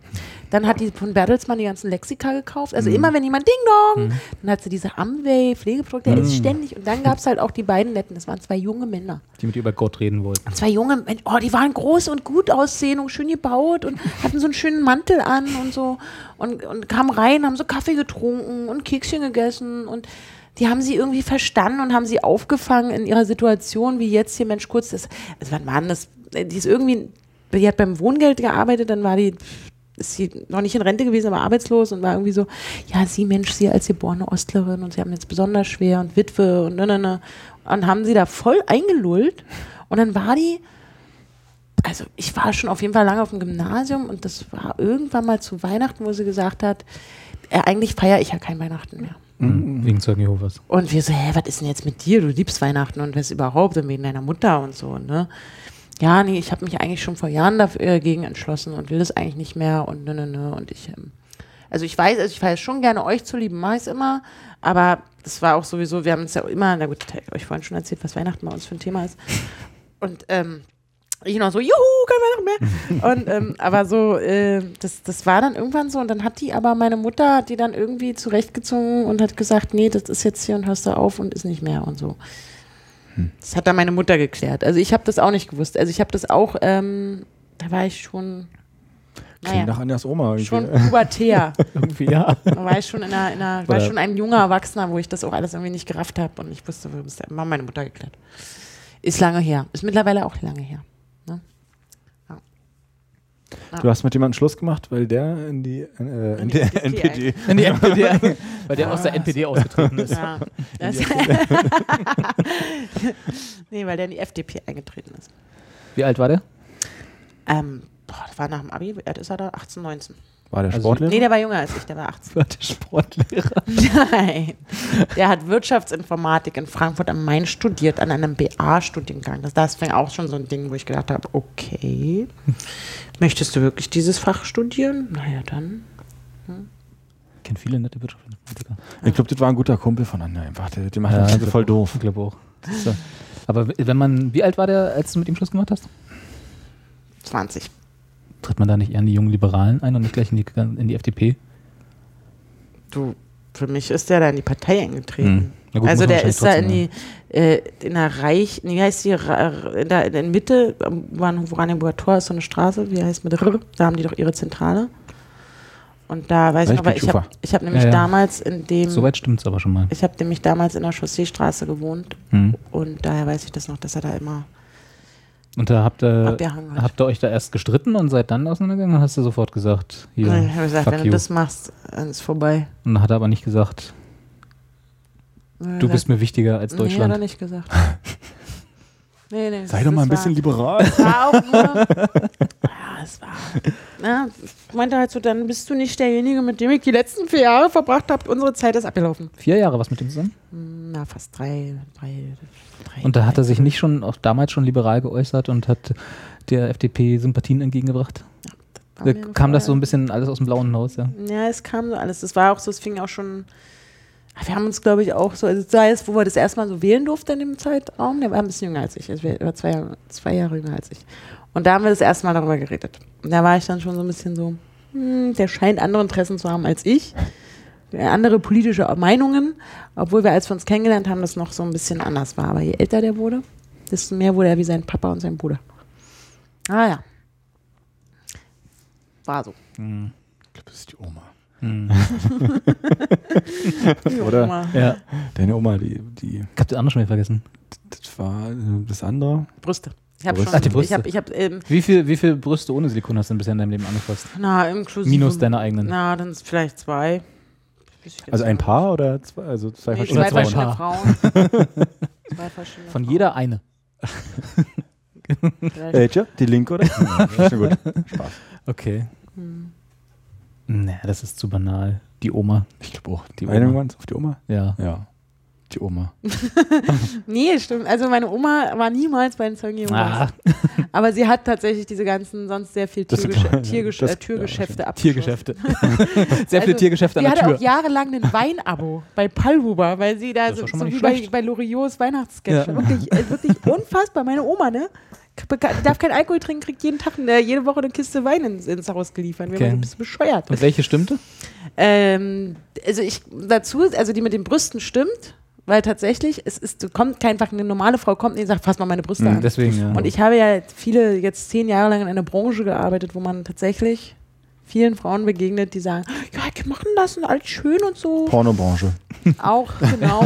Dann hat die von Bertelsmann die ganzen Lexika gekauft. Also immer wenn jemand Ding Dong, dann hat sie diese Amway Pflegeprodukte, der ist ständig. Und dann gab es halt auch die beiden netten, das waren zwei junge Männer. Die mit ihr über Gott reden wollten. Zwei junge Männer, oh, die waren groß und gut aussehen und schön gebaut und hatten so einen schönen Mantel an und so und, und kamen rein, haben so Kaffee getrunken und Kekschen gegessen und die haben sie irgendwie verstanden und haben sie aufgefangen in ihrer Situation, wie jetzt hier, Mensch, kurz, das, also wann war denn das, die ist irgendwie, die hat beim Wohngeld gearbeitet, dann war die, ist sie noch nicht in Rente gewesen, aber arbeitslos und war irgendwie so, ja, sie Mensch, sie als geborene Ostlerin und sie haben jetzt besonders schwer und Witwe und ne, ne, ne. Und haben sie da voll eingelullt und dann war die, also ich war schon auf jeden Fall lange auf dem Gymnasium und das war irgendwann mal zu Weihnachten, wo sie gesagt hat, äh, eigentlich feiere ich ja kein Weihnachten mehr. Mhm. Wegen Zeugen Jehovas. Und wir so, hä, was ist denn jetzt mit dir? Du liebst Weihnachten und was überhaupt und wegen deiner Mutter und so, ne? Ja, nee, ich habe mich eigentlich schon vor Jahren dagegen entschlossen und will das eigentlich nicht mehr und ne, ne, ne. Und ich, ähm, also ich weiß, also ich weiß schon gerne euch zu lieben, mache ich immer, aber das war auch sowieso, wir haben uns ja immer, na gut, ich hab euch vorhin schon erzählt, was Weihnachten bei uns für ein Thema ist. Und ähm, ich noch so, juhu, kein Weihnachten mehr. Und ähm, aber so, äh, das, das war dann irgendwann so. Und dann hat die aber meine Mutter hat die dann irgendwie zurechtgezogen und hat gesagt, nee, das ist jetzt hier und hörst da auf und ist nicht mehr und so. Hm. Das hat dann meine Mutter geklärt. Also ich habe das auch nicht gewusst. Also ich habe das auch, ähm, da war ich schon, Klingt nach naja, Anjas Oma irgendwie. Ah, äh, schon pubertär. Irgendwie, ja. Da war ich schon in einer, in einer war Oder- ich schon ein junger Erwachsener, wo ich das auch alles irgendwie nicht gerafft habe und ich wusste, das hat immer meine Mutter geklärt. Ist lange her. Ist mittlerweile auch lange her. Du hast mit jemandem Schluss gemacht, weil der in die, äh, in die die NPD. NPD. In die NPD. Weil der aus der NPD ausgetreten ist. Ja. Das nee, weil der in die FDP eingetreten ist. Wie alt war der? Ähm, boah, das war nach dem Abi, wie alt ist er da? 18, 19. War der Also- Sportler? Nee, der war jünger als ich, der war 18. War der Sportlehrer. Nein. Der hat Wirtschaftsinformatik in Frankfurt am Main studiert, an einem BA-Studiengang. Das, das fing auch schon so ein Ding, wo ich gedacht habe, okay, möchtest du wirklich dieses Fach studieren? Naja, dann. Ich kenne viele nette Wirtschaftsinformatiker. Ich glaube, das war ein guter Kumpel von Anja einfach. Der, der macht Ja, also das glaub voll doof. Ich glaube auch. Aber wenn man, wie alt war der, als du mit ihm Schluss gemacht hast? 20. Tritt man da nicht eher in die jungen Liberalen ein und nicht gleich in die, in die FDP? Du, für mich ist der da in die Partei eingetreten. Hm. Na gut, also muss man der ist da in wahrscheinlich die, äh, in der Reich, nee, wie heißt die, Ra- in der, in der Mitte, ähm, woran woran Tor ist so eine Straße, wie heißt mit R, da haben die doch ihre Zentrale. Und da weiß ich Reich noch, weil ich habe Pitschufa. ich hab nämlich Ja, ja. damals in dem, Soweit stimmt es aber schon mal. ich habe nämlich damals in der Chausseestraße gewohnt Mhm. und daher weiß ich das noch, dass er da immer Und da habt ihr, abgehangen hat. habt ihr euch da erst gestritten und seid dann auseinandergegangen und hast du sofort gesagt, hier, Und ich habe gesagt, fuck wenn you. du das machst, dann ist vorbei. Und hat er aber nicht gesagt, du bist mir wichtiger als Nee, hat er Deutschland. nicht gesagt. nee, nee, Sei doch mal ein das war- bisschen liberal. war auch nur. Ja, das war. Na, ich meinte halt so, dann bist du nicht derjenige, mit dem ich die letzten vier Jahre verbracht habe. Unsere Zeit ist abgelaufen. Vier Jahre was mit dem zusammen? Na, fast drei. drei, drei Und da hat er sich nicht schon, auch damals schon liberal geäußert und hat der FDP Sympathien entgegengebracht? Da war mir kam das so vorher- ein bisschen alles aus dem blauen hinaus, ja. Ja, es kam so alles. Es war auch so, es fing auch schon. ah, Wir haben uns, glaube ich, auch so, also sei es, wo wir das erstmal so wählen durften in dem Zeitraum, der war ein bisschen jünger als ich, also er war zwei, Jahre- zwei Jahre jünger als ich. Und da haben wir das erste Mal darüber geredet. Und da war ich dann schon so ein bisschen so, hm, der scheint andere Interessen zu haben als ich, äh, andere politische Meinungen, obwohl wir, als wir uns kennengelernt haben, das noch so ein bisschen anders war. Aber je älter der wurde, desto mehr wurde er wie sein Papa und sein Bruder. Ah ja. War so. Ich glaube, das ist die Oma. Wie auch Oder immer. ja. deine Oma, die, die, Ich hab den anderen schon wieder vergessen. das war äh, das andere. Brüste. Ich habe Brüste. schon. Ach, die Brüste. Ich habe, ich hab, ähm, Wie viel, wie viel Brüste ohne Silikon hast du denn bisher in deinem Leben angefasst? na, inklusive. Minus deine eigenen. Na, dann ist vielleicht zwei. Wüsste ich jetzt Also ein nicht. Paar oder zwei? Also zwei Nee, verschiedene zwei oder zwei Frauen. verschiedene Frauen. zwei verschiedene Von Frauen. jeder eine. Vielleicht. Äh, tja, die linke oder? Ja, schon gut. Spaß. Okay. Hm. Naja, das ist zu banal. Die Oma. Ich glaube auch. Die Die Meinung Oma. waren es auf die Oma? Ja. Ja. Die Oma. Nee, stimmt. Also meine Oma war niemals bei den Zeugen Jehovas. Ah, Aber sie hat tatsächlich diese ganzen, sonst sehr viel Das- Türgesch das- Tiergesch äh, Türgeschäfte Tiergeschäfte. abgeschlossen. Sehr viele Also, Tiergeschäfte an Die der hatte Tür. auch jahrelang ein Weinabo bei Palhuber, weil sie da Das ist so, doch schon so mal wie nicht bei, schlecht. bei Loriots Weihnachtssketche. Ja. Wirklich, äh, wirklich unfassbar. Meine Oma, ne? K- beka- Darf kein Alkohol trinken, kriegt jeden Tag, eine, jede Woche eine Kiste Wein ins, ins Haus geliefert. Wir Okay. waren so ein bisschen bescheuert. Und welche stimmte? Ähm, also ich dazu, also die mit den Brüsten stimmt, weil tatsächlich, es ist, kommt einfach eine normale Frau kommt und die sagt, fass mal meine Brüste an. Hm, Deswegen, ja. Und ich habe ja viele, jetzt zehn Jahre lang in einer Branche gearbeitet, wo man tatsächlich vielen Frauen begegnet, die sagen, ja, die machen das und alles schön und so. Pornobranche. Auch, genau.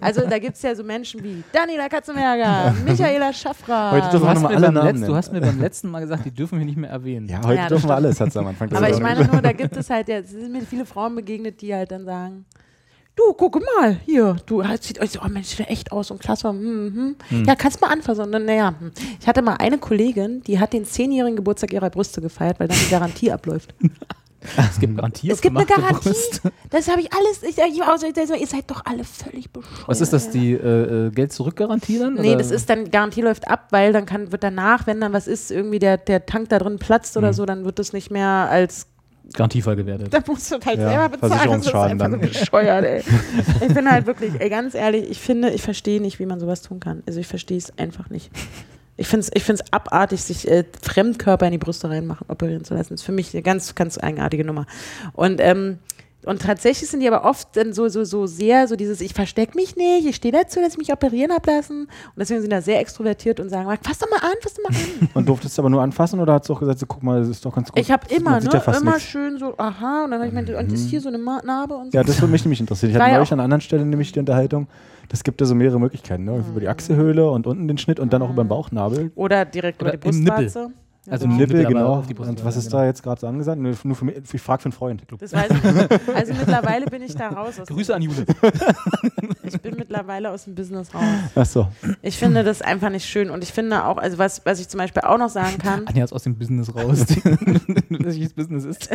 Also da gibt es ja so Menschen wie Daniela Katzenberger, Michaela Schaffra. Heute Du dürfen hast, Nochmal mir alle beim Namen Letz- nennen. du hast mir beim letzten Mal gesagt, die dürfen wir nicht mehr erwähnen. Ja, heute Ja, das dürfen wir stimmt. alles, hat es am Anfang Aber ich gesagt. meine nur, da gibt es halt, ja, es sind mir viele Frauen begegnet, die halt dann sagen, du, guck mal, hier, du halt, sieht euch so, oh Mensch, sieht ja echt aus und klasse. Hm, hm. Ja, kannst mal anfassen. Und dann, naja, hm. ich hatte mal eine Kollegin, die hat den zehnjährigen Geburtstag ihrer Brüste gefeiert, weil dann die Garantie abläuft. Es gibt Garantie es auf gibt eine gemachte Garantie, Brust. das habe ich alles, ich, ich war auch so, ich, so, ihr seid doch alle völlig bescheuert. Was ist das, die äh, äh, Geld-Zurück-Garantie dann? Nee, oder? das ist dann, Garantie läuft ab, weil dann kann, wird danach, wenn dann was ist, irgendwie der, der Tank da drin platzt Mhm. oder so, dann wird das nicht mehr als Garantiefall gewertet. Da musst du halt Ja, selber bezahlen. Das ist Versicherungsschaden einfach so dann. bescheuert, ey. Ich bin halt wirklich, ey, ganz ehrlich, ich finde, ich verstehe nicht, wie man sowas tun kann. Also ich verstehe es einfach nicht. Ich finde es ich find's abartig, sich äh, Fremdkörper in die Brüste reinmachen, operieren zu lassen. Das ist für mich eine ganz, ganz eigenartige Nummer. Und, ähm, und tatsächlich sind die aber oft dann so, so, so sehr, so dieses, ich verstecke mich nicht, ich stehe dazu, dass ich mich operieren habe lassen. Und deswegen sind da sehr extrovertiert und sagen, fass doch mal an, fass doch mal an. Und durftest du aber nur anfassen oder hast du auch gesagt, so, guck mal, Oh, das ist doch ganz gut. Ich habe immer, Man ne, sieht ja fast immer nichts. Mhm. schön so, aha, und dann habe ich mir, und ist hier so eine Ma- Narbe und so. Ja, das würde mich nämlich interessieren. Ich War hatte ja neulich auch- an einer anderen Stelle nämlich die Unterhaltung, das gibt ja so mehrere Möglichkeiten, ne? Über Mhm. die Achselhöhle und unten den Schnitt und dann auch über den Bauchnabel. Oder direkt Oder über die im Nippel. Brustwarze. Also Im im Nippel, Nippel, aber genau. auf die Brust- und was ist genau. da jetzt gerade so angesagt? Nur nur für mich, ich frage für einen Freund. Das weiß ich nicht. Also mittlerweile bin ich da raus. Aus Grüße an Jule. Ich bin mittlerweile aus dem Business raus. Achso. Ich finde das einfach nicht schön. Und ich finde auch, also was, was ich zum Beispiel auch noch sagen kann, Anja ist aus dem Business raus. Welches Business ist?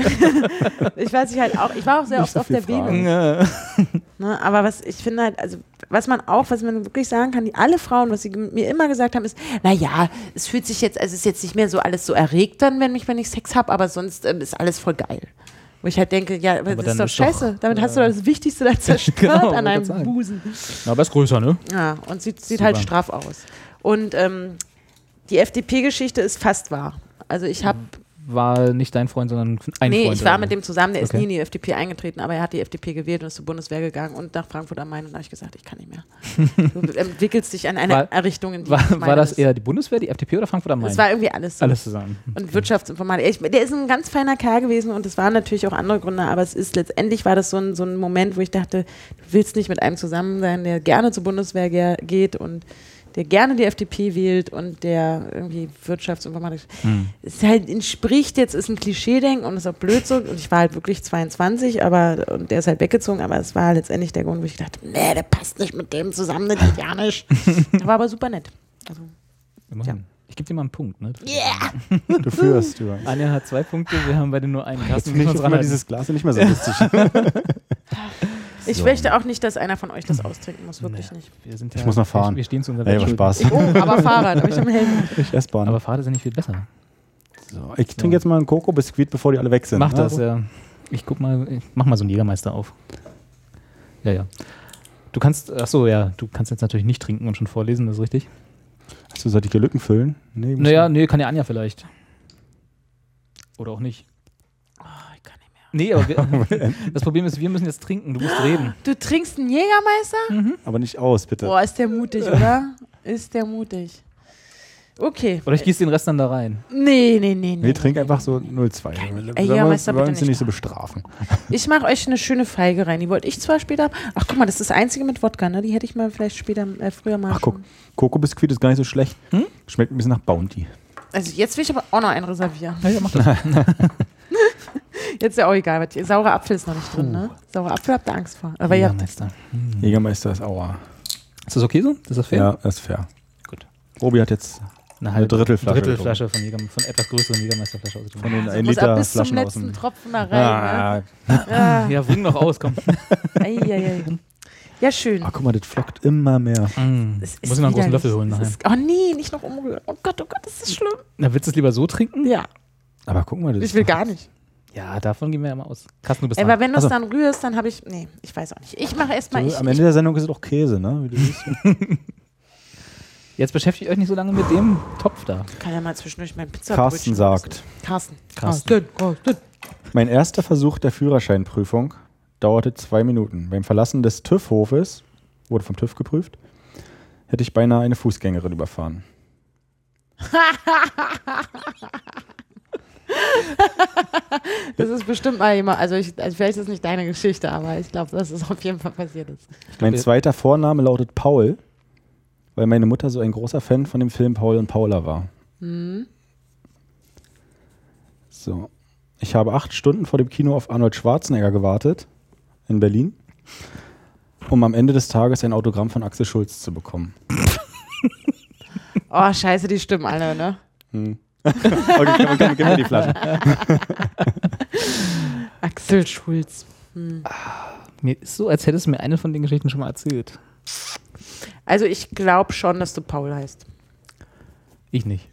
ich weiß ich halt auch, ich war auch sehr Nicht oft so auf viel der Venus. Fragen. Ne? Aber was ich finde halt, also was man auch, was man wirklich sagen kann, die alle Frauen, was sie gem- mir immer gesagt haben, ist, naja, es fühlt sich jetzt, also es ist jetzt nicht mehr so alles so erregt dann, wenn mich, wenn ich Sex habe, aber sonst ähm, ist alles voll geil. Wo ich halt denke, ja, aber Aber das ist dann doch ist doch- scheiße. Damit hast du ja. doch das Wichtigste da zerstört Genau, wollte an ich einem sagen. Busen. Na, aber ist größer, ne? Ja, und sieht, sieht Super. halt straff aus. Und ähm, die FDP-Geschichte ist fast wahr. Also ich habe, War nicht dein Freund, sondern Mhm. ein Freund. nee, ich war oder? mit dem zusammen, der ist Okay. nie in die FDP eingetreten, aber er hat die FDP gewählt und ist zur Bundeswehr gegangen und nach Frankfurt am Main und da habe ich gesagt, ich kann nicht mehr. Du entwickelst dich an eine War- Errichtung, in die ich War, meine war das ist. eher die Bundeswehr, die FDP oder Frankfurt am Main? Es war irgendwie alles so. Alles zusammen. Und Wirtschaftsinformatik. Ich, der ist ein ganz feiner Kerl gewesen und es waren natürlich auch andere Gründe, aber es ist letztendlich war das so ein, so ein Moment, wo ich dachte, du willst nicht mit einem zusammen sein, der gerne zur Bundeswehr ge geht und der gerne die FDP wählt und der irgendwie Wirtschaftsinformatik. Es halt entspricht jetzt, ist ein Klischeedenken und ist auch blöd so. Und ich war halt wirklich 22, aber und der ist halt weggezogen, aber es war letztendlich der Grund, wo ich dachte, nee, der passt nicht mit dem zusammen, das geht ja nicht. Der war aber super nett. Also, Immerhin. Ich gebe dir mal einen Punkt, ne? Yeah! Du führst übrigens. Anja hat zwei Punkte, wir haben beide nur einen. Jetzt Carsten, finde wir ich müssen auf uns einmal ranhalten. dieses Glas nicht mehr so lustig. Ich So. möchte auch nicht, dass einer von euch das austrinken muss, wirklich Naja, nicht. Wir sind Ich muss noch fahren. Wir stehen zu unserem Ey, war Spaß. Oh, aber Fahrrad, aber ich am Helm. Ich S-Bahn. Aber Fahrt ist ja nicht viel besser. So, ich trinke jetzt mal einen Koko-Biskuit, bevor die alle weg sind. ne? Mach Na, das, ja. Ich guck mal, ich mach mal so einen Jägermeister auf. Ja, ja. Du kannst, ach so, ja, du kannst jetzt natürlich nicht trinken und schon vorlesen, das ist richtig. Hast du solche Lücken füllen? Nee, muss Naja, man- nee, kann ja Anja vielleicht. Oder auch nicht. Oh, ich kann nicht mehr. Nee, aber wir, das Problem ist, wir müssen jetzt trinken, du musst reden. Du trinkst einen Jägermeister? Aber nicht aus, bitte. Boah, ist der mutig, oder? Ist der mutig. Okay. Oder ich gieße den Rest dann da rein. Nee, nee, nee, nee. Nee, trink einfach so 0,2. Sollen Ey, wir- ja, Meister, wir wollen bitte uns hier nicht. nicht so bestrafen. Ich mache euch eine schöne Feige rein. Die wollte ich zwar später. Ach, guck mal, das ist das einzige mit Wodka, ne? Die hätte ich mal vielleicht später, äh, früher mal. Ach, guck. schon- Koko-Biskuit ist gar nicht so schlecht. Hm? Schmeckt ein bisschen nach Bounty. Also, jetzt will ich aber auch noch einen reservieren. Ja, ja, mach das. Jetzt ist ja auch egal. Was, saurer Apfel ist noch nicht drin, ne? Saurer Apfel habt ihr Angst vor. Aber ja, Jägermeister. Hm. Jägermeister ist Aua. Ist das okay so? Ist das fair? Ja, ist fair. Gut. Robi hat jetzt Eine halbe- Drittelflasche Drittelflasche von, Jäger, von etwas größeren Jägermeisterflasche ausgetrunken. von den also 1 muss ab Liter bis zum Flaschen aus letzten dem. Tropfen da rein. ne? Ah, Ah, ne? Ja, bring noch aus, komm. ah, ei, ei, ei. Ja, schön. ah, guck mal, das flockt immer mehr. Hm. Es ist Muss ich noch einen großen widerlich. Löffel holen Es nachher. Ist, oh nee, nicht noch umrühren. Oh Gott, oh Gott, das ist schlimm. Na, willst du es lieber so trinken? Ja, Aber guck mal, das ich will gar nicht. Ja, davon gehen wir ja mal aus. Carsten, du bist Ey, dran. aber wenn du es Also- dann rührst, dann habe ich. Nee, ich weiß auch nicht. Ich mache erstmal. so, Ich, am Ende der Sendung ist es auch Käse, ne? Wie du siehst. Jetzt beschäftigt euch nicht so lange mit dem Topf da. ich kann ja mal zwischendurch meinen Pizza. Carsten sagt, Carsten. Carsten. Carsten. mein erster Versuch der Führerscheinprüfung dauerte zwei Minuten. Beim Verlassen des TÜV-Hofes, wurde vom TÜV geprüft, hätte ich beinahe eine Fußgängerin überfahren. Das ist bestimmt mal jemand. Also, ich, also vielleicht ist es nicht deine Geschichte, aber ich glaube, dass es auf jeden Fall passiert ist. Mein ihr- zweiter Vorname lautet Paul, weil meine Mutter so ein großer Fan von dem Film Paul und Paula war. Mhm. So. Ich habe acht Stunden vor dem Kino auf Arnold Schwarzenegger gewartet in Berlin, um am Ende des Tages ein Autogramm von Axel Schulz zu bekommen. Oh, scheiße, die stimmen alle, ne? Okay, komm, komm, gib mir die Flasche. Axel Schulz. Mir ist so, als hättest du mir eine von den Geschichten schon mal erzählt. Also, ich glaube schon, dass du Paul heißt. Ich nicht.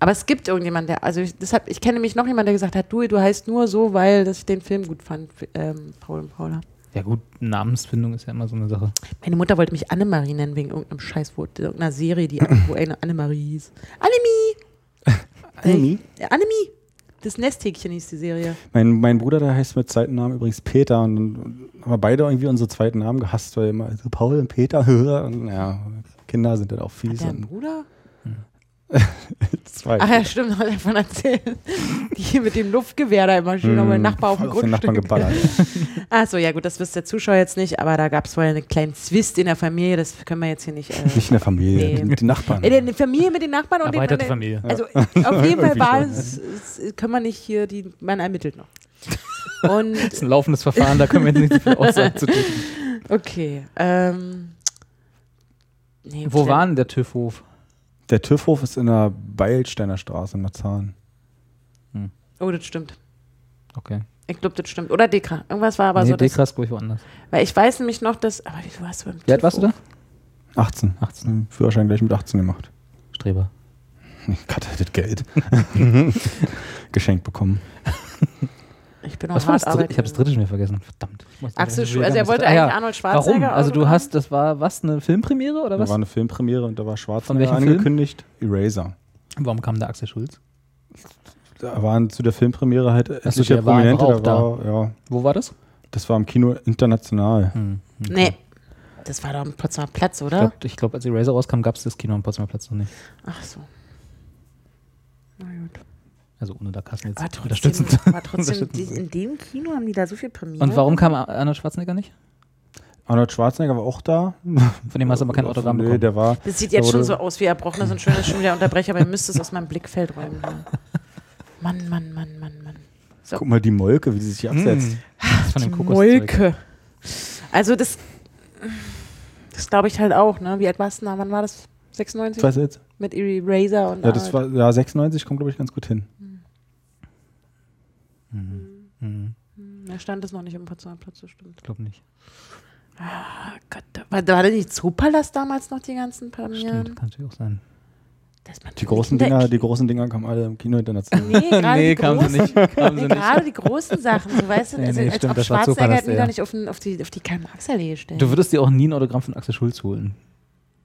Aber es gibt irgendjemanden, der. Also, ich, deshalb, ich kenne mich noch jemand, der gesagt hat, du, du heißt nur so, weil dass ich den Film gut fand. Ähm, Paul und Paula. Ja gut, Namensfindung ist ja immer so eine Sache. Meine Mutter wollte mich Annemarie nennen wegen irgendeinem Scheißwort, irgendeiner Serie, die wo eine Annemarie hieß. Annemie! Annemie? Äh, Annemie! Das Nesthäkchen hieß die Serie. Mein, mein Bruder, der heißt mit zweiten Namen übrigens Peter und, und haben wir beide irgendwie unsere zweiten Namen gehasst, weil immer so Paul und Peter, und, ja, Kinder sind dann auch fies. Der Und Bruder? zwei. Ach ja, stimmt, hat er davon erzählt. Die hier mit dem Luftgewehr da immer schön auf meinen Nachbar auf dem den Nachbarn Grundstück. geballert. Achso, ja gut, das wisst der Zuschauer jetzt nicht, aber da gab es wohl einen kleinen Zwist in der Familie, das können wir jetzt hier nicht... Äh, Nicht in der Familie, Nee. mit den Nachbarn. in der Familie mit den Nachbarn und den, Erweiterte Familie. Also auf jeden Fall Irgendwie war schon, es, es, können wir nicht hier, die, man ermittelt noch. Und Das ist ein laufendes Verfahren, da können wir jetzt nicht so viel Aussagen zu tun. Okay. Ähm, nee, Wo Clem- war denn der TÜV-Hof? Der TÜV-Hof ist in der Beilsteiner Straße in Marzahn. Oh, das stimmt. Okay. Ich glaube, das stimmt. Oder Dekra. Irgendwas war aber nee, so. Das, Dekras, glaube ich, woanders. weil ich weiß nämlich noch, dass. Aber wie du warst beim Wie alt warst du da? 18. 18. Hm, Führerschein gleich mit 18 gemacht. Streber. Gott, das Geld. Geschenkt bekommen. Ich bin noch Was war hart das dritte? Ich habe das arbeiten. dritte schon wieder vergessen. Verdammt. Ich muss- Axel ich muss Schulz, also wieder- er wollte Ah, eigentlich ja. Arnold Schwarzenegger. Warum? Also du Autogramm. hast, das war was, eine Filmpremiere oder Da was? war eine Filmpremiere und da war Schwarzenegger welchem Film? angekündigt. Eraser. Warum kam da Axel Schulz? Da waren zu der Filmpremiere halt so, etliche der war Prominente. auch da war, ja, Wo war das? das war im Kino international. Hm. Nee. Das war doch am Potsdamer Platz, Ich oder? glaube, ich glaub, als Eraser rauskam, gab es das Kino am Potsdamer Platz noch nicht. Ach so. Na gut. Also ohne da Kassen jetzt Aber Ah, trotzdem, unterstützend. aber trotzdem die, in dem Kino haben die da so viel Premiere. Und warum kam Arnold Schwarzenegger nicht? Arnold Schwarzenegger war auch da. Von dem hast du aber kein Autogramm Nee, bekommen. der war. Das sieht jetzt der schon wurde- so aus wie erbrochen. Das ist ein schöner, schon wieder Unterbrecher, aber ihr müsst es aus meinem Blickfeld räumen. ne? Mann, Mann, Mann, Mann, Mann. Guck mal, die Molke, wie sie sich Hm. absetzt. Das ist von dem Kokoszeug. Molke. Also das, das glaube ich halt auch, ne? Wie alt warst du da? Wann war das? 96 Was jetzt? mit Eraser und äh, Ja, das Arbeit. war, ja, 96 kommt, glaube ich, ganz gut hin. Mhm. Mhm. Da stand es noch nicht im Potsdamer Platz, das stimmt. Ich glaube nicht. Oh Gott, da- war, war da nicht Zoopalast damals noch die ganzen Palmieren? Stimmt, kann natürlich auch sein. Das ist natürlich Die großen Kinder- Dinger, die großen Dinger kamen alle im Kino international. Nee, gerade die kamen großen. sie nicht. Kamen Nee, sie nicht. gerade die großen Sachen, so weißt du, Nee, also, nee, als stimmt, ob das war Schwarzenegger Zoopalast, hätten die ja. doch nicht auf, den, auf die, auf die Karl-Marx-Allee gestellt. Du würdest dir auch nie ein Autogramm von Axel Schulz holen.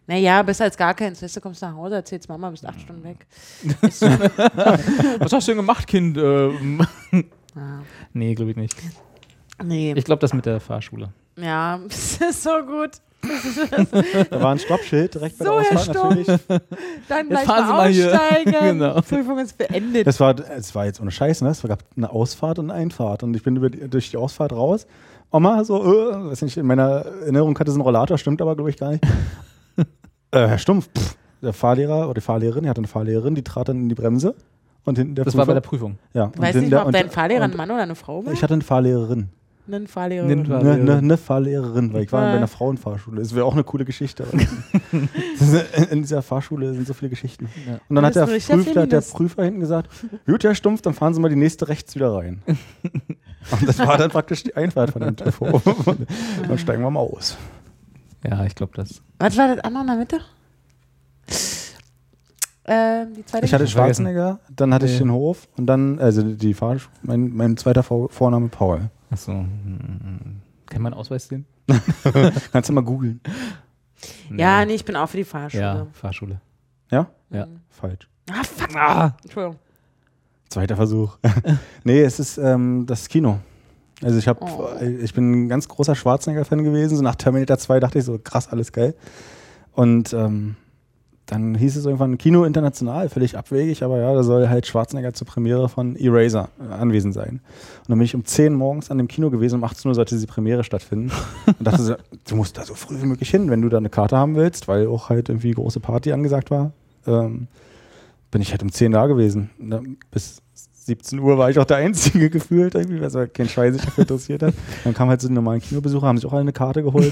Naja, besser als gar keins. Weißt du, kommst nach Hause, erzählst Mama, bist acht Stunden weg. Was hast du denn gemacht, Kind? Ähm. Ah, Nee, glaube ich nicht. nee, Ich glaube, das mit der Fahrschule. ja, das ist so gut. Da war ein Stoppschild direkt bei So, der Herr Ausfahrt Stopp. natürlich. Dann Jetzt gleich fahren mal Sie mal hier. aussteigen. Genau. Prüfung ist beendet. Das war, es war jetzt ohne Scheiß, ne? Es gab eine Ausfahrt und eine Einfahrt. Und ich bin über die, durch die Ausfahrt raus. Oma, so, äh, weiß nicht, in meiner Erinnerung hatte sie einen Rollator, stimmt aber, glaube ich, gar nicht. äh, Herr Stumpf, pff, der Fahrlehrer oder die Fahrlehrerin, die hatte eine Fahrlehrerin, die trat dann in die Bremse. Und hinten der Das war bei der Prüfer- Prüfung. ja, und Weißt du hinten nicht der- mal, ob und- dein Fahrlehrer ein und- Mann oder eine Frau war? Ich hatte eine Fahrlehrerin. einen Fahrlehrer. Nin- Eine, Fahrlehrerin. eine, eine Ne, Fahrlehrerin, weil ich war Ja. bei einer Frauenfahrschule. Das wäre auch eine coole Geschichte. aber- In dieser Fahrschule sind so viele Geschichten. Ja. Und Du dann hat bist der, ein richtiger Prüfer, hat der Feminist. Prüfer hinten gesagt, gut, Herr Stumpf, dann fahren Sie mal die nächste rechts wieder rein. Und das war dann praktisch die Einfahrt von dem Telefon. Dann steigen wir mal aus. Ja, ich glaube das. Was war das andere in der Mitte? Ähm, die zweite Ich hatte schon vergessen. Schwarzenegger, dann hatte ich Nee. den Hof und dann, also die Fahrschule, mein, mein zweiter Vor- Vorname Paul. Achso. hm, Kann man Ausweis sehen? Kannst du mal googeln. Ja, nee, ich bin auch für die Fahrschule. Ja, Fahrschule. Ja? Ja. Falsch. Ah, fuck. Entschuldigung. Zweiter Versuch. nee, es ist ähm, das Kino. Also ich habe, Oh. ich bin ein ganz großer Schwarzenegger-Fan gewesen. So nach Terminator 2 dachte ich so, krass, alles geil. Und ähm, dann hieß es irgendwann Kino International, völlig abwegig, aber ja, da soll halt Schwarzenegger zur Premiere von Eraser äh, anwesend sein. Und dann bin ich um 10 morgens an dem Kino gewesen, um 18 Uhr sollte diese Premiere stattfinden. Und dachte so, du musst da so früh wie möglich hin, wenn du da eine Karte haben willst, weil auch halt irgendwie große Party angesagt war. Ähm, bin ich halt um 10 da gewesen. Na, Bis 17 Uhr war ich auch der Einzige gefühlt, irgendwie, weil es halt kein Schwein sich dafür interessiert hat. Dann kamen halt so die normalen Kinobesucher, haben sich auch alle eine Karte geholt.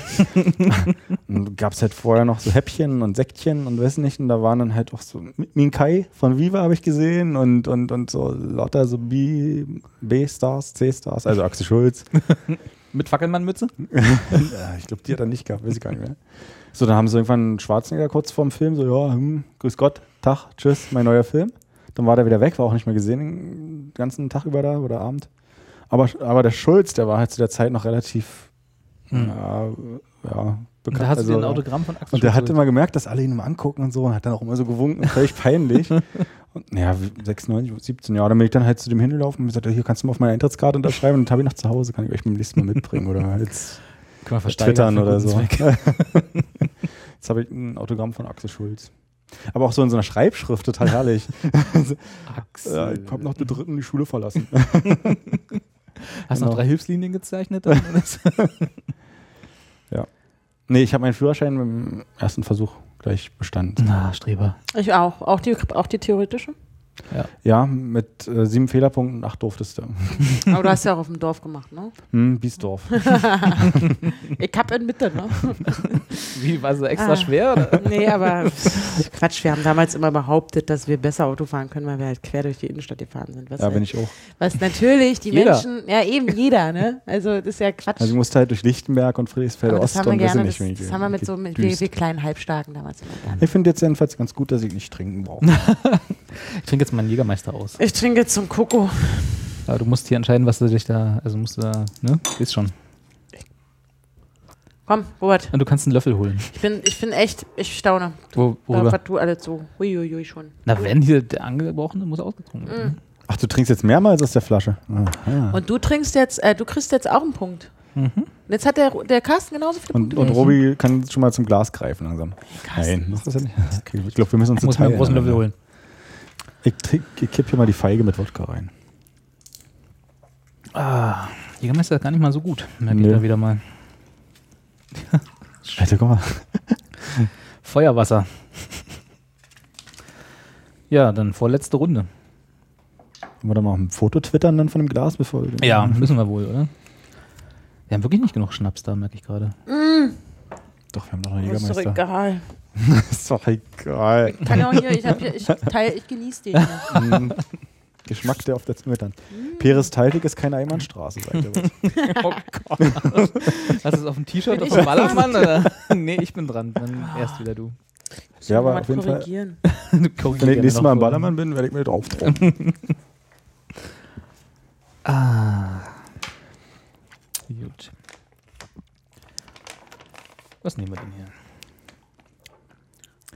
und gab es halt vorher noch so Häppchen und Säckchen und weiß nicht. Und da waren dann halt auch so Min Kai von Viva habe ich gesehen und, und, und so lauter so B- B-Stars, C-Stars, also Axel Schulz. Mit Fackelmannmütze? Ja, ich glaube, die hat er nicht gehabt, weiß ich gar nicht mehr. So, dann haben sie irgendwann Schwarzenegger kurz vorm Film, so, ja, hm, grüß Gott, Tag, tschüss, mein neuer Film. Dann war der wieder weg, war auch nicht mehr gesehen den ganzen Tag über da oder Abend. Aber, aber der Schulz, der war halt zu der Zeit noch relativ, ja, ja, bekannt. Da hast du dir ein ja. Autogramm von Axel Und der hat Schulz. immer gemerkt, dass alle ihn immer angucken und so und hat dann auch immer so gewunken, völlig peinlich. Und naja, wie- 96, 17 Jahre, dann bin ich dann halt zu dem hingelaufen und gesagt, hier kannst du mal auf meine Eintrittskarte unterschreiben und habe ich noch zu Hause, kann ich euch beim nächsten Mal mitbringen oder halt. jetzt Kann man versteigern twittern für oder guten so. Zweck. Jetzt habe ich ein Autogramm von Axel Schulz. Aber auch so in so einer Schreibschrift, total herrlich. ja, ich habe nach der dritten die Schule verlassen. Hast du noch Genau. drei Hilfslinien gezeichnet? dann? nee, ich habe meinen Führerschein im ersten Versuch gleich bestanden. Na, Streber. Ich auch. Auch die, auch die theoretische. Ja, mit äh, sieben Fehlerpunkten und acht durftest du. Aber du hast ja auch auf dem Dorf gemacht, ne? Hm, Biesdorf. Ich hab in Mitte, ne? Wie, war sie extra Ah. schwer? Oder? Nee, aber Quatsch, wir haben damals immer behauptet, dass wir besser Auto fahren können, weil wir halt quer durch die Innenstadt gefahren sind. Was, ja, bin halt, ich auch. was natürlich die Jeder. Menschen, ja eben jeder, ne? Also das ist ja Quatsch. Also ich musste halt durch Lichtenberg und Friedrichsfeld aber das Ost haben wir und weiß gerne, nicht, das, wen ich das haben wir mit so mit wir, gedüst. wir kleinen Halbstarken damals immer gerne. Ich finde jetzt jedenfalls ganz gut, dass ich nicht trinken brauche. Ich trinke jetzt meinen Jägermeister aus. Ich trinke jetzt zum Koko. Aber du musst hier entscheiden, was du dich da, also musst du da, ne? Ist schon. Komm, Robert, Und du kannst einen Löffel holen. ich bin, ich bin echt, ich staune, Wo, was worüber? du alles so, huiuiui schon. Na, wenn hier der Angebrochene muss ausgetrunken Mhm. werden. ne? Ach, du trinkst jetzt mehrmals aus der Flasche? Ah, Aha. Und du trinkst jetzt, äh, du kriegst jetzt auch einen Punkt. Und jetzt hat der, der Carsten genauso viele Mhm. Und, Punkte. und Robi kann schon mal zum Glas greifen langsam. Nein, mach das ja nicht. Okay, ich glaube, wir müssen uns Ich muss mir einen teilen. großen Löffel holen. Ich, trink- ich kipp hier mal die Feige mit Wodka rein. Jägermeister ist gar nicht mal so gut. Merke Nö. ich da wieder mal. Alter, guck mal. Feuerwasser. Ja, dann vorletzte Runde. Wollen wir da mal ein Foto twittern dann von dem Glas, bevor wir. Ja, müssen wir wohl, oder? Wir haben wirklich nicht genug Schnaps da, merke ich gerade. Doch, wir haben doch noch einen Ist doch Jägermeister. egal. Ist doch egal. Kann ja auch hier, ich, hab hier, ich, teil, ich genieße den. hier. Mm. Geschmack, der auf der Zunge dann. Peristaltik ist keine Einbahnstraße, sagt er. was. Oh Gott. Hast du es auf dem T-Shirt auf Bin ich dem Ballermann? Oder? Nee, ich bin dran. Dann erst wieder du. Muss ich noch Ja, aber mal auf jeden Fall- korrigieren. du korrigier Wenn ich gerne nächstes noch Mal im vor. Ballermann bin, werde ich mir drauf Ah. Gut. Was nehmen wir denn hier?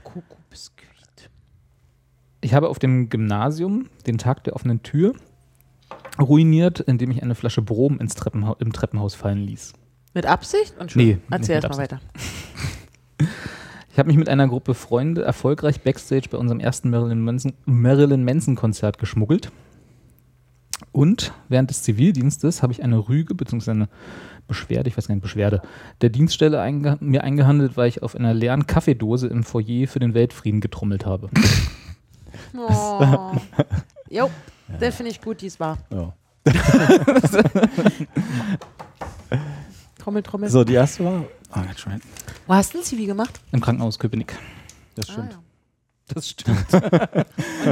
Koko-Biskuit. Ich habe auf dem Gymnasium den Tag der offenen Tür ruiniert, indem ich eine Flasche Brom ins Treppenha im Treppenhaus fallen ließ. Mit Absicht? Und Nee, Erzähl nicht mit erstmal weiter. Ich habe mich mit einer Gruppe Freunde erfolgreich backstage bei unserem ersten Marilyn Manson, Marilyn Manson Konzert geschmuggelt. Und während des Zivildienstes habe ich eine Rüge bzw. eine Beschwerde, ich weiß gar nicht, Beschwerde, der Dienststelle einge mir eingehandelt, weil ich auf einer leeren Kaffeedose im Foyer für den Weltfrieden getrommelt habe. Oh. Jo, das finde ich gut, dies war. Ja. Trommel, Trommel. So, die erste war. Ah, ganz schön. Wo hast du ein Zivi gemacht? Im Krankenhaus Köpenick. Das Ah, stimmt. ja. Das stimmt. Und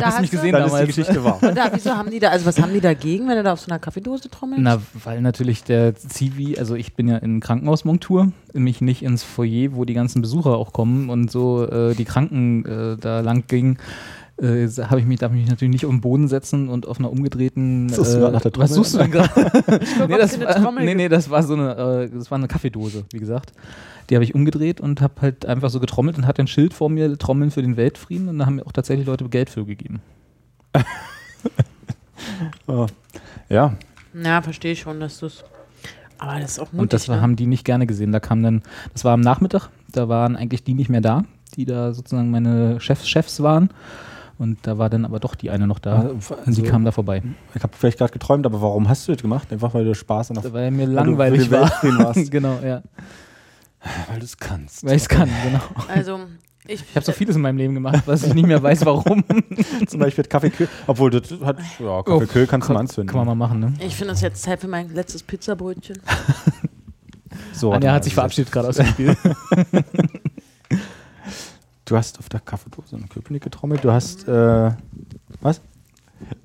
da hast mich du- gesehen? Dann ist die Damals. Geschichte wahr. Und da, wieso haben die da, also was haben die dagegen, wenn du da auf so einer Kaffeedose trommelst? Na, weil natürlich der Zivi, also ich bin ja in Krankenhausmontur, mich nicht ins Foyer, wo die ganzen Besucher auch kommen und so äh, die Kranken äh, da lang gingen. Äh, jetzt hab ich mich, darf ich mich natürlich nicht auf den Boden setzen und auf einer umgedrehten. äh, Was suchst du grad nach der was Trommel? suchst du denn gerade? Guck, nee, ob das sie eine war, Trommel nee, nee, das war so eine, äh, das war eine Kaffeedose, wie gesagt. Die habe ich umgedreht und habe halt einfach so getrommelt und hatte ein Schild vor mir, Trommeln für den Weltfrieden. Und da haben mir auch tatsächlich Leute Geld für gegeben. Ah. Ja, gibt. Ja, verstehe ich schon, dass du es. Aber das ist auch mutig. Und das ne? haben die nicht gerne gesehen. Da kam dann, das war am Nachmittag, da waren eigentlich die nicht mehr da, die da sozusagen meine Chefs, Chefs waren. Und da war dann aber doch die eine noch da. Also, und die also- kam da vorbei. ich habe vielleicht gerade geträumt, aber warum hast du das gemacht? Einfach weil du Spaß an der Weil mir weil du langweilig für die war. Weltfrieden warst. genau, ja. Weil du es kannst. Weil ich es kann, genau. Also, ich, Ich habe so vieles in meinem Leben gemacht, was ich nicht mehr weiß, warum. Zum Beispiel Kaffeekühl. Obwohl, das hat. Oh, Ja, Kaffeekühl kannst du mal anzünden. Kann man mal machen, ne? ich finde es jetzt Zeit für mein letztes Pizzabrötchen. So, warte Anja mal, hat sich also, verabschiedet gerade aus dem Spiel. Du hast auf der Kaffeedose in Köpenick getrommelt. Du hast. Äh, was?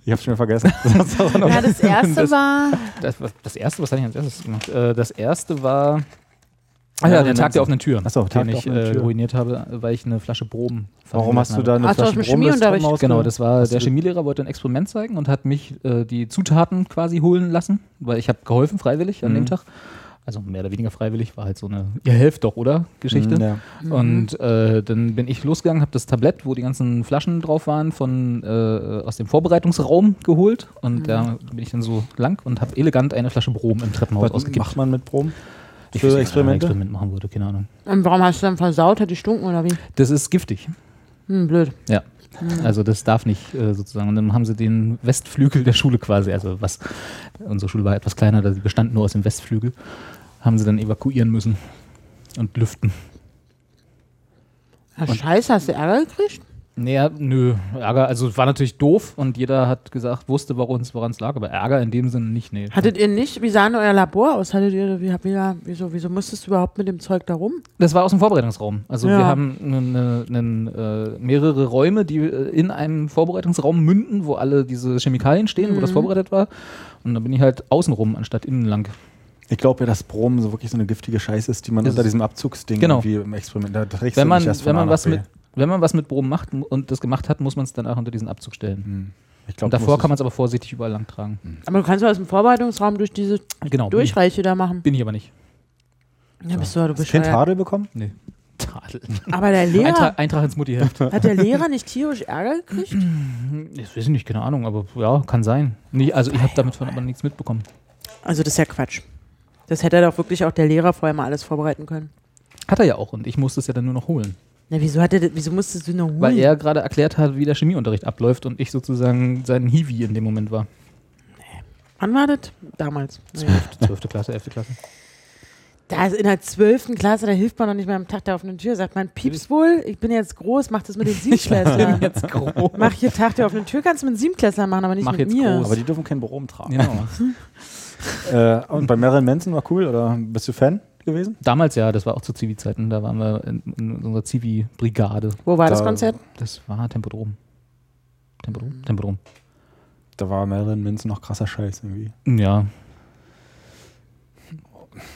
Ich hab's schon wieder vergessen. Das war noch- Ja, das erste Das- war. Das, was- das erste, was hatte ich als erstes gemacht? Äh, Das erste war. Ah Ja, ja, dann der Tag nenn's. der offenen Tür. Ach so, Tag den der ich offenen äh, Tür. ruiniert habe, weil ich eine Flasche Brom warum hast du da eine Hast du Flasche aus dem Rum des Chemieunterricht- Traumaus Genau, das war Hast der du- Chemielehrer wollte ein Experiment zeigen und hat mich äh, die Zutaten quasi holen lassen, weil ich habe geholfen freiwillig an dem Mhm. Tag. Also mehr oder weniger freiwillig war halt so eine ihr helft doch oder Geschichte. Mhm, ja. Mhm. Und äh, dann bin ich losgegangen, habe das Tablett, wo die ganzen Flaschen drauf waren, von äh, aus dem Vorbereitungsraum geholt Mhm. und da bin ich dann so lang und habe elegant eine Flasche Brom im Treppenhaus Was ausgegeben. macht man mit Brom? Ich für weiß nicht, was ich da Experimente? Experiment machen würde, keine Ahnung. Und warum hast du dann versaut? Hat die stunken oder wie? Das ist giftig. Hm, blöd. Ja. Also das darf nicht äh, sozusagen. Und dann haben sie den Westflügel der Schule quasi, also was, unsere Schule war etwas kleiner, da sie bestand nur aus dem Westflügel, haben sie dann evakuieren müssen und lüften. Ja, Scheiße, hast du Ärger gekriegt? Naja, nö, Ärger, also war natürlich doof und jeder hat gesagt, wusste, woran es lag, aber Ärger in dem Sinne nicht, nee. Hattet ihr nicht? Wie sah denn euer Labor aus? Hattet ihr, wie, wie, wieso, wieso musstest du überhaupt mit dem Zeug da rum? Das war aus dem Vorbereitungsraum. Also Ja. wir haben ne- ne- ne- äh, mehrere Räume, die äh, in einem Vorbereitungsraum münden, wo alle diese Chemikalien stehen, wo das vorbereitet war. Und da bin ich halt außenrum anstatt innen lang. Ich glaube ja, dass Brom so wirklich so eine giftige Scheiße ist, die man Das unter ist- diesem Abzugsding Genau. irgendwie im Experiment. Da trägst wenn du man, nicht erst von wenn A man nach was B. mit wenn man was mit Brom macht und das gemacht hat, muss man es danach unter diesen Abzug stellen. Ich Und glaub, davor muss kann man Hm. es Hm. aber vorsichtig überall lang tragen. Aber du kannst doch aus dem Vorbereitungsraum durch diese Genau. Bin ich, Durchreiche da machen. bin ich aber nicht. Ja, bist du ja, du das Kind bescheuert. Tadel bekommen? Nee. Tadel. Aber der Eintrag, Lehrer, Eintrag ins Muttiheft. hat der Lehrer nicht tierisch Ärger gekriegt? Das weiß ich nicht, keine Ahnung, aber ja, kann sein. Nee, also ich habe damit von aber nichts mitbekommen. Also das ist ja Quatsch. Das hätte doch wirklich auch der Lehrer vorher mal alles vorbereiten können. Hat er ja auch und ich musste es ja dann nur noch holen. Na, wieso hat er das, wieso musstest du nur holen? Weil er gerade erklärt hat, wie der Chemieunterricht abläuft und ich sozusagen sein Hiwi in dem Moment war. Wann war das? Damals. Ja. Zwölfte Klasse, elfte Klasse. Da ist in der 12. Klasse, da hilft man noch nicht mehr am Tag der offenen Tür. Sagt man, pieps wohl, ich bin jetzt groß, mach das mit den Siebenklässlern. Jetzt groß. Mach hier Tag der offenen Tür, kannst du mit den Siebenklässlern machen, aber nicht Mach mit jetzt mir. groß. Aber die dürfen kein Brom tragen. Genau. Äh, und bei Marilyn Manson war cool, oder bist du Fan? gewesen? Damals ja, das war auch zu Zivi-Zeiten. Da waren wir in, in unserer Zivi-Brigade. Wo war das Da- Konzert? Das war Tempodrom. Tempodrom? Tempodrom. Da war Marilyn Manson noch krasser Scheiß irgendwie. Äh, Ja.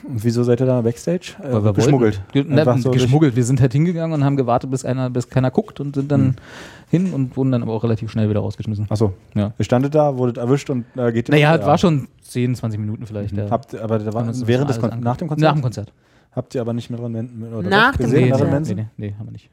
Und wieso seid ihr da Backstage? Äh, weil wir geschmuggelt. Wollten, Ge- na, Einfach so durch- geschmuggelt. Wir sind halt hingegangen und haben gewartet, bis einer, bis keiner guckt und sind dann Hm. hin und wurden dann aber auch relativ schnell wieder rausgeschmissen. Achso, Ja. ihr standet da, wurdet erwischt und äh, geht Naja, Also, ja. es war schon 10, 20 Minuten vielleicht. Ja. Habt, aber da Haben war, uns das während des alles Kon angeguckt. nach dem Konzert? Nach dem Konzert. Habt ihr aber nicht mit Rennen oder Nach doch dem gesehen, Konzert. Marilyn nee, Manson? nee, nee, haben wir nicht.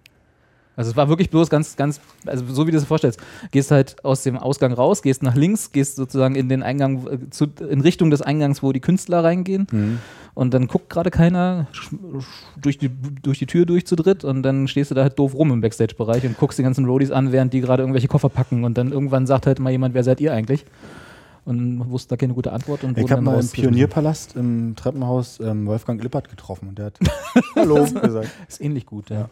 Also es war wirklich bloß ganz, ganz, also so wie du es dir vorstellst, gehst halt aus dem Ausgang raus, gehst nach links, gehst sozusagen in den Eingang, äh, zu, in Richtung des Eingangs, wo die Künstler reingehen Mhm. und dann guckt gerade keiner sch- sch- durch die, durch die Tür durch zu dritt und dann stehst du da halt doof rum im Backstage-Bereich und guckst die ganzen Roadies an, während die gerade irgendwelche Koffer packen und dann irgendwann sagt halt mal jemand, wer seid ihr eigentlich? Und man wusste da keine gute Antwort und Ich wurde habe dann mal im rausgeschmissen. Pionierpalast im Treppenhaus ähm, Wolfgang Lippert getroffen und der hat Hallo gesagt. Ist ähnlich gut, ja.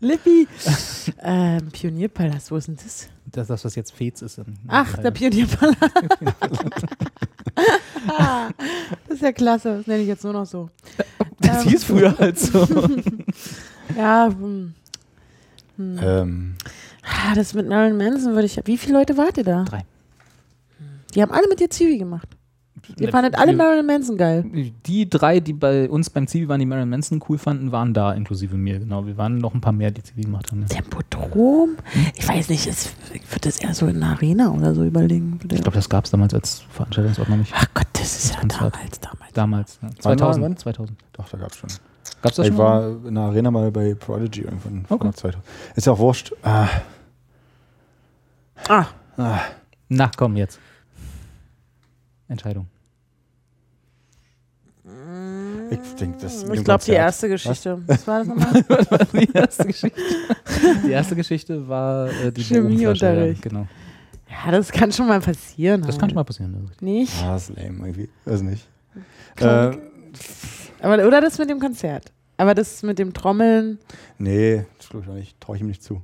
Lippi. ähm, Pionierpalast, wo ist denn das? Das, das, was jetzt Fez ist. halt in- Ach, der Pionierpalast. das ist ja klasse, das nenne ich jetzt nur noch so. Das Ähm, hieß früher halt so. Ja, hm. Hm. Ähm, Ah, das mit Marilyn Manson würde ich. Wie viele Leute wart ihr da? Drei. Die haben alle mit dir Zivi gemacht. Ihr fandet alle Marilyn Manson geil. Die drei, die bei uns beim Zivi waren, die Marilyn Manson cool fanden, waren da, inklusive mir. Genau, wir waren noch ein paar mehr, die Zivi gemacht haben. Ja. Tempodrom? Ich weiß nicht, es- ich würde das eher so in einer Arena oder so überlegen. Ich glaube, das gab es damals als Veranstaltungsordnung nicht. Ach Gott, das ist ja Konzert. damals, damals. Damals. Ja. Wann, 2000. wann? 2000. doch, da gab's schon. Gab's das ich schon? war in der Arena mal bei Prodigy irgendwann. vor Okay. einer Zeit. Ist ja auch wurscht. Ah, Ah, ah. Na, komm jetzt. Entscheidung. Ich Mm. denke, das mit ich glaube, die dem Konzert. erste Geschichte. Was, war das nochmal? Die erste Geschichte. Die erste Geschichte war äh, die Chemieunterricht. Bogenflasche, ja, Genau. ja, das kann schon mal passieren. Das halt. kann schon mal passieren. Also. Nicht? Ah, ist lame irgendwie. Weiß nicht. Äh, Krank. Aber, oder das mit dem Konzert. Aber das mit dem Trommeln. nee, das glaube ich auch nicht. Traue ich ihm nicht zu.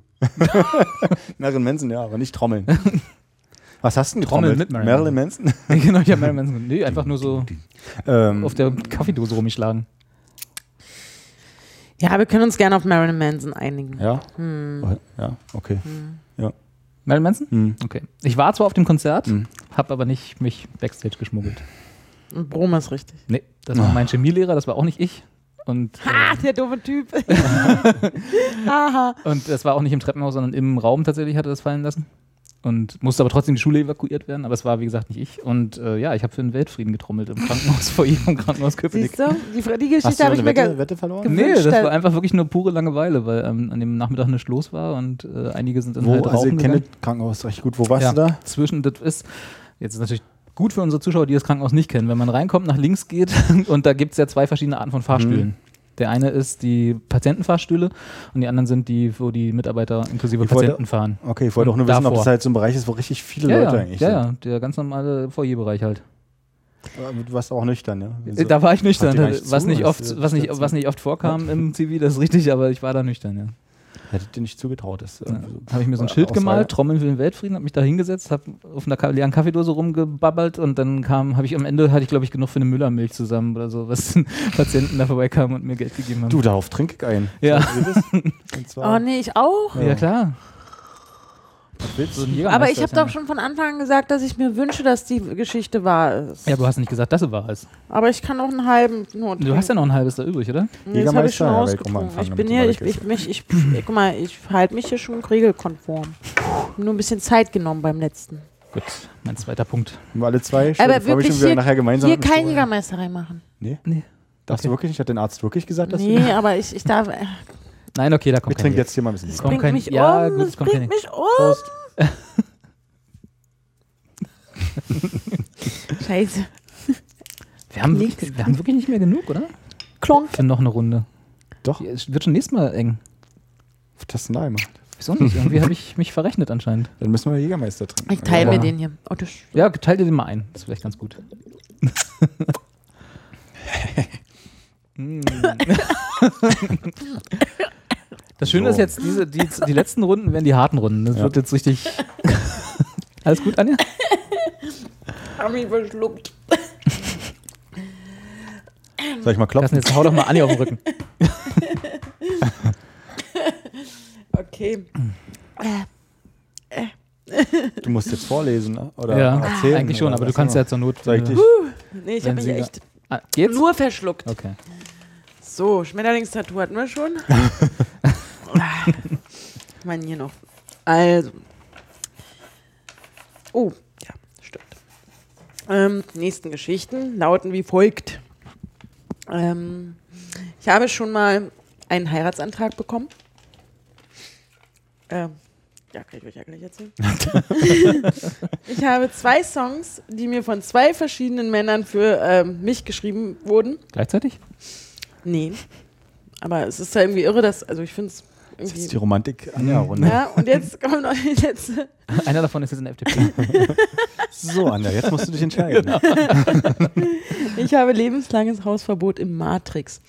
Marilyn Manson, ja, aber nicht trommeln. Was hast du denn Trommeln getrommelt? mit Marilyn Marilyn Manson? genau, ich habe Marilyn Manson. Nee, einfach nur so ähm, auf der Kaffeedose rumgeschlagen. Ja, wir können uns gerne auf Marilyn Manson einigen. ja? Hm. Oh, Ja, okay. Marilyn Manson? Hm. Okay. Ich war zwar auf dem Konzert, Mhm. habe aber nicht mich backstage geschmuggelt. Und Brom ist richtig. Nee, das Ah. war mein Chemielehrer, das war auch nicht ich. Und, Ha, äh, der dumme Typ. Haha. und das war auch nicht im Treppenhaus, sondern im Raum tatsächlich hat er das fallen lassen. Und musste aber trotzdem die Schule evakuiert werden, aber es war wie gesagt nicht ich. Und äh, ja, ich habe für den Weltfrieden getrommelt im Krankenhaus vor ihm, im Krankenhaus Köpenick. Siehst du? Die, die Hast Geschichte du habe ich eine mir Wette, ge Wette verloren? Nee, gewünscht, das war dass- einfach wirklich nur pure Langeweile, weil ähm, an dem Nachmittag nicht los war und äh, einige sind dann Wo, halt rauchen also ich kenne gegangen. das Krankenhaus recht gut. Wo warst Ja. du da? zwischen, das ist jetzt ist natürlich gut für unsere Zuschauer, die das Krankenhaus nicht kennen, wenn man reinkommt, nach links geht und da gibt es ja zwei verschiedene Arten von Fahrstühlen. Mhm. Der eine ist die Patientenfahrstühle und die anderen sind die, wo die Mitarbeiter inklusive Ich wollte- Patienten fahren. Okay, ich wollte auch nur wissen, ob Davor. das halt so ein Bereich ist, wo richtig viele Ja, ja, Leute eigentlich ja, ja, der ganz normale Foyerbereich halt. sind. Aber Du warst auch nüchtern, ja? Äh, Da war ich Hat nüchtern, die gar nicht was zu, nicht, was, oft, äh, was, nicht, dazu? was nicht oft vorkam im Zivil, das ist richtig, aber ich war da nüchtern, ja. Hättet ihr nicht zugetraut. Das, Ja, habe Ne? ich mir so ein Schild gemalt, Trommeln für den Weltfrieden, habe mich da hingesetzt, habe auf einer Ka- leeren Kaffeedose rumgebabbelt und dann kam, habe ich am Ende, hatte ich glaube ich genug für eine Müllermilch zusammen oder so, was den Patienten da vorbeikamen und mir Geld gegeben haben. Du, darauf trinke ich ein. Ja. So, ihr wisst. Und Oh zwar, nee, ich auch. ja. klar. was willst du? ein Jägermeister Aber ich habe ist ja doch schon von Anfang an gesagt, dass ich mir wünsche, dass die Geschichte wahr ist. nicht- Ja, aber du hast nicht gesagt, dass du war es. Aber ich kann auch einen halben nur Du hast ja noch ein halbes da übrig, oder? nee, das habe ich schon Jägermeister, ja, weil ich auch mal ausgetrunken. anfangen, Ich bin damit hier, die ich, Wolke ich, mich, ich, ich, guck mal, ich halte mich hier schon regelkonform. Hab Nur ein bisschen Zeit genommen beim letzten. Gut, mein zweiter Punkt. Haben wir alle zwei? Schön, Aber ich freue mich wirklich schon wieder hier- nachher gemeinsam. Hier mit dem kein Stuhl. Jägermeister reinmachen. Nee? Nee. Darfst du wirklich nicht? Hat dein Arzt wirklich gesagt, dass du. Nee, aber ich, ich darf. äh, Nein, okay, da Wir kommt kein trinken Geld. jetzt hier mal ein bisschen. Es Komm, bringt kein- mich Ja, um. gut, es kommt kein bringt Jäger. mich um. Scheiße. Wir haben, Nix. wirklich, wir haben wirklich nicht mehr genug, oder? Klonk. Für noch eine Runde. Doch, Es wird schon nächstes Mal eng. das ist nah gemacht. Wieso nicht? Irgendwie habe ich mich verrechnet anscheinend. Dann müssen wir Jägermeister trinken. Ich teile Ja. mir den hier. Oh, das Ja, teilt dir den mal ein. Das ist vielleicht ganz gut. Mm. das Schöne So. ist jetzt, diese, die, die letzten Runden werden die harten Runden. Das Ja. wird jetzt richtig. Alles gut, Anja? habe ich verschluckt. Soll ich mal Carsten, klopfen? jetzt hau doch mal Anni auf den Rücken. Okay. Du musst jetzt vorlesen ne? oder ja, erzählen. eigentlich schon, oder aber du was kannst auch ja zur Not. Soll ich äh, dich? Nee, ich Wenn habe mich Sie- echt Ah, jetzt? nur verschluckt. Okay. So, Schmetterlingstattoo hatten wir schon. Mann, hier noch. Also. Oh, ja, stimmt. Ähm, die nächsten Geschichten lauten wie folgt. Ähm, ich habe schon mal einen Heiratsantrag bekommen. Ähm, ja, kann ich euch ja gleich erzählen. ich habe zwei Songs, die mir von zwei verschiedenen Männern für ähm, mich geschrieben wurden. Gleichzeitig? Nee. Aber es ist ja irgendwie irre, dass, also ich finde es Das ist jetzt irgendwie. die Romantik an der Runde. Ja, und jetzt kommt noch die letzte. Einer davon ist jetzt in der FDP. So, Anja, jetzt musst du dich entscheiden. Ich habe lebenslanges Hausverbot im Matrix.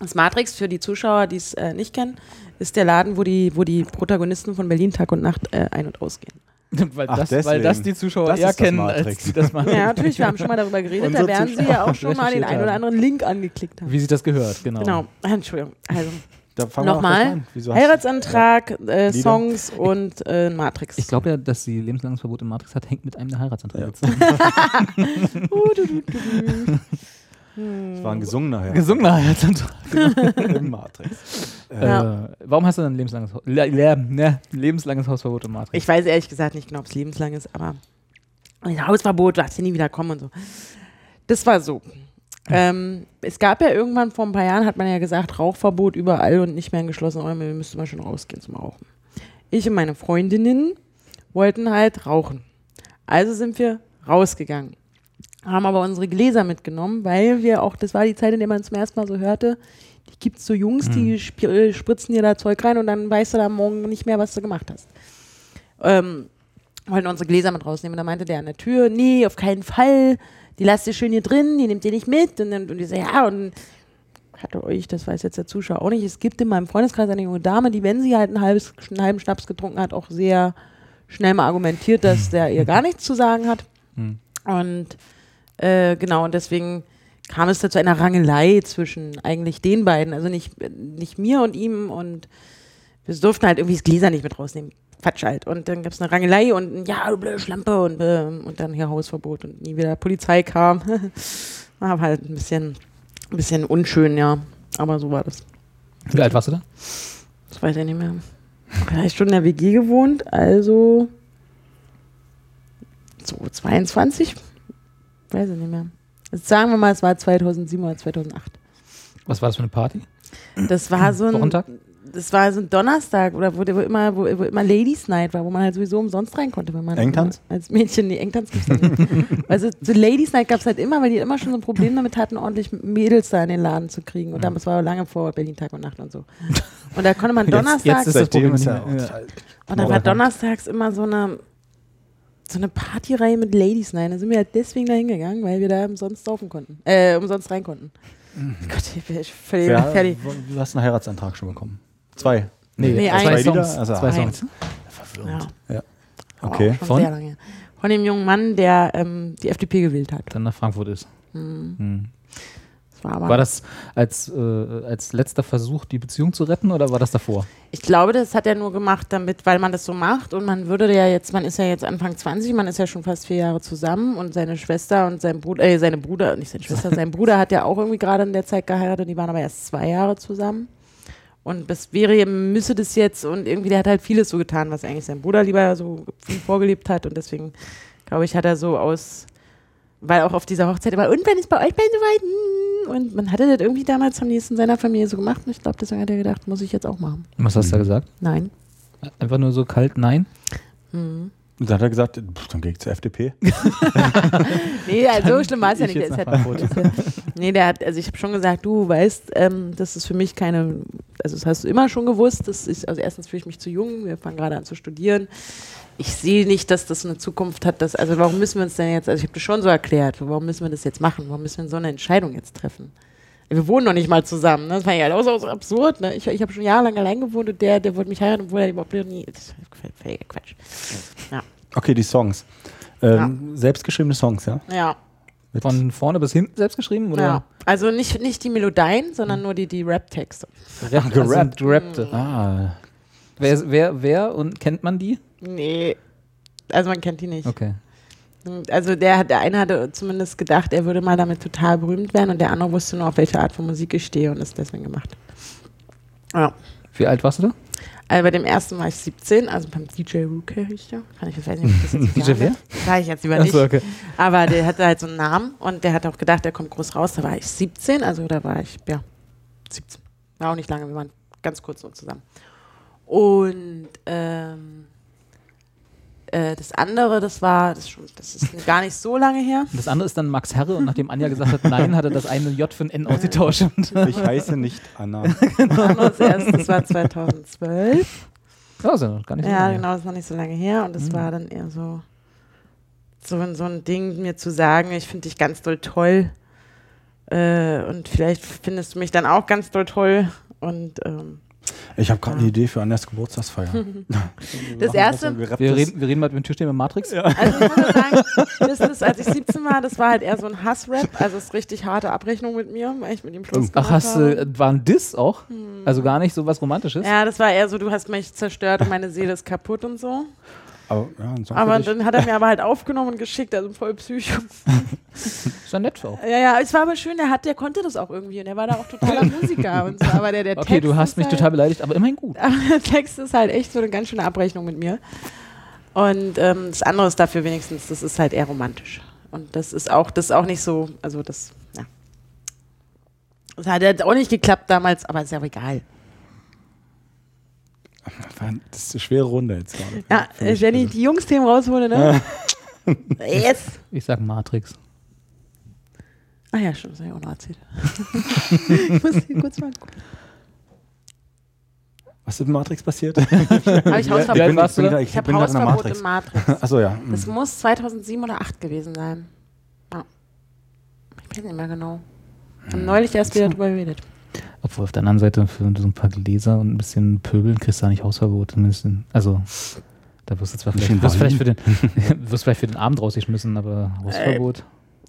Das Matrix, für die Zuschauer, die es äh, nicht kennen, ist der Laden, wo die, wo die Protagonisten von Berlin Tag und Nacht äh, ein- und ausgehen. weil, Ach, das, weil das deswegen. die Zuschauer Das eher ist das kennen, als Matrix. die das machen. Ja, natürlich, wir haben schon mal darüber geredet, da Unsere werden sie Zuschauer ja auch schon mal den recherchiert einen oder haben. anderen Link angeklickt haben. Wie sich das gehört, genau. Genau, Entschuldigung. Also, Da fangen wir doch nochmal. gleich mal an. Wieso hast du- Heiratsantrag, äh, Lieder? Songs und äh, Matrix. Ich glaube ja, dass sie lebenslanges Verbot im Matrix hat, hängt mit einem der Ja. Heiratsantrag. Uh, Das war Hm. ein gesungener Heirat. Gesungener Äh, Heiratsantrag. Im Matrix. Äh, Ja. Äh, warum hast du dann lebenslanges, Ho- le le ne, lebenslanges Hausverbot im Matrix? Ich weiß ehrlich gesagt nicht genau, ob es lebenslang ist, aber ein Hausverbot, du darfst ja nie wieder kommen und so. Das war so. Ähm, es gab ja irgendwann vor ein paar Jahren, hat man ja gesagt, Rauchverbot überall und nicht mehr in geschlossenen Räumen, müsste man schon rausgehen zum Rauchen. Ich und meine Freundinnen wollten halt rauchen. Also sind wir rausgegangen. Haben aber unsere Gläser mitgenommen, weil wir auch, das war die Zeit, in der man zum ersten Mal so hörte, die gibt's so Jungs, die sp äh, spritzen dir da Zeug rein und dann weißt du da morgen nicht mehr, was du gemacht hast ähm, wollten unsere Gläser mit rausnehmen. Und da meinte der an der Tür, nee, auf keinen Fall, die lasst ihr schön hier drin, die nehmt ihr nicht mit. Und, dann, und ich so, ja, und hatte euch, das weiß jetzt der Zuschauer auch nicht, es gibt in meinem Freundeskreis eine junge Dame, die, wenn sie halt ein halbes, einen halben Schnaps getrunken hat, auch sehr schnell mal argumentiert, dass der ihr gar nichts zu sagen hat. Und äh, genau, und deswegen kam es da zu einer Rangelei zwischen eigentlich den beiden, also nicht, nicht mir und ihm und wir durften halt irgendwie das Gläser nicht mit rausnehmen. Quatsch halt. Und dann gab es eine Rangelei und ein, ja, du blöde Schlampe und, ähm, und dann hier Hausverbot und nie wieder Polizei kam. War halt ein bisschen, ein bisschen unschön, ja. Aber so war das. Wie alt warst du da? Das weiß ich nicht mehr. Vielleicht schon in der WG gewohnt, also so 22? Weiß ich nicht mehr. Jetzt sagen wir mal, es war 2007 oder 2008. Was war das für eine Party? Das war so ein, Wochentag? das war so ein Donnerstag oder wo, wo immer wo, wo immer Ladies Night war, wo man halt sowieso umsonst rein konnte, wenn man Engtanz? als Mädchen, nee, Engtanz gibt's da nicht. also so Ladies Night gab's halt immer, weil die immer schon so ein Problem damit hatten, ordentlich Mädels da in den Laden zu kriegen und damals war ja lange vor Berlin Tag und Nacht und so. Und da konnte man Donnerstag jetzt ist das Problem seitdem ist nicht mehr. ja auch Ja. total- und da war Morgen. donnerstags immer so eine, so eine Partyreihe mit Ladies Night. Da sind wir halt deswegen da hingegangen, weil wir da umsonst saufen konnten. Äh, umsonst rein konnten. Gott, ich bin echt völlig Ja, fertig. Du hast einen Heiratsantrag schon bekommen. Zwei. Nee, zwei eins. Songs. Lieder, also zwei eins. Songs. Ja. Aber Okay. auch Schon Von? Sehr lange. Von dem jungen Mann, der ähm, die FDP gewählt hat. Dann nach Frankfurt ist. Hm. Das war aber War das als, äh, als letzter Versuch, die Beziehung zu retten oder war das davor? ich glaube, das hat er nur gemacht, damit, weil man das so macht und man würde ja jetzt, man ist ja jetzt Anfang 20, man ist ja schon fast vier Jahre zusammen und seine Schwester und sein Bruder, äh, seine Bruder, nicht seine Schwester, sein Bruder hat ja auch irgendwie gerade in der Zeit geheiratet, die waren aber erst zwei Jahre zusammen. Und das wäre, müsse das jetzt und irgendwie, der hat halt vieles so getan, was eigentlich sein Bruder lieber so ihm vorgelebt hat und deswegen, glaube ich, hat er so aus, weil auch auf dieser Hochzeit immer, und wenn es bei euch beiden soweit, hm, und man hatte das irgendwie damals, haben die es in seiner Familie so gemacht und ich glaube, deswegen hat er gedacht, muss ich jetzt auch machen. Was hast du Mhm. da gesagt? Nein. Einfach nur so kalt Nein? Und dann hat er gesagt, pff, dann gehe ich zur FDP. Nee, also so schlimm war es ja ich nicht. Der jetzt ist nach halt Frankfurt. ist ja- nee, der hat, also ich habe schon gesagt, du weißt, ähm, das ist für mich keine, also das hast du immer schon gewusst, das ist, also erstens fühle ich mich zu jung, wir fangen gerade an zu studieren. Ich sehe nicht, dass das eine Zukunft hat, dass, also warum müssen wir uns denn jetzt, also ich habe das schon so erklärt, warum müssen wir das jetzt machen, warum müssen wir so eine Entscheidung jetzt treffen? Wir wohnen noch nicht mal zusammen, ne? das war ja halt auch so, so absurd, ne? ich, ich habe schon jahrelang allein gewohnt und der, der wollte mich heiraten, obwohl er überhaupt nie, das ist völliger Quatsch. Okay, die Songs. Ähm, Selbstgeschriebene Songs, ja? Ja, Mit- Von vorne bis hinten selbst geschrieben? Oder? Ja. Mhm. Also nicht, nicht die Melodien, sondern nur die, die Rap-Texte. Ja, gerappt. gerappt. Also, gerappte. Ah, Wer, wer, wer und kennt man die? Nee. Also man kennt die nicht. Okay. Also der, der eine hatte zumindest gedacht, er würde mal damit total berühmt werden und der andere wusste nur, auf welche Art von Musik ich stehe und ist deswegen gemacht. Ja. Wie alt warst du da? Also bei dem ersten war ich 17, also beim DJ Rookie hieß der. Kann ich jetzt weiß nicht, ob ich das jetzt DJ sage. wer? Sag ich jetzt lieber nicht. Ach so, okay. Aber der hatte halt so einen Namen und der hat auch gedacht, der kommt groß raus. Da war ich 17, also da war ich, ja, 17. War auch nicht lange, wir waren ganz kurz nur zusammen. Und ähm, äh, das andere, das war, das, ist schon, das ist gar nicht so lange her. Und das andere ist dann Max Herre und nachdem Anja gesagt hat, nein, hat er das eine J für ein N ausgetauscht. ich heiße nicht Anna. Das andere ist erst, das war 2012. Ja, ist ja noch gar nicht so Ja, lange. genau, das war nicht so lange her. Und das Mhm. war dann eher so, so, ein- so ein Ding, mir zu sagen, ich finde dich ganz doll toll. Äh, und vielleicht findest du mich dann auch ganz doll toll. Und ähm, Ich habe gerade eine Idee für Annas Geburtstagsfeier. das erste, Wir reden, wir reden mal über den Türsteher mit Matrix. also ich muss ja sagen, das ist, als ich 17 war, das war halt eher so ein Hassrap, also es ist richtig harte Abrechnung mit mir, weil ich mit ihm Schluss gemacht Ach, hast habe. du, war ein Diss auch? Also gar nicht so was Romantisches? Hm. Ja, das war eher so, du hast mich zerstört und meine Seele ist kaputt und so. Aber, ja, ein Song für Aber dich. dann hat er mir aber halt aufgenommen und geschickt, also voll Psycho. Ist ja nett auch. Ja, ja, es war aber schön, der, hat, der konnte das auch irgendwie und der war da auch totaler Musiker und so. Aber der, der Okay, Text du hast ist mich halt, total beleidigt, aber immerhin gut. Aber der Text ist halt echt so eine ganz schöne Abrechnung mit mir. Und ähm, das andere ist dafür wenigstens, das ist halt eher romantisch. Und das ist auch, das ist auch nicht so, also das, ja. Das hat halt auch nicht geklappt damals, aber ist ja auch egal. Das ist eine schwere Runde jetzt gerade. Ja, äh, Jenny, die Jungs-Themen rausholen, ne? Äh, yes! Ich sag Matrix. Ah ja, stimmt, das habe ich auch noch erzählt. ich muss hier kurz mal gucken. Was ist mit Matrix passiert? Habe ich ich Hausverbot? bin, warst ich bin, du da? grad- Ich ich habe bin gerade in der Hausverbot in Matrix. Matrix. Achso, ja. hm. Das muss 2007 oder 2008 gewesen sein. Mhm. Ja. Ich weiß nicht mehr genau. Haben neulich erst wieder drüber geredet. Obwohl auf der anderen Seite für so ein paar Gläser und ein bisschen Pöbeln kriegst du da nicht Hausverbot. zumindest in- Also, da wirst du zwar vielleicht, Bisschen wirst vielleicht, für, den, wirst vielleicht für den Abend rausgeschmissen, aber Äh, Hausverbot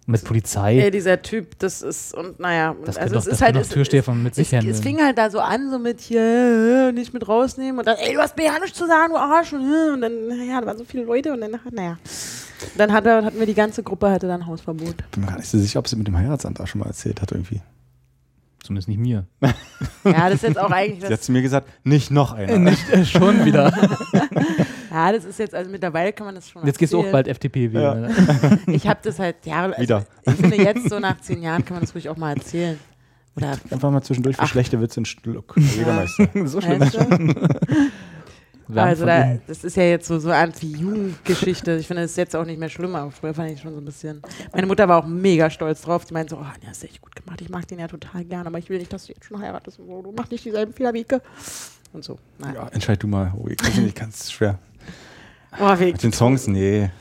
mit Polizei, Ey, dieser Typ, das ist, und naja, und das kann äh, also doch, es das ist kann halt. doch es- Türsteher von mit sich es, es händeln. fing halt da so an, so mit hier, äh, nicht mit rausnehmen und dann, ey, du hast mir ja nichts zu sagen, du Arsch. Und, äh, und dann, naja, da waren so viele Leute und dann, naja. Dann hat er, hatten wir die ganze Gruppe, hatte dann Hausverbot. Ich bin mir gar nicht so sicher, ob sie mit dem Heiratsantrag schon mal erzählt hat irgendwie. Zumindest nicht mir. Ja, das ist jetzt auch eigentlich Sie hat das. zu mir gesagt, nicht noch einer. Nicht äh, schon wieder. Ja, das ist jetzt, also mittlerweile kann man das schon. Jetzt gehst du auch erzählen. bald FDP wählen. ne? Ich habe das halt Jahre. Also Wieder. Ich finde, jetzt so nach zehn Jahren kann man das ruhig auch mal erzählen. Oder Einfach mal zwischendurch für Ach. schlechte Witze einen Schluck. Jägermeister. So schlimm. weißt du? Wir haben Also von da, ihm- das ist ja jetzt so, so eine Art wie Jugendgeschichte. Ich finde das ist jetzt auch nicht mehr schlimm, aber früher fand ich schon so ein bisschen. Meine Mutter war auch mega stolz drauf. Die meinte so, oh, ja, hast du echt gut gemacht. Ich mag den ja total gern, aber ich will nicht, dass du jetzt schon heiratest. und so. Du machst nicht dieselben Fehler wie Ike. Und so. Naja. Ja, entscheid du mal. Oh, ich kann nicht ganz schwer. Oh, wie, Mit den Songs, nee.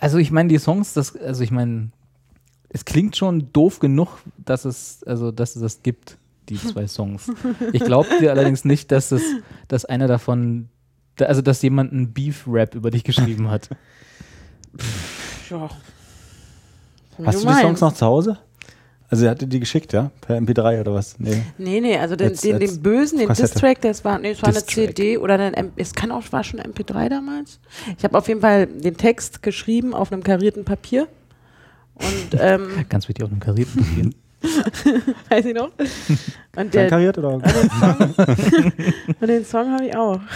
Also ich meine, die Songs, das, also ich meine, es klingt schon doof genug, dass es, also dass es das gibt, die zwei Songs. Ich glaube dir allerdings nicht, dass es, dass einer davon, da- also dass jemand einen Beef-Rap über dich geschrieben hat. ja. Wie Hast du die meinst. Songs noch zu Hause? Also er hat dir die geschickt, ja? Per MP3 oder was? Nee. Nee, nee, also den, Als- den, als den bösen, den Kassette. Distrack, das war, nee, es war eine Distrack. CD oder ein, M- es kann auch, war schon MP3 damals. Ich habe auf jeden Fall den Text geschrieben auf einem karierten Papier und ähm, Ganz wichtig auf dem Karibik. weiß ich noch. Und, der, Kleinkariert oder? und den Song habe ich auch.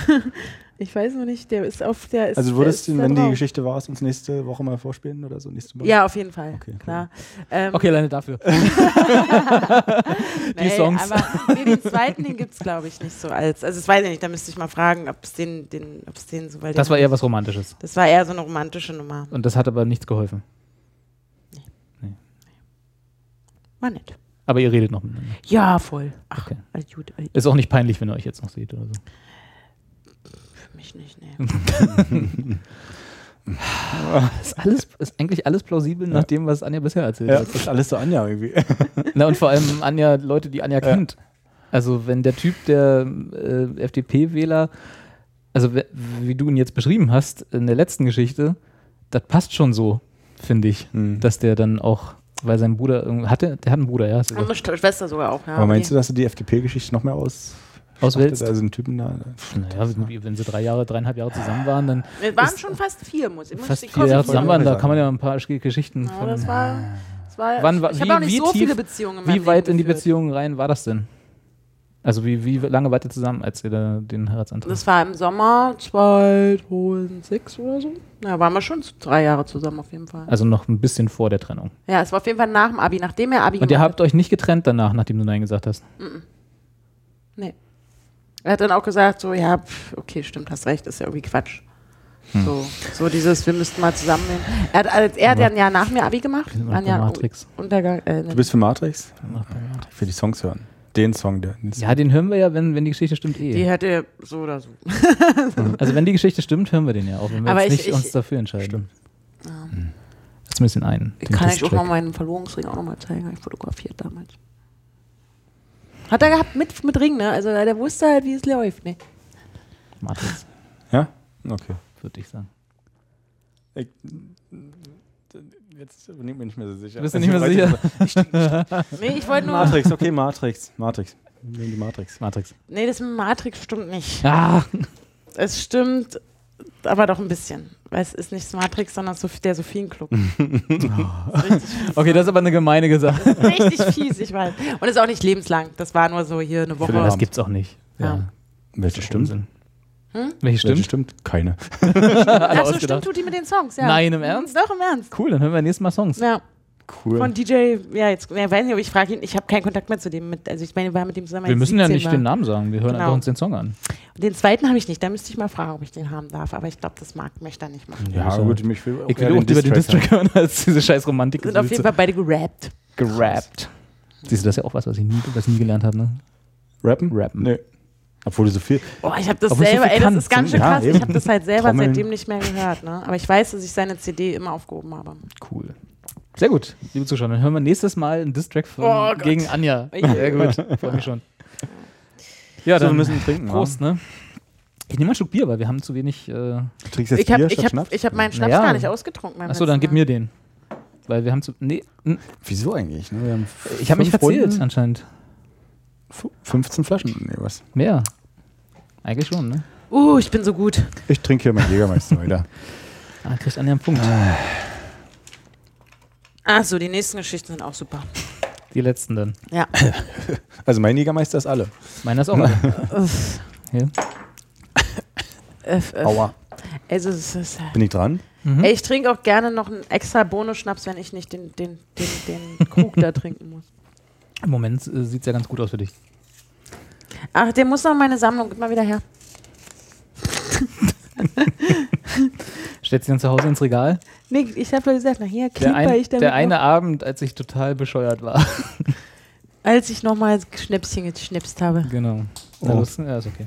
Ich weiß nur nicht, der ist auf der ist. Also du würdest, der ihn, ist da wenn die drauf. Geschichte war, es uns nächste Woche mal vorspielen oder so? Nächste Woche? Ja, auf jeden Fall. Okay, cool. klar. Ähm, Okay, alleine dafür. die Songs. Aber nee, den zweiten, den gibt es, glaube ich, nicht so als. Also, das weiß ich nicht, da müsste ich mal fragen, ob es den, den, ob's den so. Weil Das den, war eher was Romantisches. das war eher so eine romantische Nummer. Und das hat aber nichts geholfen. War nett. Aber ihr redet noch miteinander. Ja, voll. Ach, Okay. alles gut. äh, alles Ist auch nicht peinlich, wenn ihr euch jetzt noch seht oder so. Für mich nicht, nee. Ist, alles, ist eigentlich alles plausibel nach dem, was Anja bisher erzählt Ja, hat. das ist alles so Anja irgendwie. Na und vor allem Anja, Leute, die Anja kennt. Also wenn der Typ, der äh, FDP-Wähler, also we- wie du ihn jetzt beschrieben hast in der letzten Geschichte, das passt schon so, finde ich, Hm. dass der dann auch Weil sein Bruder, irgendwie- hatte, der hat einen Bruder, ja. hast du Und gesagt. eine Sch- Schwester sogar auch, ja. Aber meinst du, dass du die FDP-Geschichte noch mehr aus Auswählst? Also einen Typen da. Naja, wenn- wenn sie drei Jahre, dreieinhalb Jahre zusammen waren, dann Wir waren Ist- schon fast vier, muss ich muss fast die vier Jahre Kopf- zusammen wollte waren, da sagen. kann man ja ein paar Sch- Geschichten Ja, von. das war, das war, Wann war- ich wie- habe auch nicht wie so tief- viele Beziehungen in meinem wie weit Leben in die geführt. Beziehung rein war das denn? Also wie, wie lange wart ihr zusammen, als ihr da den Heiratsantrag? Das war im Sommer 2006 oder so. Na, waren wir schon drei Jahre zusammen auf jeden Fall. also noch ein bisschen vor der Trennung. Ja, es war auf jeden Fall nach dem Abi, nachdem er Abi Und gemacht ihr habt euch nicht getrennt danach, nachdem du Nein gesagt hast. Nee. Er hat dann auch gesagt, so, ja, pf, okay, stimmt, hast recht, ist ja irgendwie Quatsch. So, so dieses, wir müssten mal zusammen. Er hat, also, er hat ja ein Jahr nach mir Abi gemacht. Sind wir Ein noch bei Jahr Matrix. Untergang. Äh, Du ne. bist für Matrix? Ich will die Songs hören. Den Song, der. Den Ja, den hören wir ja, wenn, wenn die Geschichte stimmt eh. Die hätte so oder so. Also wenn die Geschichte stimmt, hören wir den ja auch, wenn wir Aber jetzt ich- nicht ich- uns dafür entscheiden. Hm. Jetzt müssen wir ihn ein. Ich den kann euch auch Distrack. mal meinen Verlobungsring auch nochmal zeigen, habe ich fotografiert damals. Hat er gehabt mit, mit Ring, ne? Also der wusste halt, wie es läuft, ne? Matrix, Ja? Okay. würde ich sagen. Jetzt bin ich mir nicht mehr so sicher. Bist du nicht mehr so sicher? Nee, ich wollte nur. Matrix, okay, Matrix. Matrix. Nehmen die Matrix. Matrix. Nee, das mit Matrix stimmt nicht. Ah, Es stimmt, aber doch ein bisschen. Weil es ist nicht Matrix, sondern Sophie- der Sophienclub. okay, das ist aber eine gemeine gesagt. Richtig fies, ich weiß. Und ist auch nicht lebenslang. Das war nur so hier eine Woche. den Das Abend. gibt's auch nicht. Ja. Hm? Welche stimmt? Unsinn. Welche Welche stimmt? stimmt? Keine. Ach so, ausgedacht. stimmt, tut die mit den Songs, ja. Mhm, Nein, im Ernst? Doch, im Ernst. Cool, dann hören wir nächstes Mal Songs. Ja, Cool. von DJ, ja, jetzt, ja, weiß nicht, ob ich frage ihn, ich habe keinen Kontakt mehr zu dem, mit, also ich meine, wir waren mit dem zusammen, als Wir ich müssen ja 17 nicht war. den Namen sagen, wir hören Genau. einfach uns den Song an. Den zweiten habe ich nicht, da müsste ich mal fragen, ob ich den haben darf, aber ich glaube, das mag, möchte er nicht machen. ja, so. gut, mich will auch Ich will eher auch lieber den Distrack District hören, als diese scheiß romantik Wir sind auf jeden Fall beide gerappt. gerappt. Siehst du, das ist ja auch was, was ich nie, was ich nie gelernt habe, ne? Rappen? Rappen. Nee. Obwohl du so viel. Oh, ich habe das Obwohl ich so selber, viel ey, das kann ist ganz zum- schön Ja, krass, ich eben. habe das halt selber Trommeln. seitdem nicht mehr gehört, ne? Aber ich weiß, dass ich seine CD immer aufgehoben habe. Cool. Sehr gut, liebe Zuschauer. Dann hören wir nächstes Mal einen Distrack von Oh Gott. gegen Anja. Ui. Sehr gut, freue mich schon. Ja, So, dann trinken. Prost, ne? Ich nehme mal einen Schluck Bier, weil wir haben zu wenig. Äh, Du trinkst jetzt ich habe Bier ich statt hab, Schnaps? ich hab meinen Schnaps Naja. gar nicht ausgetrunken. beim achso, dann letzten gib Mal. mir den. Weil wir haben zu. Nee, n- Wieso eigentlich? Ne? Wir haben f- ich habe mich fünf verzählt Runden, anscheinend. f- 15 Flaschen. Nee, was? Mehr. Eigentlich schon, ne? Uh, ich bin so gut. Ich trinke hier meinen Jägermeister wieder. Ah, kriegt Anja einen Punkt. Achso, Also, die nächsten Geschichten sind auch super. Die letzten dann. Ja. Also mein Jägermeister ist alle. Meiner ist auch. alle. Hier. Öff, öff. Aua. Mhm. Also, es ist, Bin ich dran? ey, ich trinke auch gerne noch einen extra Bonus-Schnaps, wenn ich nicht den, den, den, den Krug da trinken muss. Im Moment äh, sieht es ja ganz gut aus für dich. Ach, der muss noch in meine Sammlung. Gib mal wieder her. Stellst du dann zu Hause ins Regal? Nee, ich habe doch gesagt, na hier Der, klimper ein, ich damit der eine noch, Abend, als ich total bescheuert war. als ich nochmal Schnäpschen geschnipst habe. genau. Na, Oh. los, ja, ist okay.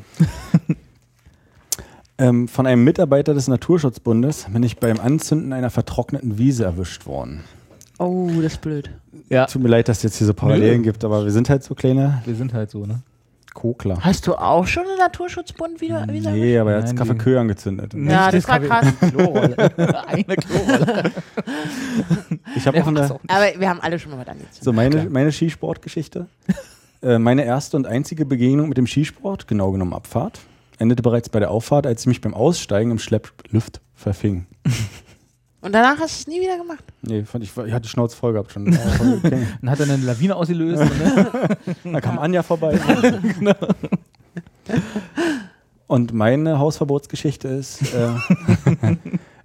Ähm, von einem Mitarbeiter des Naturschutzbundes bin ich beim Anzünden einer vertrockneten Wiese erwischt worden. Oh, das ist blöd. Ja, Tut mir leid, dass es jetzt hier so Parallelen Nö. gibt, aber wir sind halt so kleine wir sind halt so, ne? Kokler. Hast du auch schon einen Naturschutzbund wieder? Nee, aber er Nein, hat das die- Kaffeekö angezündet. Ja, das war krass. Klorolle. Eine Klorolle. Ich habe auch eine, Aber wir haben alle schon mal was angezogen. So, meine, meine Skisportgeschichte. Äh, meine erste und einzige Begegnung mit dem Skisport, genau genommen Abfahrt, endete bereits bei der Auffahrt, als ich mich beim Aussteigen im Schlepplift verfing. Und danach hast du es nie wieder gemacht. Nee, fand ich, ich hatte die Schnauze voll gehabt schon. War voll okay. Dann hat er eine Lawine ausgelöst. Ne? Da kam Anja vorbei. Genau. Und meine Hausverbotsgeschichte ist, äh,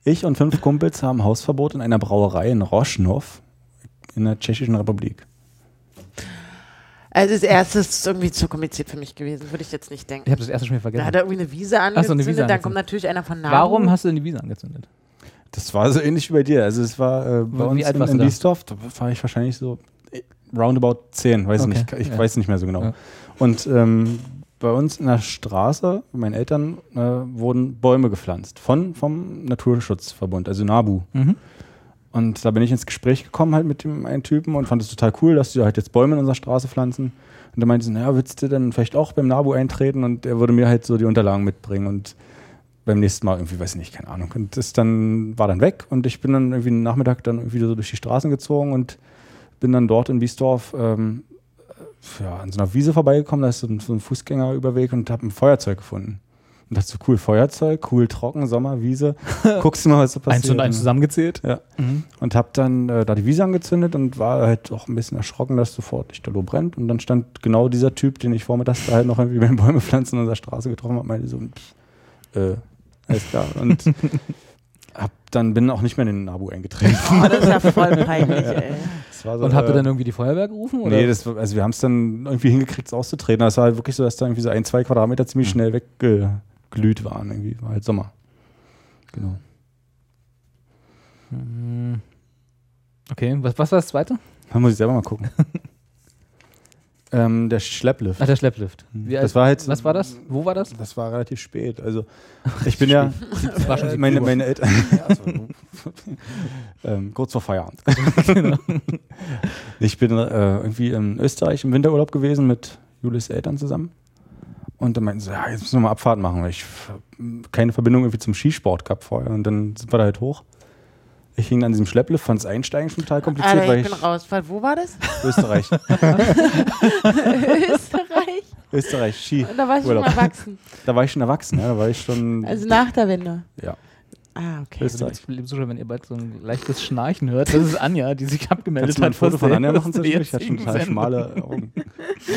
ich und fünf Kumpels haben Hausverbot in einer Brauerei in Roschnow in der Tschechischen Republik. Also das erste ist irgendwie zu kompliziert für mich gewesen, würde ich jetzt nicht denken. Ich habe das erste schon wieder Da vergessen. hat er irgendwie eine Wiese genau. eine angezündet, Wiese dann angezündet. kommt natürlich einer von Nabu. Warum hast du denn die Wiese angezündet? Das war so ähnlich wie bei dir. Also es war äh, bei Wie uns alt in, warst in du da? Biesdorf, da war ich wahrscheinlich so äh, roundabout 10, weiß Okay, nicht, ich ja. weiß nicht mehr so genau. Ja. Und ähm, bei uns in der Straße, bei meinen Eltern, äh, wurden Bäume gepflanzt von, vom Naturschutzverbund, also NABU. Mhm. Und da bin ich ins Gespräch gekommen halt mit dem einen Typen und fand es total cool, dass die halt jetzt Bäume in unserer Straße pflanzen. Und er meinte so, naja, willst du denn vielleicht auch beim NABU eintreten? Und er würde mir halt so die Unterlagen mitbringen und beim nächsten Mal irgendwie, weiß ich nicht, keine Ahnung. Und das dann war dann weg und ich bin dann irgendwie den Nachmittag dann irgendwie so durch die Straßen gezogen und Bin dann dort in Wiesdorf ähm, ja, an so einer Wiese vorbeigekommen, da ist so ein, so ein Fußgängerüberweg und habe ein Feuerzeug gefunden. Und dachte so, cool, Feuerzeug, cool, trocken, Sommer, Wiese. Guckst du mal, was so passiert. Eins und eins ne? zusammengezählt. Ja. Und habe dann äh, da die Wiese angezündet und war halt auch ein bisschen erschrocken, dass sofort Lichterloh brennt. Und dann stand genau dieser Typ, den ich vormittags da halt noch irgendwie beim Bäume pflanzen an unserer Straße getroffen habe, meinte so, pff, äh, alles klar. Und hab dann bin auch nicht mehr in den Nabu eingetreten. Oh, das ist ja voll peinlich, ey. Das war so, Und habt ihr äh, dann irgendwie die Feuerwehr gerufen? Oder? Nee, das, war- also wir haben es dann irgendwie hingekriegt, es auszutreten. Das war halt wirklich so, dass da irgendwie so ein, zwei Quadratmeter ziemlich schnell weggeglüht waren. Irgendwie war halt Sommer. Genau. Hm. Okay, was, was war das zweite? Da muss ich selber mal gucken. ähm, der Schlepplift. Ach, der Schlepplift. Wie alt- Das war halt, was war Hm, das? Wo war das? Das war relativ spät. Also ich bin ja Das war schon äh, sieben meine, Uhr. meine Eltern Ja, so. ähm, kurz vor Feierabend. Genau. Ich bin äh, irgendwie in Österreich im Winterurlaub gewesen mit Julis Eltern zusammen. Und dann meinten sie, ja, jetzt müssen wir mal Abfahrt machen, weil ich äh, keine Verbindung irgendwie zum Skisport gab vorher. Und dann sind wir da halt hoch. Ich hing an diesem Schlepplift, fand das Einsteigen schon total kompliziert, Alter, weil ich ich bin raus. Warte, Wo war das? Österreich, Österreich? Österreich, Ski. Und da war ich Urlaub. schon erwachsen. Da war ich schon erwachsen, ja, da war ich schon, Also nach der Wende. ja. Ah, okay. Österreich. Also, liebe Zuschauer, wenn ihr bald so ein leichtes Schnarchen hört, das ist Anja, die sich abgemeldet Kannst du halt mal ein hat. Foto fürs von Anja machen Sehen zwischendurch? des Ich hatte schon jetzigen total Sendens. schmale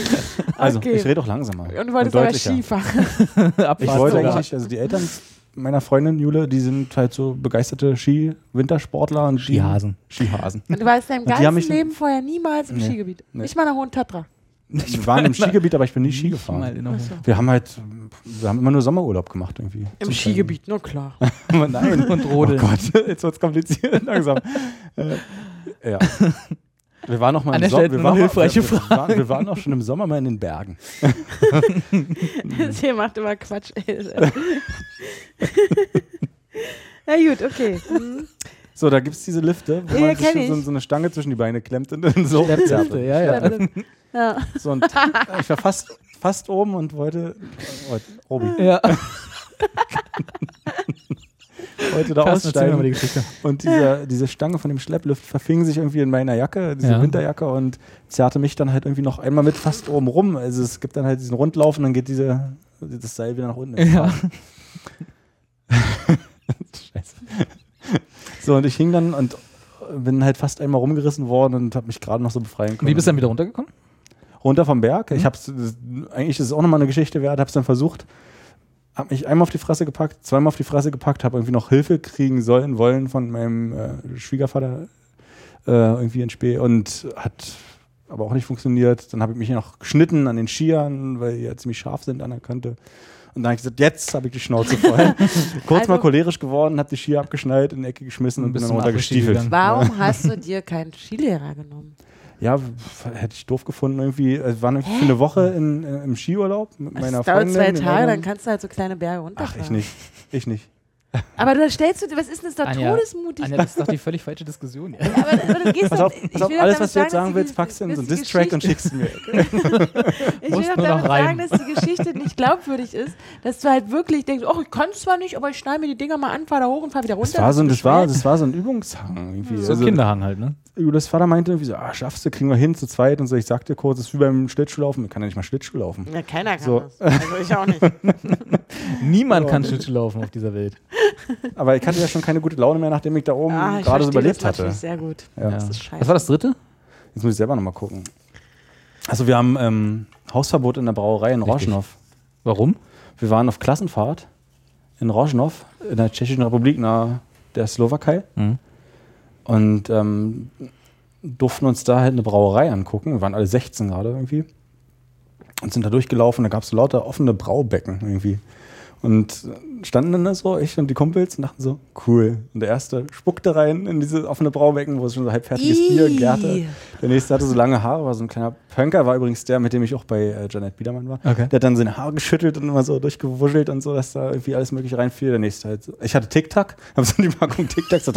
Augen. Also, Okay. ich rede auch langsamer. Und du wolltest aber Skifahren. Ich Abfahrt wollte sogar. eigentlich, also die Eltern meiner Freundin Jule, die sind halt so begeisterte Ski-Wintersportler und Ski Skihasen. Skihasen. Und du warst dein Und die haben ganzes mich- Leben vorher niemals im Nee. Skigebiet. Nee. Nicht mal nach Hohen Tatra. Wir waren im Skigebiet, aber ich bin nie Ski Mal gefahren. in der Hose. Wir haben halt, wir haben immer nur Sommerurlaub gemacht irgendwie. Im Skigebiet, ne? nur klar. Nein. Und Oh Rodeln. Gott, jetzt wird's kompliziert langsam. äh, ja. Wir waren noch mal Anja im Sommer. stellt Wir nur noch waren, hilfreiche wir, wir, waren, wir waren auch schon im Sommer mal in den Bergen. Sie macht immer Quatsch. Na gut, okay. Hm. So, da gibt es diese Lifte, wo Ja, man kenn sich so, ich. so eine Stange zwischen die Beine klemmt und dann so Schlepplifte, hochzerrt. ja, ja. Ja. So, und ich war fast, fast oben und wollte, wollte Robi, Ja, wollte da Carsten, erzähl mir mal die aussteigen. Geschichte. Und diese, diese Stange von dem Schlepplift verfing sich irgendwie in meiner Jacke, diese Ja. Winterjacke, und zerrte mich dann halt irgendwie noch einmal mit fast oben rum. Also es gibt dann halt diesen Rundlauf und dann geht diese, das Seil wieder nach unten. Ja. Scheiße. So, und ich hing dann und bin halt fast einmal rumgerissen worden und habe mich gerade noch so befreien können. Wie bist du dann wieder runtergekommen? runter vom Berg. Ich hab's, das, eigentlich ist es auch nochmal eine Geschichte wert, hab's dann versucht, hab mich einmal auf die Fresse gepackt, zweimal auf die Fresse gepackt, hab irgendwie noch Hilfe kriegen sollen, wollen von meinem äh, Schwiegervater äh, irgendwie ins Spiel und hat aber auch nicht funktioniert. Dann habe ich mich noch geschnitten an den Skiern, weil die ja ziemlich scharf sind an der Kante. Und dann habe ich gesagt, jetzt habe ich die Schnauze voll. Kurz Also- mal cholerisch geworden, habe die Skier abgeschnallt, in die Ecke geschmissen und Bist bin dann zum Afro-Ski runtergestiefelt. gegangen. Warum hast du dir keinen Skilehrer genommen? Ja, f- hätte ich doof gefunden. Irgendwie äh, waren für eine Woche in, äh, im Skiurlaub mit Das meiner dauert Freundin. zwei den Tage, dann Eltern. kannst du halt so kleine Berge runterfahren. Ach, ich nicht. Ich nicht. Aber du stellst du, dir- was ist denn das da Anja, todesmutig? Anja, das ist doch die völlig falsche Diskussion. Ja. Aber, aber du gehst Pass doch- auf, ich pass auf will doch alles, damit was du jetzt sagen dass die- willst, packst du in so einen dass die Diss-Track und Geschichte- schickst ihn mir. Ich will Musst doch nur damit noch sagen, reimen. dass die Geschichte nicht glaubwürdig ist, dass du halt wirklich denkst, oh, ich kann es zwar nicht, aber ich schneide mir die Dinger mal an, fahr da hoch und fahr wieder runter. Das war so, ein- das war, Bescheuert. das war so ein Übungshang. Irgendwie. Also, So ein Kinderhang halt, ne? Julius Vater meinte irgendwie so, ah, schaffst du, kriegen wir hin zu zweit. Und so, ich sagte kurz, es ist wie beim Schlittschuhlaufen. Ich kann ja nicht mal Schlittschuh laufen. Na, keiner kann So. das. Also ich auch nicht. Niemand kann Schlittschuh laufen auf dieser Welt. Aber ich hatte ja schon keine gute Laune mehr, nachdem ich da oben Ah, ich gerade so verstehe überlebt das natürlich hatte. Sehr gut. Ja. Das ist scheiße. Was war das dritte? Jetzt muss ich selber nochmal gucken. Also wir haben ähm, Hausverbot in der Brauerei in Rauschenhof. Warum? Wir waren auf Klassenfahrt in Rožnov in der Tschechischen Republik nahe der Slowakei Mhm. und ähm, durften uns da halt eine Brauerei angucken. Wir waren alle 16 gerade irgendwie und sind da durchgelaufen. Da gab es lauter offene Braubecken irgendwie. Und standen dann da so, ich und die Kumpels, und dachten so, cool. Und der erste spuckte rein in diese offene Braubecken, wo es schon so halbfertiges Bier Ih. gärte. Der nächste hatte so lange Haare, war so ein kleiner Punker, war übrigens der, mit dem ich auch bei äh, Janet Biedermann war. Okay. Der hat dann seine Haare geschüttelt und immer so durchgewuschelt und so, dass da irgendwie alles mögliche reinfiel. Der nächste halt so. Ich hatte Tic-Tac, hab so die Packung Tic-Tac so.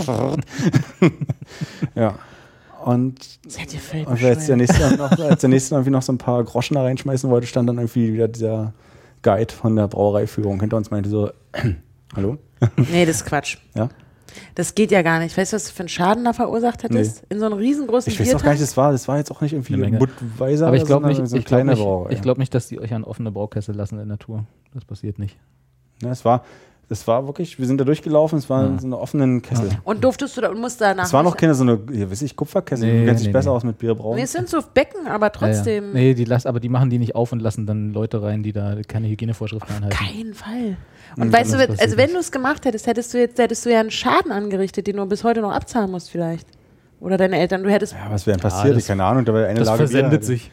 ja. Und, Seid ihr völlig und als, der bescheuert. nächste dann noch, als der nächste irgendwie noch so ein paar Groschen da reinschmeißen wollte, stand dann irgendwie wieder dieser Guide von der Brauereiführung hinter uns meinte so, hallo? Nee, das ist Quatsch. Ja. Das geht ja gar nicht. Weißt du, was du für einen Schaden da verursacht hättest? In so einem riesengroßen Ich weiß auch gar nicht, Biertank? das war, das war jetzt auch nicht irgendwie Eine Menge. Budweiser, Aber ich glaube sondern nicht, so ein ich glaub kleiner nicht, Brauer. ich glaub nicht, dass die euch an offene Braukessel lassen in der Tour. Das passiert nicht. ja. Ja, es war, Ne, das war wirklich, wir sind da durchgelaufen, es war Ja. so eine offenen Kessel. Und durftest du da und musst danach. Es war noch nicht- keine so eine, ja, weiß ich, Kupferkessel, Nee, die kennt sich nee, besser nee. aus mit Bierbrauen. Nee, es sind so Becken, aber trotzdem. Ja, ja. Nee, die lassen, aber die machen die nicht auf und lassen dann Leute rein, die da keine Hygienevorschriften einhalten. Keinen Fall. Und weißt du, das also passiert wenn du es gemacht hättest, hättest du jetzt hättest du ja einen Schaden angerichtet, den du bis heute noch abzahlen musst vielleicht. Oder deine Eltern, du hättest ja, was wäre denn passiert? das- ich keine Ahnung, da war eine Das Lage Bier versendet halt. sich.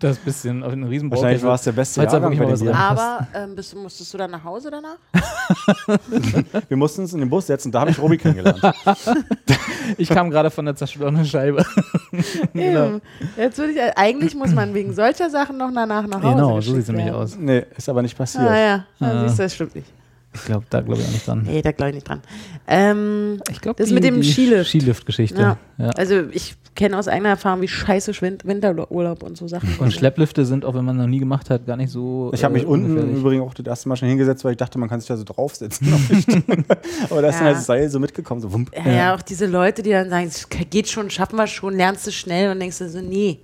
Das bisschen auf einen riesen Wahrscheinlich war es der beste Falls da Jahrgang wirklich mal bei was dir. reinpasst. aber ähm, bist, musstest du dann nach Hause danach? Wir mussten uns in den Bus setzen, da habe ich Robi kennengelernt. Ich kam gerade von der zerschlagenen Scheibe. Eben. Jetzt würde ich äh, eigentlich muss man wegen solcher Sachen noch danach nach Hause. Genau, so geschickt sieht es nämlich werden. aus. nee, ist aber nicht passiert. Ah ja, ah, Ah. siehst du, das stimmt nicht. Ich glaube, da glaube ich auch nicht dran. Nee, da glaube ich nicht dran. Ähm, Ich glaube, Das mit dem Skilift. Skilift-Geschichte. ja. Ja. Also ich kenne aus eigener Erfahrung, wie scheiße Schwind Winterurlaub und so Sachen Und Schlepplifte sind, auch wenn man noch nie gemacht hat, gar nicht so. Ich habe mich äh, unten im ungefährlich. Übrigen auch das erste Mal schon hingesetzt, weil ich dachte, man kann sich da so draufsetzen. auf die Stange. Aber da ist dann Ja. halt das Seil so mitgekommen, so wump. Ja, ja, auch diese Leute, die dann sagen, es geht schon, schaffen wir schon, lernst du schnell und denkst du so, nee,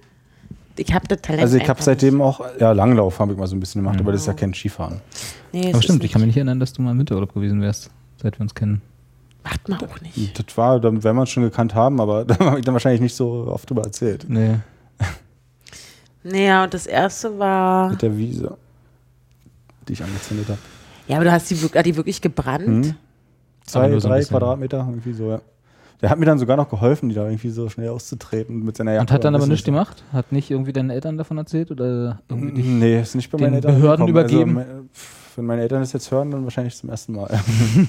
ich habe das Talent. Also ich habe einfach seitdem auch, ja, Langlauf habe ich mal so ein bisschen gemacht, aber das ist ja kein Skifahren. nicht. Nee, es Aber stimmt, ist ich kann mich nicht erinnern, dass du mal im Winterurlaub gewesen wärst, seit wir uns kennen. nicht- Macht man auch nicht. Das war, dann werden wir es schon gekannt haben, aber da habe ich dann wahrscheinlich nicht so oft drüber erzählt. Nee. Naja, und das erste war. Mit der Wiese, die ich angezündet habe. Ja, aber du hast die, wirk- hat die wirklich gebrannt. Hm? Zwei, Aber nur so ein drei bisschen. Quadratmeter, irgendwie so, ja. Der hat mir dann sogar noch geholfen, die da irgendwie so schnell auszutreten mit seiner Jacke. Und hat dann ein aber bisschen nichts so. gemacht? Hat nicht irgendwie deinen Eltern davon erzählt? Oder irgendwie dich? Nee, ist nicht bei den meinen Eltern. Behörden angekommen. übergeben? Also, me- pff, wenn meine Eltern das jetzt hören, dann wahrscheinlich zum ersten Mal.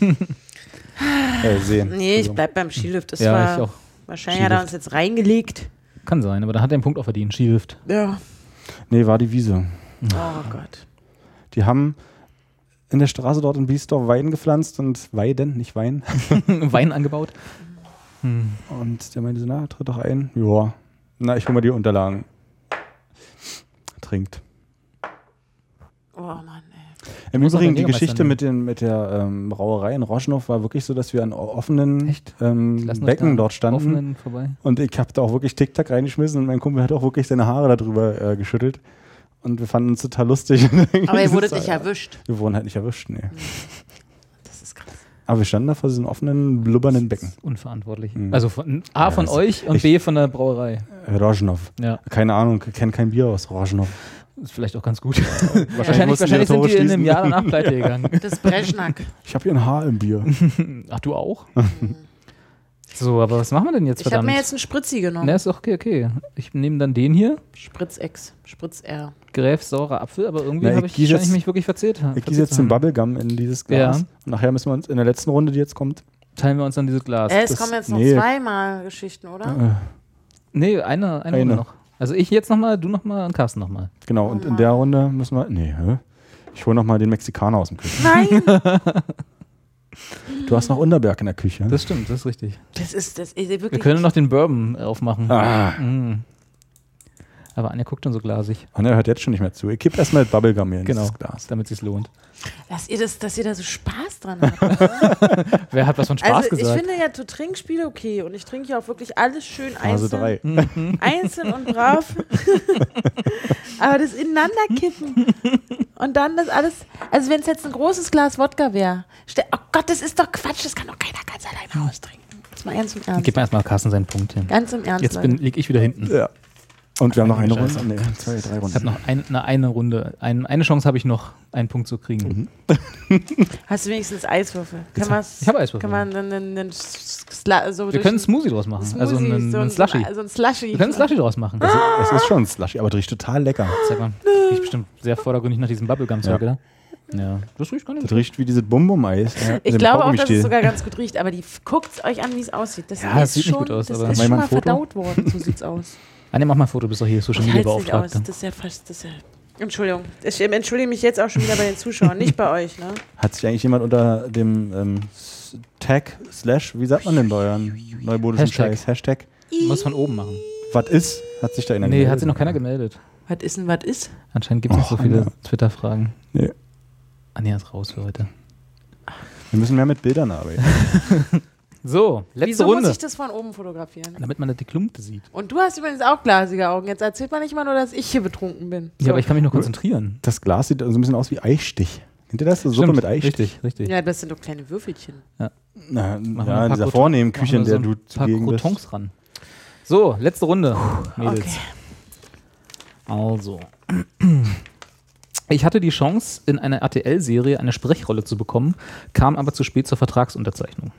äh, sehen. Nee, ich Entschuldigung. bleib beim Skilift. Das Also- Ja, war ich auch. wahrscheinlich hat er uns jetzt reingelegt. Kann sein, aber da hat er einen Punkt auch verdient. Skilift. Ja. Nee, war die Wiese. Oh Gott. Die haben in der Straße dort in Biesdorf Weiden gepflanzt und Weiden, nicht Wein. Wein angebaut. Und der meinte so, na, tritt doch ein. Joa. Na, ich hol mal die Unterlagen. Trinkt. Oh Mann, ey. Im Muss auch Übrigen, der ne? die Jägermeister Geschichte nehmen. mit, den, mit der ähm, Brauerei in Roschenhof war wirklich so, dass wir an offenen Echt? ähm, Lassen euch Becken da dort standen. Offenen vorbei. Und ich habe da auch wirklich TikTok reingeschmissen und mein Kumpel hat auch wirklich seine Haare darüber äh, geschüttelt. Und wir fanden es total lustig. Aber ihr wurdet nicht erwischt. Mhm. Wir wurden halt nicht erwischt, nee. Das ist krass. Aber wir standen da vor diesem offenen, blubbernden Becken. Unverantwortlich. Mhm. Also von, A Ja, von das- euch und ich- B von der Brauerei. Roschnow. Ja, Äh, Keine Ahnung, kenne kein Bier aus Roschnow. ist vielleicht auch ganz gut. wahrscheinlich mussten die wahrscheinlich das sind Tore die in einem schließen. Jahr danach pleite gegangen. Das Breschnack. Ich habe hier ein Haar im Bier. Ach, du auch? so, aber was machen wir denn jetzt, Ich habe verdammt? Ne? mir jetzt einen Spritzi genommen. Na, ist doch okay, okay. Ich nehme dann den hier. Spritz-Ex, Spritz-R. Gräf saurer Apfel, aber irgendwie Na, ich habe ich gieß wahrscheinlich jetzt- mich wirklich verzählt. Ich verzählt gieße jetzt zu den haben. Bubblegum in dieses Glas. Ja. Und nachher müssen wir uns in der letzten Runde, die jetzt kommt, Teilen wir uns dann dieses Glas. Äh, es das- kommen jetzt noch nee. zweimal Geschichten, oder? äh, Nee, eine, eine, Eine. Runde noch. Also ich jetzt nochmal, du nochmal und Carsten nochmal. genau, und in der Runde müssen wir, nee, hä? Ich hole nochmal den Mexikaner aus dem Küchen. Nein! Du hast noch Unterberg in der Küche. Das stimmt, das ist richtig. Das ist, das ist wirklich. Wir können noch den Bourbon äh, aufmachen. ah, Mm. Aber Anja guckt schon so glasig, und er hört jetzt schon nicht mehr zu. Ich kipp erstmal das Bubblegum hier in Genau. dieses Glas. damit es lohnt. dass, ihr das, dass ihr da so Spaß dran habt. Wer hat was von Spaß also, ich gesagt? finde ja, du trinkst Spiele okay und ich trinke ja auch wirklich alles schön Phase einzeln, 3. Mhm. einzeln und brav. Aber das ineinanderkippen und dann das alles. Also, wenn es jetzt ein großes Glas Wodka wäre, stell- oh Gott, das ist doch Quatsch, das kann doch keiner ganz alleine austrinken. Jetzt mal ganz im Ernst. Gib mir erstmal Carsten seinen Punkt hier. Ganz im Ernst. Jetzt Leute. bin, lieg ich wieder hinten. Ja. Und wir haben noch eine Scheiße. Runde. Nee, zwei, drei Ich habe Runden. noch ein, eine, eine Runde. Ein, eine Chance habe ich noch, einen Punkt zu kriegen. Hast du wenigstens Eiswürfel? Kann man's- Ich habe Eiswürfel. Kann man einen, einen, einen Sla so Wir durch können einen einen Smoothie draus machen. Smoothie, also einen, so einen ein- Slushy. So ein Slushy. Wir können einen Slushy draus Ah, machen. Es ist schon ein Slushy, aber das riecht total lecker. Zeig mal. Riecht bestimmt sehr vordergründig nach diesem Bubblegum-Zeug, Ja. oder? Ja. Das riecht gar nicht Das riecht wie dieses Bum-Bum-Eis. Ich glaube auch, dass es sogar ganz gut riecht, aber die guckt euch an, wie es aussieht. Das Ja, ist es sieht nicht schon, gut aus, das aber- ist Mach ich schon mal ein mal Foto? verdaut worden. So sieht's aus. Anne, mach mal ein Foto, du bist doch hier Social Ich Media halte es nicht aus. Beauftragte. Das ist ja fast. Das ist ja Entschuldigung. Ich entschuldige mich jetzt auch schon wieder bei den Zuschauern, nicht bei euch. Ne? Hat sich eigentlich jemand unter dem ähm, S- Tag, Slash, wie sagt man denn bei euren neubodischen Hashtag. Scheiß? Hashtag. Muss von oben machen. Was ist? Hat sich da einer Nee, gemeldet? hat sich noch keiner gemeldet. Was ist denn, was ist? Anscheinend gibt es nicht Och, so viele Anja. Twitter-Fragen. Nee. Anja ist raus für heute. Wir müssen mehr mit Bildern arbeiten. So, letzte Wieso Runde. muss ich das von oben fotografieren? Damit man das die Klumpe sieht. Und du hast übrigens auch glasige Augen. Jetzt erzählt man nicht mal nur, dass ich hier betrunken bin. Ja, aber ich kann mich noch konzentrieren. Das Glas sieht so ein bisschen aus wie Eistich. Kennt ihr das? So Suppe Stimmt, mit Eistich. Richtig, richtig. Ja, das sind doch kleine Würfelchen. Na, Machen wir ja, ein in paar dieser Croutons- vornehmen Küche, in machen wir so der du ein paar zugegen bist. Croutons ran. So, letzte Runde, Mädels. okay. Also. Ich hatte die Chance, in einer RTL-Serie eine Sprechrolle zu bekommen, kam aber zu spät zur Vertragsunterzeichnung.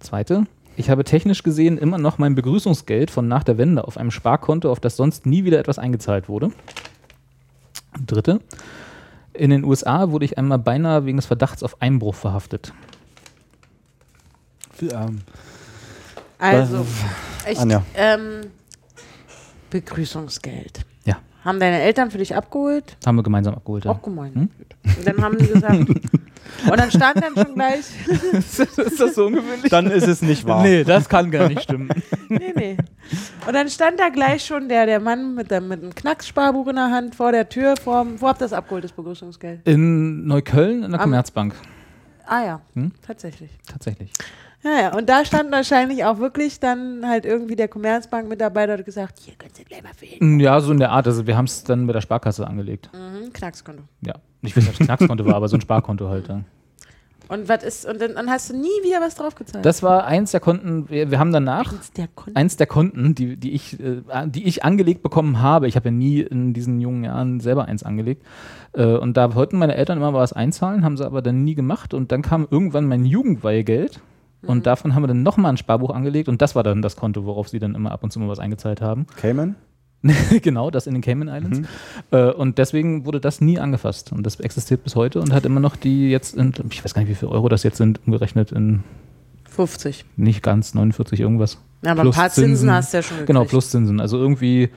Zweite. Ich habe technisch gesehen immer noch mein Begrüßungsgeld von nach der Wende auf einem Sparkonto, auf das sonst nie wieder etwas eingezahlt wurde. Dritte. In den USA wurde ich einmal beinahe wegen des Verdachts auf Einbruch verhaftet. Viel ähm, Abend. Also, ich, Anja. ähm, Begrüßungsgeld. Ja. Haben deine Eltern für dich abgeholt? Haben wir gemeinsam abgeholt. Oh. Ja. Auch gemein. Hm? Und dann haben sie gesagt. und dann stand dann schon gleich. Ist das so ungewöhnlich? Dann ist es nicht wahr. Nee, das kann gar nicht stimmen. Nee, nee. Und dann stand da gleich schon der, der Mann mit, der, mit einem Knackssparbuch in der Hand vor der Tür. Vor, wo habt ihr das abgeholt, das Begrüßungsgeld? In Neukölln in der Am- Commerzbank, Ah ja, Hm? tatsächlich. tatsächlich. Ja, ja, und da stand wahrscheinlich auch wirklich dann halt irgendwie der Commerzbank-Mitarbeiter und hat gesagt, hier können Sie gleich mal wählen. Ja, so in der Art. Also wir haben es dann bei der Sparkasse angelegt. Mhm, Knackskonto. Ja. Ich weiß nicht, ob es ein Knackskonto war, aber so ein Sparkonto halt. Ja. Und was ist, und dann, dann hast du nie wieder was draufgezahlt. Das war eins der Konten, wir, wir haben danach ist der Konto. eins der Konten, die, die, ich, äh, die ich angelegt bekommen habe. Ich habe ja nie in diesen jungen Jahren selber eins angelegt. Äh, und da wollten meine Eltern immer was einzahlen, haben sie aber dann nie gemacht. Und dann kam irgendwann mein Jugendweihgeld. Und davon haben wir dann nochmal ein Sparbuch angelegt. Und das war dann das Konto, worauf sie dann immer ab und zu mal was eingezahlt haben. Cayman? genau, das in den Cayman Islands. Äh, und deswegen wurde das nie angefasst. Und das existiert bis heute und hat immer noch die jetzt, in, ich weiß gar nicht, wie viel Euro das jetzt sind, umgerechnet in 50. nicht ganz 49 irgendwas. Ja, aber Plus ein paar Zinsen, Zinsen. hast du ja schon gekriegt. Hm. Genau, plus Zinsen. Also irgendwie,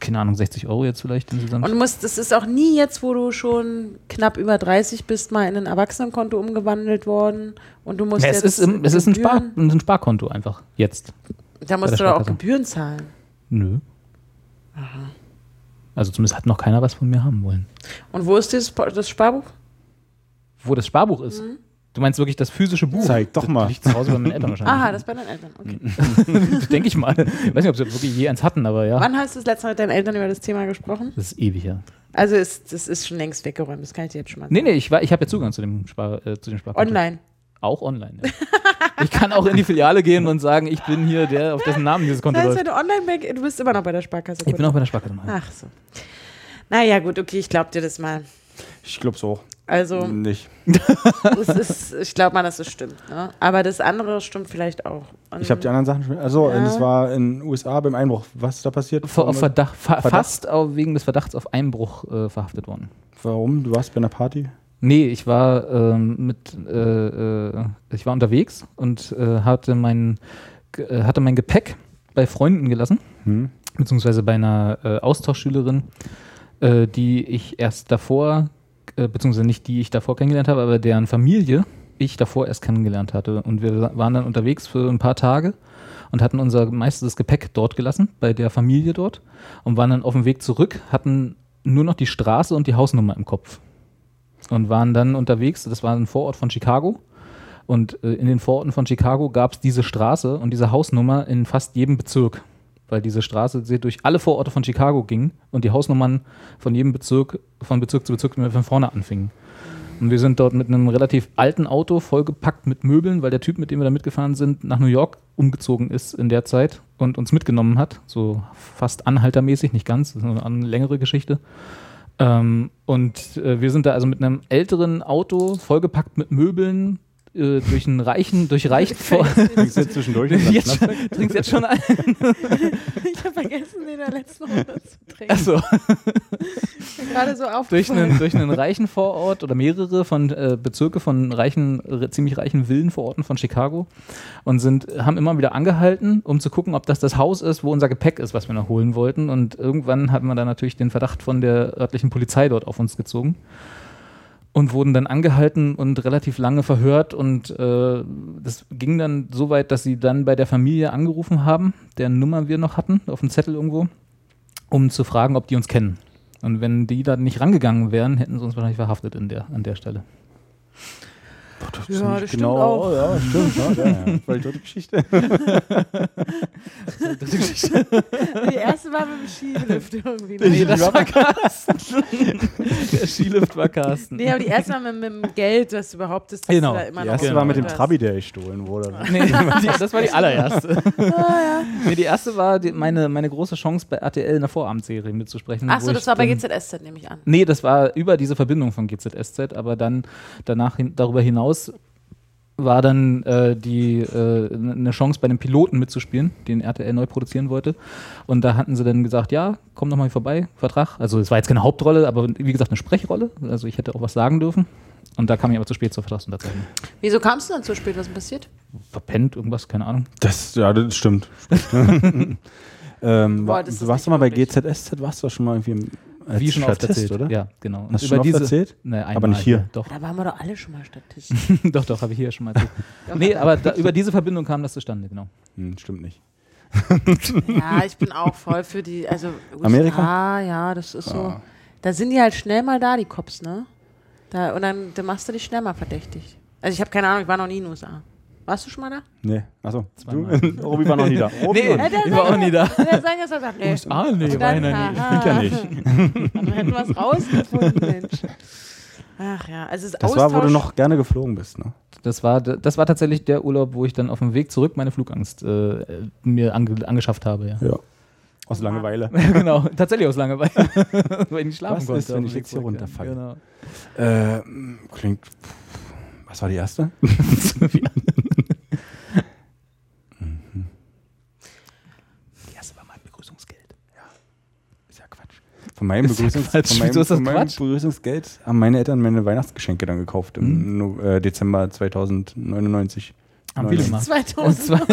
keine Ahnung, 60 Euro jetzt vielleicht insgesamt. Und du musst, es ist auch nie jetzt, wo du schon knapp über 30 bist, mal in ein Erwachsenenkonto umgewandelt worden. Und du musst Ja, es ist, jetzt im, es ist ein, Spar, Gebühren- ein Sparkonto einfach. Jetzt. Da musst bei der du doch auch Sparkasse. Gebühren zahlen. Nö. Also zumindest hat noch keiner was von mir haben wollen. Und wo ist dieses, Pa- das Sparbuch? Wo das Sparbuch ist. Hm. Du meinst wirklich das physische Buch? Zeig doch Das mal. Liegt zu Hause bei meinen Eltern wahrscheinlich. Aha, das ist bei deinen Eltern. Okay. Mhm. Denke ich mal. Ich weiß nicht, ob sie wirklich je eins hatten, aber ja. Wann hast du das letzte Mal mit deinen Eltern über das Thema gesprochen? Das ist ewig her. Also ist, das ist schon längst weggeräumt, das kann ich dir jetzt schon mal sagen. Nee, nee, ich, war- ich habe ja Zugang zu dem, Spar, äh, zu dem Sparkonto. Online. Auch online. Ja. ich kann auch in die Filiale gehen und sagen, ich bin hier der, auf dessen Namen dieses Konto Das Ah. heißt, läuft. wenn du online bank du bist immer noch bei der Sparkasse. Ich bin auch bei der Sparkasse. mal. Ach so. Naja, gut, okay, ich glaub dir das mal. Ich glaub's auch. Also, Mhm. Nicht. es ist, ich glaube mal, dass es stimmt. Ne? Aber das andere stimmt vielleicht auch. Und Ich habe die anderen Sachen schon. Also, Ja. es war in den USA beim Einbruch. Was ist da passiert? Vor, auf Verdacht, fa Verdacht? Fast auf, wegen des Verdachts auf Einbruch äh, verhaftet worden. Warum? Du warst bei einer Party? Nee, ich war ähm, mit, äh, äh, ich war unterwegs und äh, hatte mein ge- äh, hatte mein Gepäck bei Freunden gelassen, Hm. beziehungsweise bei einer äh, Austauschschülerin, äh, die ich erst davor, äh, beziehungsweise nicht die ich davor kennengelernt habe, aber deren Familie ich davor erst kennengelernt hatte. Und wir waren dann unterwegs für ein paar Tage und hatten unser meistes Gepäck dort gelassen, bei der Familie dort, und waren dann auf dem Weg zurück, hatten nur noch die Straße und die Hausnummer im Kopf. Und waren dann unterwegs, das war ein Vorort von Chicago. Und äh, in den Vororten von Chicago gab es diese Straße und diese Hausnummer in fast jedem Bezirk. Weil diese Straße sehr durch alle Vororte von Chicago ging und die Hausnummern von jedem Bezirk, von Bezirk zu Bezirk von vorne anfingen. Und wir sind dort mit einem relativ alten Auto vollgepackt mit Möbeln, weil der Typ, mit dem wir da mitgefahren sind, nach New York umgezogen ist in der Zeit und uns mitgenommen hat. So fast anhaltermäßig, nicht ganz, das ist eine an- längere Geschichte. Ähm, und äh, wir sind da also mit einem älteren Auto vollgepackt mit Möbeln äh, durch einen reichen, durch reichen vor. Kriegst du jetzt zwischendurch? einen Jetzt Schnaps? schon, trinkst jetzt schon ein. ich habe vergessen, den der letzten Runde zu trinken. Achso. Gerade so auf. durch einen, durch einen reichen Vorort oder mehrere von äh, Bezirke von reichen, re- ziemlich reichen Villenvororten von Chicago und sind, haben immer wieder angehalten, um zu gucken, ob das das Haus ist, wo unser Gepäck ist, was wir noch holen wollten. Und irgendwann hatten wir dann natürlich den Verdacht von der örtlichen Polizei dort auf uns gezogen und wurden dann angehalten und relativ lange verhört und äh, das ging dann so weit, dass sie dann bei der Familie angerufen haben, deren Nummer wir noch hatten, auf dem Zettel irgendwo, um zu fragen, ob die uns kennen. Und wenn die dann nicht rangegangen wären, hätten sie uns wahrscheinlich verhaftet in der, an der Stelle. das Ja, das stimmt genau. auch. Ja, stimmt. Ja, ja, ja. Weil dritte Geschichte. Die erste war mit dem Skilift irgendwie. Nee, Ne? das war Carsten. Der Skilift war Carsten. Nee, aber die erste war mit, mit dem Geld, das überhaupt ist, dass Genau. du da immer Die noch erste Genau. war mit dem hast. Trabi, der gestohlen wurde. Nee, die, das war die allererste. nee, die erste war die, meine, meine große Chance, bei RTL in der Vorabendserie mitzusprechen. Ach so, wo das ich war bei dann- GZSZ, nehme ich an. Nee, das war über diese Verbindung von GZSZ, aber dann danach hin, darüber hinaus war dann äh, die äh, eine Chance bei dem Piloten mitzuspielen, den RTL neu produzieren wollte. Und da hatten sie dann gesagt, ja, komm doch mal vorbei, Vertrag. Also es war jetzt keine Hauptrolle, aber wie gesagt eine Sprechrolle. Also ich hätte auch was sagen dürfen. Und da kam ich aber zu spät zur Vertragsunterzeichnung. Wieso kamst du dann zu spät? Was ist passiert? Verpennt, irgendwas, keine Ahnung. Das, ja, das stimmt. ähm, Boah, war, das du ist warst nicht du mal bei möglich. GZSZ, warst du doch schon mal irgendwie im als Wie schon oft Statist, erzählt, oder? Ja, genau. Und Hast du schon oft erzählt? Nee, einmal, nicht hier. ja, Doch, Da waren wir doch alle schon mal Statisten. doch, doch, habe ich hier schon mal erzählt. nee, aber da, über diese Verbindung kam das zustande, genau. Hm, stimmt nicht. ja, ich bin auch voll für die, also USA, Amerika? ja, das ist so. Ah. Da sind die halt schnell mal da, die Cops, ne? Da, und dann, dann machst du dich schnell mal verdächtig. Also ich habe keine Ahnung, ich war noch nie in den USA. Warst du schon mal da? Nee, achso. Zweimal. Robi war noch nie da. Robi Äh, war nicht. der ich war auch nie da. Der sagen jetzt gesagt, nee, Ah, nee, Und dann- Ich ja nicht. dann hätten wir es rausgefunden, Mensch. Ach ja, also es ist Das Austausch. war, wo du noch gerne geflogen bist, ne? Das war, das war tatsächlich der Urlaub, wo ich dann auf dem Weg zurück meine Flugangst äh, mir ange angeschafft habe, ja. Ja. Aus Langeweile. genau, tatsächlich aus Langeweile. weil ich nicht schlafen Was ist, konnte. auf wenn dem ich Weg jetzt hier zurück, ja. runterfalle? Genau. Ähm, klingt. Was war die erste? Die erste war mein Begrüßungsgeld. Ist ja Quatsch. Von meinem, Ist ja Begrüßungs Quatsch. Von meinem, Wieso ist das von meinem Quatsch? Begrüßungsgeld haben meine Eltern meine Weihnachtsgeschenke dann gekauft im No- äh, Dezember 2099. Mhm. Haben viele Neun- gemacht. 2000.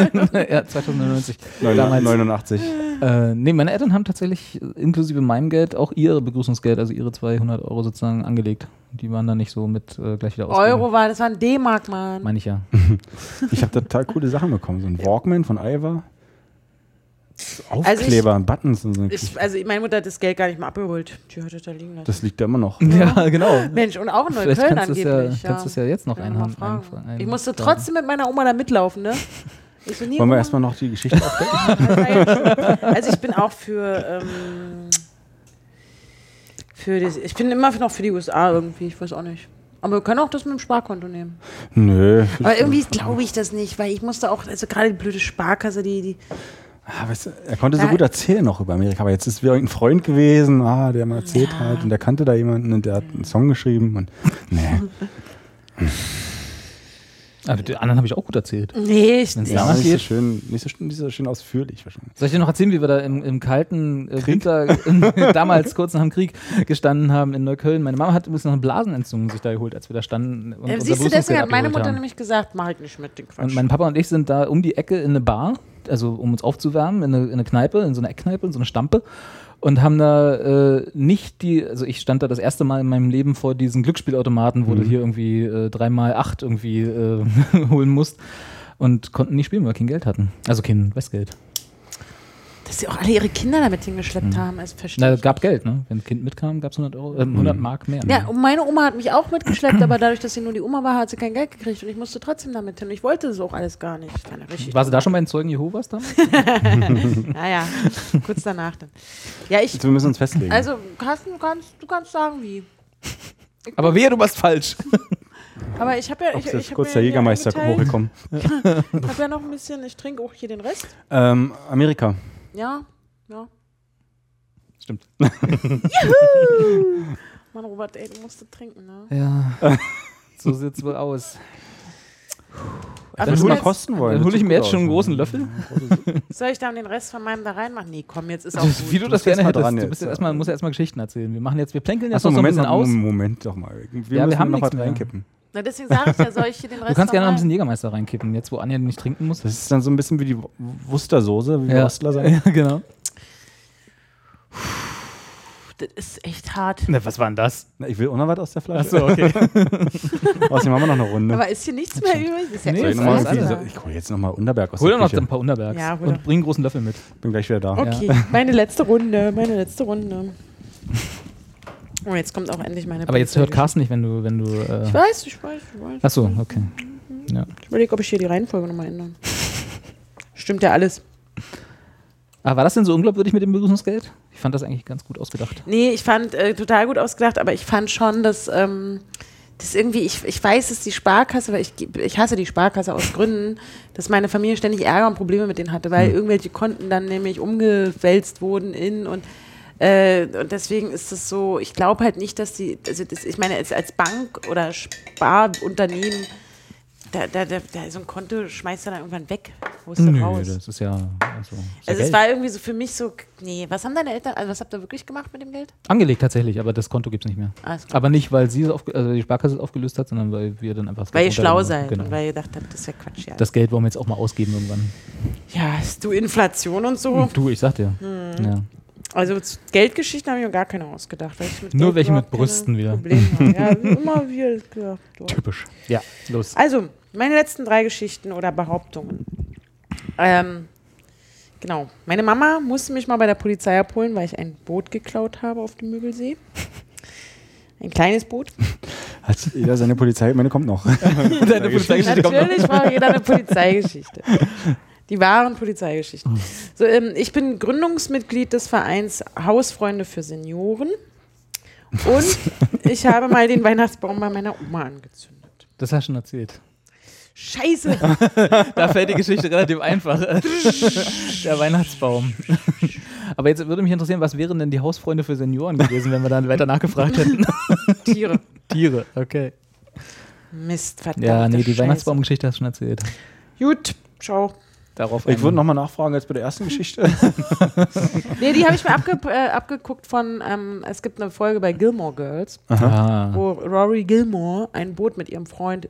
ja, 2099. neun- Damals. 89. Äh, nee, meine Eltern haben tatsächlich äh, inklusive meinem Geld auch ihre Begrüßungsgeld, also ihre 200 Euro sozusagen angelegt. Die waren da nicht so mit äh, gleich wieder ausgegeben. Euro war, das war ein D-Mark, Mann. Meine ich ja. Ich habe total coole Sachen bekommen. So ein Walkman von Ivar. So Aufkleber, Also ich- Buttons und so. eine Ich, Geschichte. also meine Mutter hat das Geld gar nicht mal abgeholt. Die hat das da liegen lassen. Das liegt da immer noch. Ja, genau. Mensch, und auch in Vielleicht Neukölln kannst du es ja- angeblich. kannst du es ja jetzt noch Kann ich mal einhaben, fragen. einfragen, ein- Ich musste fragen. trotzdem mit meiner Oma da mitlaufen, ne? Ich so, nee, Wollen wir Oma, erstmal noch die Geschichte aufdecken? Also ich bin auch für. Ähm, für das, ich bin immer noch für die USA irgendwie, ich weiß auch nicht. Aber wir können auch das mit dem Sparkonto nehmen. Nö. Aber irgendwie glaube ich das nicht, weil ich musste auch, also gerade die blöde Sparkasse, die, die Ah, weißt du, er konnte so Da- gut erzählen noch über Amerika, aber jetzt ist wieder irgendein Freund gewesen, ah, der mal erzählt Ja. hat und der kannte da jemanden und der hat einen Song geschrieben und nee. Aber die Ah, anderen habe ich auch gut erzählt. Nee, ich nicht. Ja, Ja, nicht so geht. schön, nicht so, sch- nicht so schön ausführlich wahrscheinlich. Soll ich dir noch erzählen, wie wir da im, im kalten äh, Winter, damals kurz nach dem Krieg, gestanden haben in Neukölln? Meine Mama hat übrigens noch eine Blasenentzündung sich da geholt, als wir da standen. Und unser Äh, siehst du, deswegen Begrüßungsgeld hat meine abgeholt Mutter haben. nämlich gesagt, mach ich nicht mit den Quatsch. Und mein Papa und ich sind da um die Ecke in eine Bar, also um uns aufzuwärmen, in eine, in eine Kneipe, in so eine Eckkneipe, in so eine Stampe. Und haben da äh, nicht die, also ich stand da das erste Mal in meinem Leben vor diesen Glücksspielautomaten, wo du hier irgendwie äh, dreimal acht irgendwie äh, holen musst und konnten nicht spielen, weil wir kein Geld hatten. Also kein Westgeld. Dass sie auch alle ihre Kinder damit hingeschleppt haben, also verstehe Mhm. Na, ich. gab Geld, ne? Wenn ein Kind mitkam, gab es 100, Euro, äh, 100 Mark mehr. Ja, und meine Oma hat mich auch mitgeschleppt, aber dadurch, dass sie nur die Oma war, hat sie kein Geld gekriegt und ich musste trotzdem damit hin. Ich wollte das auch alles gar nicht. Ich fand das richtig. Warst du da schon bei den Zeugen Jehovas damals? Ja, ja, kurz danach dann. Ja, ich, Also wir müssen uns Hm. festlegen. also Carsten, du kannst, du kannst sagen, wie. Aber wehe, du warst falsch. Aber ich habe ja, ich, Ups, ich jetzt hab kurz ja der hier Jägermeister eingeteilt. hochgekommen. Ich habe ja noch ein bisschen, ich trinke auch hier den Rest. Ähm, Amerika. Ja, ja. Stimmt. Mann, Robert, ey, du musst das trinken, ne? Ja. So sieht's wohl aus. Aber Wenn du wir mal jetzt- kosten wollen. Dann das hole ich sieht mir gut jetzt schon einen aus. großen Löffel. Soll ich dann den Rest von meinem da reinmachen? Nee, komm, jetzt ist auch Das, gut. wie du das bist jetzt gerne mal hättest. dran du jetzt, bist jetzt ja. erstmal, musst ja erstmal Geschichten erzählen. Wir machen jetzt, wir plänkeln jetzt Achso, noch so ein Moment, bisschen noch, aus. Moment doch mal. Wir Ja, wir müssen haben noch was nichts mehr. reinkippen. Na, deswegen sage ich ja, soll ich hier den Rest Du kannst gerne noch ein bisschen rein- Jägermeister reinkippen, jetzt wo Anja nicht trinken muss. Das ist dann so ein bisschen wie die Wustersoße, wie wir Ja. Ostler sagen. ja, genau. Puh, Das ist echt hart. Na, was war denn das? Na, Ich will auch noch was aus der Flasche. Achso, okay. Außerdem haben wir noch eine Runde. Aber ist hier nichts mehr übrig? Das Ist ja Nee, Soll echt ich, noch mal alles irgendwie alles so, ich hole jetzt nochmal Unterberg aus Hol der doch noch Küche. ein paar Unterbergs Ja, hol und doch. bring einen großen Löffel mit. Bin gleich wieder da. Okay, meine letzte Runde, meine letzte Runde. Oh, jetzt kommt auch endlich meine Aber jetzt hört Pizza. Carsten nicht, wenn du, wenn du. Ich Äh, weiß, ich weiß, ich weiß. achso, okay. Ich überlege, ob ich hier die Reihenfolge nochmal ändern. Stimmt ja alles. Ah, war das denn so unglaubwürdig mit dem Begrüßungsgeld? Ich fand das eigentlich ganz gut ausgedacht. Nee, ich fand äh, total gut ausgedacht, aber ich fand schon, dass ähm, das irgendwie, ich, ich weiß, dass die Sparkasse, weil ich, ge- ich hasse die Sparkasse aus Gründen, dass meine Familie ständig Ärger und Probleme mit denen hatte, weil Hm. irgendwelche Konten dann nämlich umgewälzt wurden in und äh, und deswegen ist es so, ich glaube halt nicht, dass die, also das, ich meine, als, als Bank oder Sparunternehmen, da, da, da, da so ein Konto schmeißt du dann irgendwann weg, wo ist dann raus. das ist ja. Also, ist ja Also es Geld. war irgendwie so für mich so, nee, was haben deine Eltern, also was habt ihr wirklich gemacht mit dem Geld? Angelegt tatsächlich, aber das Konto gibt es nicht mehr. Alles klar. Aber nicht, weil sie es aufge also die Sparkasse es aufgelöst hat, sondern weil wir dann einfach. das Weil ihr Geld schlau runtergenommen haben. seid Genau. und weil ihr gedacht habt, das ist ja Quatsch. Ja, das Geld wollen wir jetzt auch mal ausgeben irgendwann. ja ist du Inflation und so. Du, ich sag dir. Ja. Also zu Geldgeschichten habe ich mir gar keine ausgedacht. Weil ich mit Nur Geld welche mit überhaupt keine Brüsten wieder. Probleme habe. Ja, immer wieder. Ja, doch. Typisch. Ja, los. Also, meine letzten drei Geschichten oder Behauptungen. Ähm, genau. Meine Mama musste mich mal bei der Polizei abholen, weil ich ein Boot geklaut habe auf dem Mögelsee. Ein kleines Boot. Hat jeder seine Polizei, meine kommt noch. Deine Polizeigeschichte kommt noch. Natürlich war jeder eine Polizeigeschichte. Die wahren Polizeigeschichten. So, ähm, ich bin Gründungsmitglied des Vereins Hausfreunde für Senioren. Und ich habe mal den Weihnachtsbaum bei meiner Oma angezündet. Das hast du schon erzählt. Scheiße! Da fällt die Geschichte relativ einfach. Der Weihnachtsbaum. Aber jetzt würde mich interessieren, was wären denn die Hausfreunde für Senioren gewesen, wenn wir dann weiter nachgefragt hätten? Tiere. Tiere, okay. Mist, verdammt. Ja, nee, die Weihnachtsbaumgeschichte hast du schon erzählt. Gut, ciao. Darauf Ich würde ein- nochmal nachfragen als bei der ersten Geschichte. Nee, die habe ich mir abge äh, abgeguckt von, ähm, es gibt eine Folge bei Gilmore Girls, Ah. wo Rory Gilmore ein Boot mit ihrem Freund,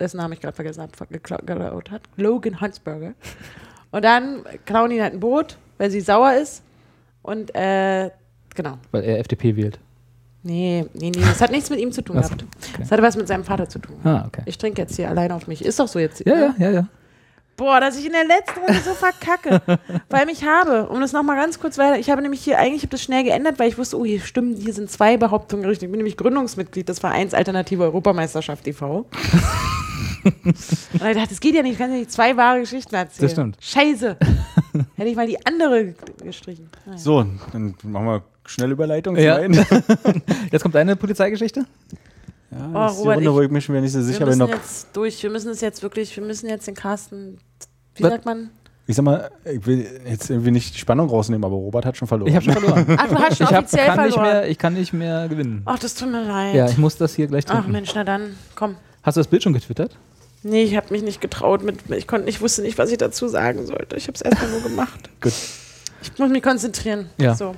dessen Namen ich gerade vergessen habe, gekla- geklaut hat, Logan Huntsberger. Und dann klauen die halt ein Boot, weil sie sauer ist. Und äh, genau. Weil er FDP wählt. Nee, nee, nee, das hat nichts mit ihm zu tun Ach so, gehabt. okay. Das hatte was mit seinem Vater zu tun. Ah, okay. Ich trinke jetzt hier alleine auf mich. Ist doch so jetzt. Ja, ne? ja, ja, ja. Boah, dass ich in der letzten Runde so verkacke, weil ich habe, um das nochmal ganz kurz weiter, ich habe nämlich hier, eigentlich habe das schnell geändert, weil ich wusste, oh, hier stimmen, hier sind zwei Behauptungen richtig. Ich bin nämlich Gründungsmitglied des Vereins Alternative Europameisterschaft e.V. Und ich dachte, das geht ja nicht, ich kann ja nicht zwei wahre Geschichten erzählen. Das stimmt. Scheiße. Hätte ich mal die andere gestrichen. Naja. So, dann machen wir schnell Überleitung. Ja. zum einen. Jetzt kommt deine Polizeigeschichte? Ja, Oh, das ist die Robert, Runde, ich- wo ich mich mir nicht so Wir sicher bin, müssen ob. jetzt durch, wir müssen es jetzt wirklich, wir müssen jetzt den Carsten, wie Was? sagt man? Ich sag mal, ich will jetzt irgendwie nicht die Spannung rausnehmen, aber Robert hat schon verloren. Ich habe schon verloren. Ach, du hast schon Ich, hab, offiziell kann, nicht verloren. mehr, ich kann nicht mehr gewinnen. Ach, das tut mir leid. Ja, ich muss das hier gleich Ach trinken. Mensch, na dann, komm. Hast du das Bild schon getwittert? Nee, ich habe mich nicht getraut. Mit, ich konnte, ich wusste nicht, was ich dazu sagen sollte. Ich habe es erstmal nur gemacht. Gut. Ich muss mich konzentrieren. Ja. So.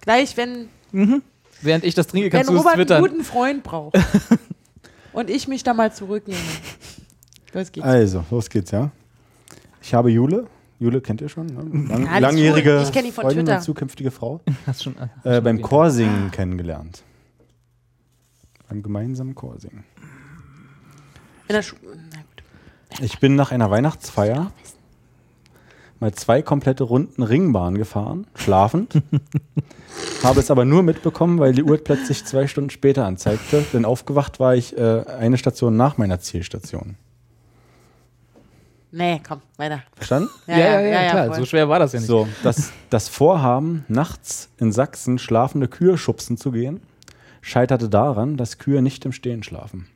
Gleich, wenn, Während ich das trinke, wenn kannst du es Robert einen twittern. guten Freund braucht und ich mich da mal zurücknehme. Los Äh. geht's. Also, los geht's, ja. Ich habe Jule. Jule kennt ihr schon. Ne? Lang, Ja, die langjährige Jule, ich kenn die von Freundin Twitter. und zukünftige Frau. Hast schon, hast Äh, schon beim erwähnt. Chorsingen kennengelernt. Beim gemeinsamen Chorsingen. In der Schu na gut. Ich bin nach einer Weihnachtsfeier mal zwei komplette Runden Ringbahn gefahren, schlafend. habe es aber nur mitbekommen, weil die Uhr plötzlich zwei Stunden später anzeigte, denn aufgewacht war ich äh, eine Station nach meiner Zielstation. Nee, komm, weiter. Verstanden? Ja, ja, ja, klar. also voll. so schwer war das ja nicht. So, das, das Vorhaben, nachts in Sachsen schlafende Kühe schubsen zu gehen, scheiterte daran, dass Kühe nicht im Stehen schlafen.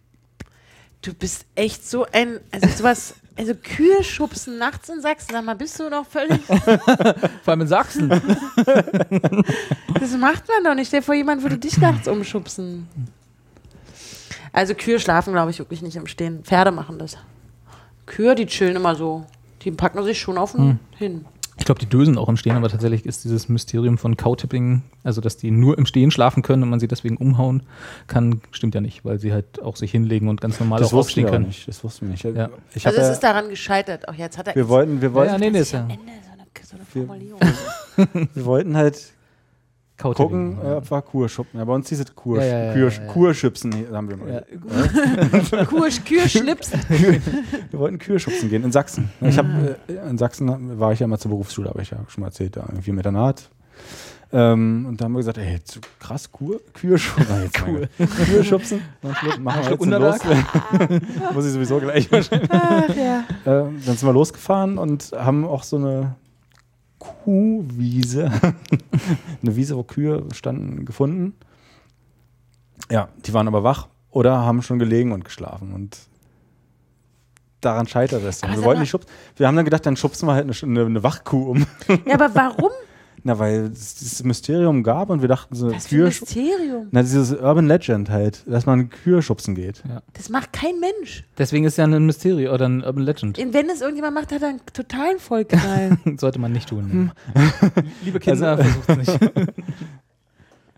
du bist echt so ein, also sowas, also Kühe schubsen nachts in Sachsen. Sag mal, bist du noch völlig, Vor allem in Sachsen. das macht man doch nicht. Stell dir vor, jemand würde dich nachts umschubsen. Also Kühe schlafen, glaube ich, wirklich nicht im Stehen. Pferde machen das. Kühe, die chillen immer so. Die packen sich schon auf Hm. den hin. Ich glaube, die Dösen auch im Stehen, aber tatsächlich ist dieses Mysterium von Cowtipping, also dass die nur im Stehen schlafen können und man sie deswegen umhauen kann, stimmt ja nicht, weil sie halt auch sich hinlegen und ganz normal auch wussten aufstehen wir auch können. nicht. Das wussten wir nicht. Ja. Ich hab Also es ja, ist daran gescheitert. Auch jetzt hat er wir wollten, wir Ja, wollten, ja, nee, nee, ist ja Ende, so eine, so eine Wir- Formulierung. wir wollten halt Cowtipping. gucken, äh, ob wir Kühe schubsen. Ja, bei uns diese Kühe, Ja, ja, ja, Kühe, ja, ja. Kühe schubsen, nee, haben wir Ja. mal. Kühe, Kühe schnipsen. Wir wollten Kühe schubsen gehen in Sachsen. Ich hab, äh, in Sachsen war ich ja mal zur Berufsschule, aber ich habe schon mal erzählt, da irgendwie im Internat. Ähm, und da haben wir gesagt, ey, zu krass, Kur, Kürschubsen. Jetzt mal. Kürschubsen. Mal einen Schluck, Machen wir jetzt und los. Unterlag. Muss ich sowieso gleich wahrscheinlich. Ach ja. Ähm, dann sind wir losgefahren und haben auch so eine Kuhwiese, eine Wiese, wo Kühe standen, gefunden. Ja, die waren aber wach oder haben schon gelegen und geschlafen und daran scheitert es. dann. Aber Wir sag wollten mal- nicht schubsen. Wir haben dann gedacht, dann schubsen wir halt eine, Sch- eine, eine Wachkuh um. ja, aber warum? Na, weil es dieses Mysterium gab und wir dachten, so Das ist ein Kühe. schub- Mysterium. Na, dieses Urban Legend halt, dass man Kühe schubsen geht. Das macht kein Mensch. Deswegen ist ja ein Mystery oder ein Urban Legend. Und wenn es irgendjemand macht, hat er einen totalen Vollknall. Sollte man nicht Hm. tun. Liebe Kinder, Also- versucht's nicht.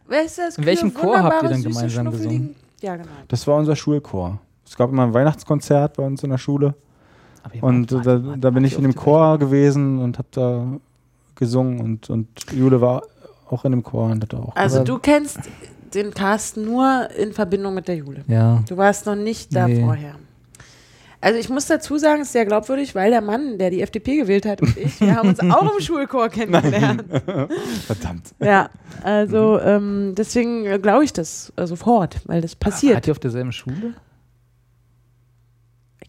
weißt du, das In welchem Kühe Chor habt ihr wunderbare, denn süße, gemeinsam schnuffeligen- Ja, genau. Das war unser Schulchor. Es gab immer ein Weihnachtskonzert bei uns in der Schule. Aber ihr Und wart- da, wart- wart- da bin wart ich ihr in auf dem der- Chor gewesen und habe da gesungen und, und Jule war auch in dem Chor und hat auch. Also Aber- du kennst den Carsten nur in Verbindung mit der Jule. Ja. Du warst noch nicht da Nee. vorher. Also ich muss dazu sagen, es ist sehr glaubwürdig, weil der Mann, der die FDP gewählt hat und ich, wir haben uns auch im Schulchor kennengelernt. Verdammt. Ja, also ähm, deswegen äh, glaube ich das äh, sofort, weil das passiert. Wart ihr auf derselben Schule?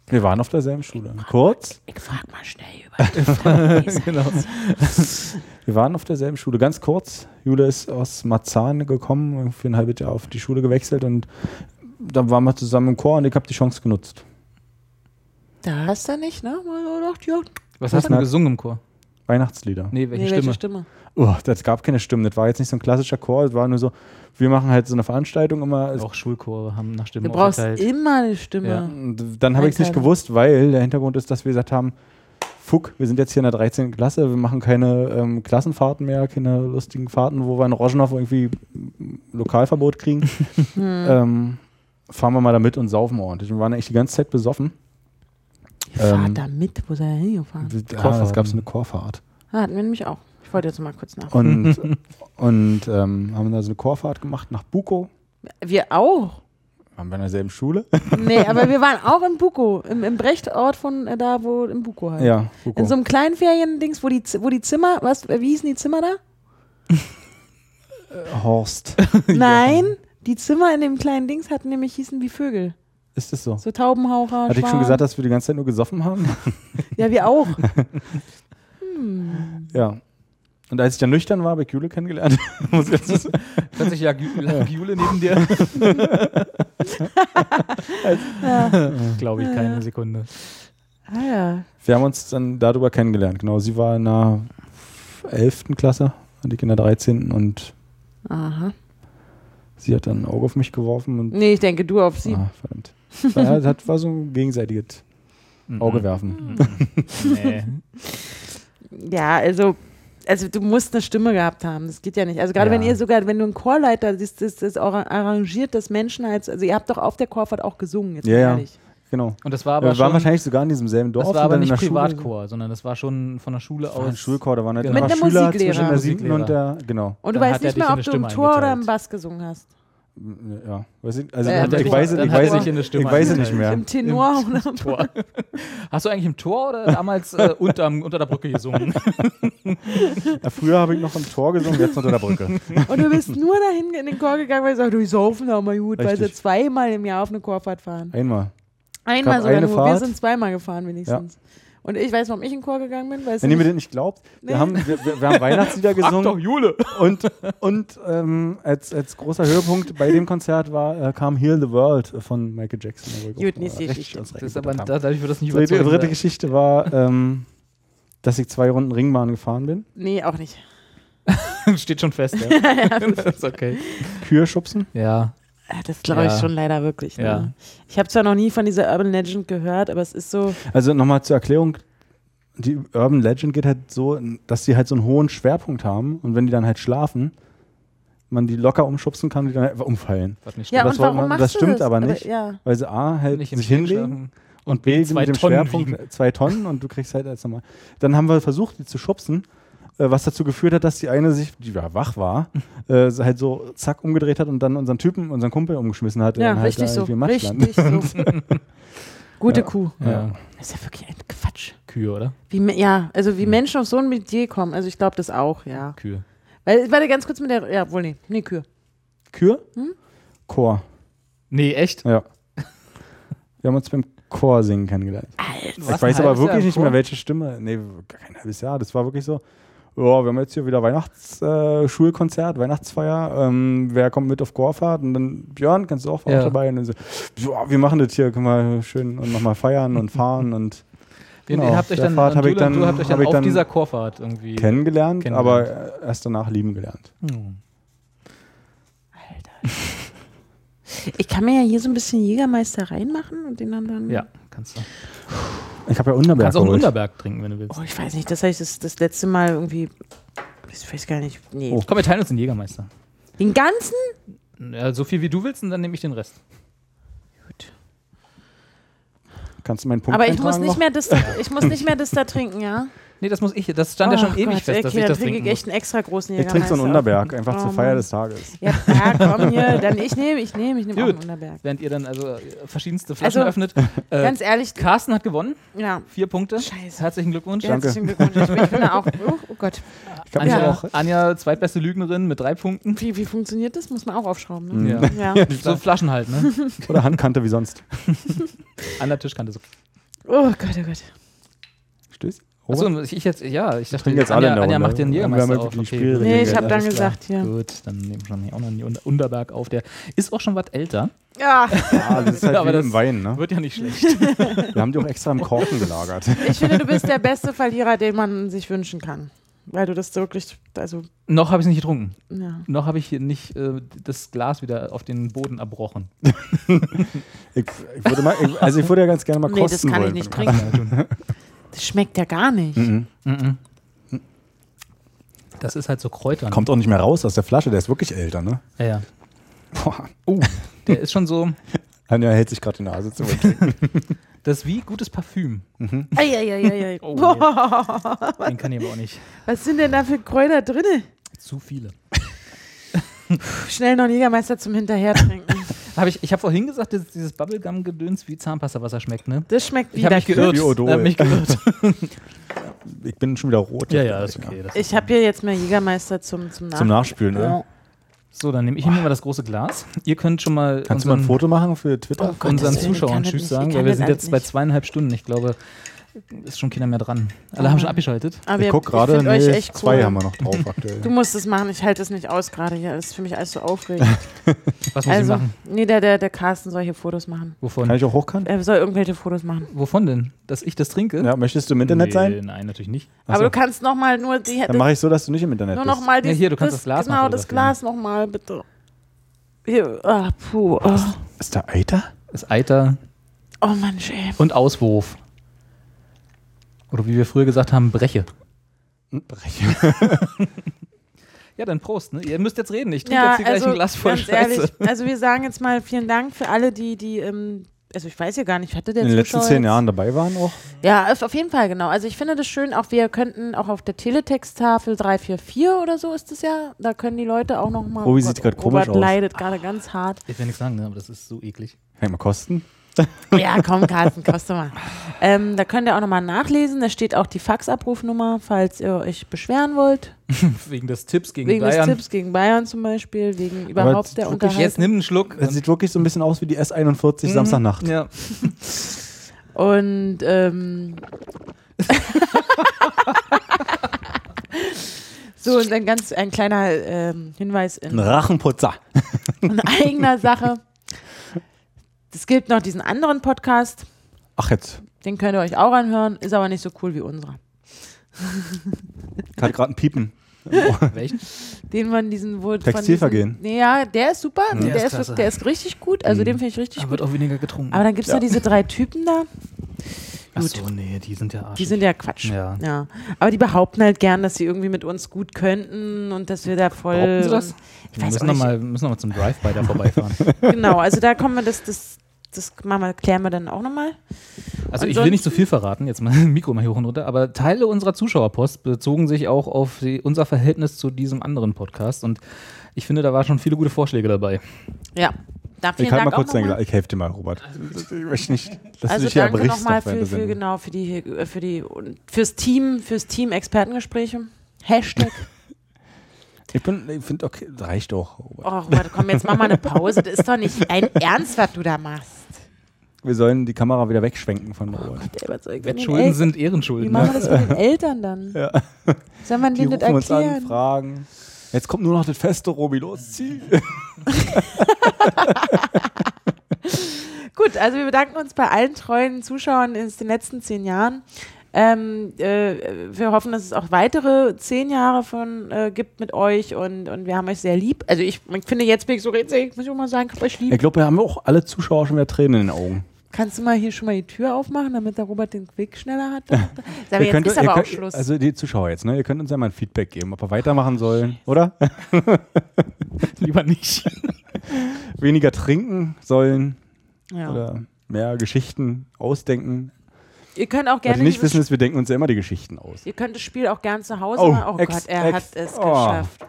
Wir waren auf derselben Schule. Kurz, Ich frage mal schnell über die genau. wir waren auf derselben Schule, ganz kurz. Jule ist aus Marzahn gekommen, für ein halbes Jahr auf die Schule gewechselt und dann waren wir zusammen im Chor und ich habe die Chance genutzt. Da hast du nicht, ne? Mal so gedacht, ja, Was Was hast du mag- gesungen im Chor? Weihnachtslieder. Nee, welche nee, Stimme? welche Stimme? Oh, das gab keine Stimmen. Das war jetzt nicht so ein klassischer Chor. Das war nur so, wir machen halt so eine Veranstaltung immer. Also Auch Schulchore haben nach Du Stimmen brauchst eh- aufgeteilt. immer eine Stimme. Ja. Und Dann habe ich es nicht Einteilen. gewusst, weil der Hintergrund ist, dass wir gesagt haben, fuck, wir sind jetzt hier in der 13. Klasse, wir machen keine ähm, Klassenfahrten mehr, keine lustigen Fahrten, wo wir in Roschenhof irgendwie mm, Lokalverbot kriegen. ähm, fahren wir mal da mit und saufen ordentlich. Wir waren eigentlich die ganze Zeit besoffen. Ihr fahrt Ähm, da mit, wo seid ihr hingefahren? Ja, es gab so eine Chorfahrt. Ah, hatten wir nämlich auch. Ich wollte jetzt mal kurz nach. Und, und ähm, haben da so eine Chorfahrt gemacht nach Buko. Wir auch. Waren wir in derselben Schule? Nee, aber wir waren auch in Buko, im, im Brechtort von äh, da, wo im Buko halt. Ja, Buko. In so einem kleinen Feriendings, wo die, Z- wo die Zimmer, was, äh, wie hießen die Zimmer da? Äh, Horst. Nein, die Zimmer in dem kleinen Dings hatten nämlich hießen wie Vögel. Ist es so? So Taubenhaucher. Hatte ich schon Schwan. gesagt, dass wir die ganze Zeit nur gesoffen haben? Ja, wir auch. Ja. Und als ich dann nüchtern war, habe ich Jule kennengelernt. Muss ich jetzt sagen. 40 Jahre lang Jule neben dir. Glaube ich keine Sekunde. Ah ja. wir haben uns dann darüber kennengelernt. Genau, sie war in der 11. Klasse und ich in der 13. Und Aha. sie hat dann ein Auge auf mich geworfen. Und, Nee, ich denke du auf sie. ah, verdammt. Ja, das war so ein gegenseitiges Mhm. Mhm. Auge werfen. Oh, Nee. Ja, also, also du musst eine Stimme gehabt haben. Das geht ja nicht. Also gerade Ja. wenn ihr sogar, wenn du einen Chorleiter siehst, das, das arra- arrangiert das Menschen als, also ihr habt doch auf der Chorfahrt auch gesungen, jetzt Ja, mal ja. ehrlich. Genau. Und das war aber wir waren schon, wahrscheinlich sogar in diesem selben Dorf. das war und aber dann nicht in der Schule- Privatchor, sondern das war schon von der Schule War ein aus. Schulchor, da waren halt Mit immer einem Schüler Musiklehrer. zwischen der 7. und der, Musiklehrer. genau. Und du Dann weißt hat er nicht dich mehr, in ob eine du im Stimme Tor oder eingeteilt. im Bass gesungen hast. Ja, weiß ich, also Äh, ich- hat er ich dich- weiß, dann ich hat er weiß, dich ich in eine Stimme weiß es nicht eingeteilt. mehr. Im Tenor oder im Tor. Hast du eigentlich im Tor oder damals äh, unterm, unter der Brücke gesungen? Ja, früher habe ich noch im Tor gesungen, jetzt unter der Brücke. Und du bist nur dahin in den Chor gegangen, weil ich sagte, wir saufen doch mal gut, weil sie Richtig. zweimal im Jahr auf eine Chorfahrt fahren. Einmal. Einmal gab sogar eine nur. Wir Fahrt. sind zweimal gefahren wenigstens. Und ich weiß, warum ich in den Chor gegangen bin, weil es Wenn ihr mir nämlich- das nicht glaubt, Nee. wir, haben, wir, wir wir haben Weihnachtslieder Ach doch, gesungen Jule. und, und ähm, als, als großer Höhepunkt bei dem Konzert war, äh, kam Heal the World von Michael Jackson. wo wir Gut, auch, nächste äh, recht Geschichte. uns Das ist aber, reingebracht da, dadurch wird das nicht haben. So, die überzeugen. dritte Geschichte war, ähm, dass ich zwei Runden Ringbahn gefahren bin. Nee, auch nicht. Steht schon fest, ja. das ist okay. Kühe schubsen. Ja, Ja, Ah, Das glaube ich Ja. schon leider wirklich. Ne? Ja. Ich habe zwar noch nie von dieser Urban Legend gehört, aber es ist so. Also nochmal zur Erklärung. Die Urban Legend geht halt so, dass die halt so einen hohen Schwerpunkt haben und wenn die dann halt schlafen, man die locker umschubsen kann, die dann halt einfach umfallen. was nicht Ja, das und war- warum man- machst das du stimmt das? aber nicht. ja. Weil sie A halt Nicht im sich Stehen hinlegen schlafen. und B zwei mit dem Tonnen Schwerpunkt zwei Tonnen und du kriegst halt als normal. Dann haben wir versucht, die zu schubsen, äh, was dazu geführt hat, dass die eine sich, die ja wach war, äh, so halt so zack umgedreht hat und dann unseren Typen, unseren Kumpel umgeschmissen hat. der Ja, dann halt richtig da so. irgendwie im Matsch landet. Richtig so. Gute Kuh. Ja. Das ist ja wirklich ein Quatsch. Kühe, oder? Wie, me- ja, also wie Menschen auf so ein Metier kommen. Also ich glaube das auch, ja. Kühe. Weil, warte, ganz kurz mit der. Ja, wohl nee. Nee, Kühe. Kür? Hm? Chor. Nee, echt? Ja. Wir haben uns beim Chor singen kennengelernt. Was ich weiß ein aber halbes Jahr wirklich im nicht Chor? mehr, welche Stimme. Nee, gar kein halbes Jahr. Das war wirklich so. Ja, wir haben jetzt hier wieder Weihnachtsschulkonzert, äh, Schulkonzert, Weihnachtsfeier. Ähm, wer kommt mit auf Chorfahrt? Und dann Björn, kannst du auch, Ja. auch dabei? Und dann so, ja, wir machen das hier, können wir schön und nochmal feiern und fahren und Ihr- Genau, Ihr habt euch der dann, Fahrt hab du, ich dann- du habt euch dann hab ich auf dann dieser Chorfahrt irgendwie. kennengelernt, Kennengelernt. aber erst danach lieben gelernt. Ich kann mir ja hier so ein bisschen Jägermeister reinmachen und den anderen. Ja, kannst du. Ich habe ja Unterberg Kannst auch einen geholt. Unterberg trinken, wenn du willst. Oh, ich weiß nicht, das heißt, das, das letzte Mal irgendwie. Ich weiß gar nicht. Nee. Oh. Komm, wir teilen uns den Jägermeister. Den ganzen? Ja, so viel wie du willst und dann nehme ich den Rest. Kannst du meinen Punkt Aber ich muss, eintragen nicht noch? mehr das, ich muss nicht mehr das da trinken, ja? Nee, das muss ich. Das stand ja Oh schon ewig Gott, fest, dass okay, ich das dann trinke trinken ich echt einen extra großen Ich trinke so einen Jägermeister. Unterberg, einfach Oh, zur Feier Mann. des Tages. Ja, ja, komm hier, dann ich nehme, ich nehme, ich nehme auch einen Gut. Unterberg. muss. Während ihr dann also äh, verschiedenste Flaschen Also, öffnet. Äh, Ganz ehrlich, Carsten hat gewonnen. ja. Vier Punkte. Scheiße. Herzlichen Glückwunsch. Ja. Danke. Herzlichen Glückwunsch. Ich bin, ich bin da auch. Oh, oh Gott. Ich hab mich Anja, Ja. auch. Anja, zweitbeste Lügnerin mit drei Punkten. Wie, wie funktioniert das? Muss man auch aufschrauben, ne? Mhm. Ja. Ja. So Flaschen halt, ne? Oder Handkante wie sonst. An der Tischkante. So. Oh Gott, oh Gott. Stöß. Robert? Achso, ich jetzt, ja, ich dachte, trinken jetzt alle Anja, in der Anja Runde. macht den Wir haben Jägermeister wirklich auf. die Spielregeln Nee, ich Ja, habe dann alles klar. gesagt, ja. Gut, dann nehmen wir schon hier auch noch den Un- Unterberg auf. Der ist auch schon was älter. Ja, Ah, das ist halt Aber wie das- im Wein, ne? Wird ja nicht schlecht. Wir haben die auch extra im Korken gelagert. ich finde, du bist der beste Verlierer, den man sich wünschen kann. Weil du das wirklich, also, Noch habe ich nicht getrunken. ja. Noch habe ich hier nicht äh, das Glas wieder auf den Boden erbrochen. Ich, ich würde mal, ich, also ich würde ja ganz gerne mal Nee, das kosten kann ich wollen. nicht trinken. Das schmeckt ja gar nicht. Mhm. Mhm. Das ist halt so Kräuter. Kommt auch nicht mehr raus aus der Flasche, der ist wirklich älter, ne? Ja, ja. Oh. Boah. Der ist schon so, Anja hält sich gerade die Nase zu. das ist wie gutes Parfüm. Eieieiei. Oh, Boah, Den kann ich aber auch nicht. was sind denn da für Kräuter drin? Zu viele. Schnell noch einen Jägermeister zum Hinterhertrinken. Hab ich ich habe vorhin gesagt, dass dieses Bubblegum-Gedöns wie Zahnpasta, was er schmeckt, ne? Das schmeckt Ich habe mich widerlich. geirrt. Wie Odol. Ich hab mich geirrt. Ich bin schon wieder rot. ja, ja, ist okay. Das Ich habe hier jetzt mehr Jägermeister zum, zum Nachtisch. Zum Nachspülen, ne? Ja. So, dann nehme ich immer mal das große Glas. Ihr könnt schon mal Kannst du mal unseren, ein Foto machen für Twitter? Oh Gott. unseren Gottes Willen, ich kann Zuschauern das Tschüss nicht, sagen, ich weil kann wir das sind alles jetzt bei nicht. zweieinhalb Stunden. Ich glaube, ist schon keiner mehr dran. Alle Ah. haben schon abgeschaltet. Aber ich ihr- guck ich gerade, find nee, euch echt zwei cool. haben wir noch drauf aktuell. Du musst es machen, ich halte es nicht aus gerade hier. Das ist für mich alles so aufregend. Was muss also, ich machen? nee, der, der, der Carsten soll hier Fotos machen. Kann Wovon? ich auch hochkant? Er soll irgendwelche Fotos machen. Wovon denn? Dass ich das trinke? Ja, möchtest du im Internet nee, sein? Nein, natürlich nicht. Ach so. Aber du kannst nochmal nur die Dann mache ich so, dass du nicht im Internet nur bist. noch mal die, Ja, hier, du kannst das Glas Genau, mal das Glas nochmal, bitte. Hier, ah, puh. Oh, Ist da Eiter? Das Eiter oh Mensch, ey. und Auswurf. Oder wie wir früher gesagt haben, Breche. Hm? Ja, dann Prost. Ne? Ihr müsst jetzt reden. Ich trinke jetzt hier gleich ein Glas voll also ganz Scheiße. ehrlich, also wir sagen jetzt mal vielen Dank für alle, die, die, ähm, also ich weiß ja gar nicht, hatte der In den letzten Zuschauer zehn jetzt- Jahren dabei waren auch. Ja, auf auf jeden Fall, genau. Also ich finde das schön, auch wir könnten auch auf der Teletexttafel 344 oder so ist es ja, da können die Leute auch nochmal. Robi sieht grad komisch Robert aus. leidet gerade ganz hart. Ich will nichts sagen, ne? aber das ist so eklig. Kann ich mal kosten? Ja, komm, Carsten, koste mal. Ähm, da könnt ihr auch nochmal nachlesen. Da steht auch die Faxabrufnummer, falls ihr euch beschweren wollt. Wegen des Tipps gegen Wegen Bayern. des Tipps gegen Bayern zum Beispiel, wegen überhaupt der wirklich Unterhaltung. Jetzt nimm einen Schluck. Das sieht wirklich so ein bisschen aus wie die S41 Mhm, Samstagnacht. Ja. Und ähm, so und ein ganz ein kleiner ähm, Hinweis Ein in, Rachenputzer. in eigener Sache. Es gibt noch diesen anderen Podcast, Ach, jetzt. den könnt ihr euch auch anhören, ist aber nicht so cool wie unserer. Hat gerade ein Piepen. Welchen? Den man diesen wohl Textilvergehen. Von diesen, nee, ja, der ist super, der, Der ist ist, klasse. der ist richtig gut, Mhm. also den finde ich richtig Da gut. wird auch weniger getrunken. Aber dann gibt es Ja. noch diese drei Typen da, Ach so, nee, die sind ja arschig. die sind ja Quatsch. Ja. Ja, aber die behaupten halt gern, dass sie irgendwie mit uns gut könnten und dass wir da voll. Behaupten sie das? Ich wir weiß auch müssen noch nicht. mal, müssen noch mal zum Drive-By da vorbeifahren. Genau, also da kommen wir, das, das, das machen wir, klären wir dann auch nochmal. Also ich will nicht zu viel verraten, jetzt mal Mikro mal hier hoch und runter, aber Teile unserer Zuschauerpost bezogen sich auch auf die, unser Verhältnis zu diesem anderen Podcast und ich finde, da waren schon viele gute Vorschläge dabei. Ja. Da vielen ich halte Dank mal kurz auch dein nochmal. Glas. Ich helfe dir mal, Robert. Ich möchte nicht, dass du Also dich hier danke erbrichst. nochmal auf für, während der für, Sendung. genau, für die, äh, für die, und fürs Team, fürs Team Expertengespräche. Hashtag Ich, bin- ich finde, okay, das reicht doch. Robert. Oh, warte, komm, jetzt mach mal eine Pause. Das ist doch nicht dein Ernst, was du da machst. Wir sollen die Kamera wieder wegschwenken von Robert. Der überzeugt von den Wettschulden El- sind Wie Ehrenschulden. ne? machen wir das mit den Eltern dann? ne? Ja. Soll man Die denen das rufen uns an, erklären? fragen. Jetzt kommt nur noch das feste, Robi, los, zieh. Gut, also wir bedanken uns bei allen treuen Zuschauern in den letzten zehn Jahren. Ähm, äh, wir hoffen, dass es auch weitere zehn Jahre von äh, gibt mit euch und, und wir haben euch sehr lieb. Also ich, ich finde, jetzt bin ich so rätselig, muss ich auch mal sagen, ich hab euch lieb. Ich glaube, da haben wir auch alle Zuschauer schon wieder Tränen in den Augen. Kannst du mal hier schon mal die Tür aufmachen, damit der Robert den Quick schneller hat? Sag mal, Ihr jetzt könnt- ist ihr aber auch könnt, Schluss. Also die Zuschauer jetzt, ne? Ihr könnt uns ja mal ein Feedback geben, ob wir weitermachen sollen, oder? Lieber nicht. Weniger trinken sollen ja. oder mehr Geschichten ausdenken. Ihr könnt auch gerne Gerne Weil die Also nicht dieses wissen, ist, wir denken uns ja immer die Geschichten aus. Ihr könnt das Spiel auch gern zu Hause Oh, machen. Oh Ex- Gott, er Ex- hat es oh. geschafft.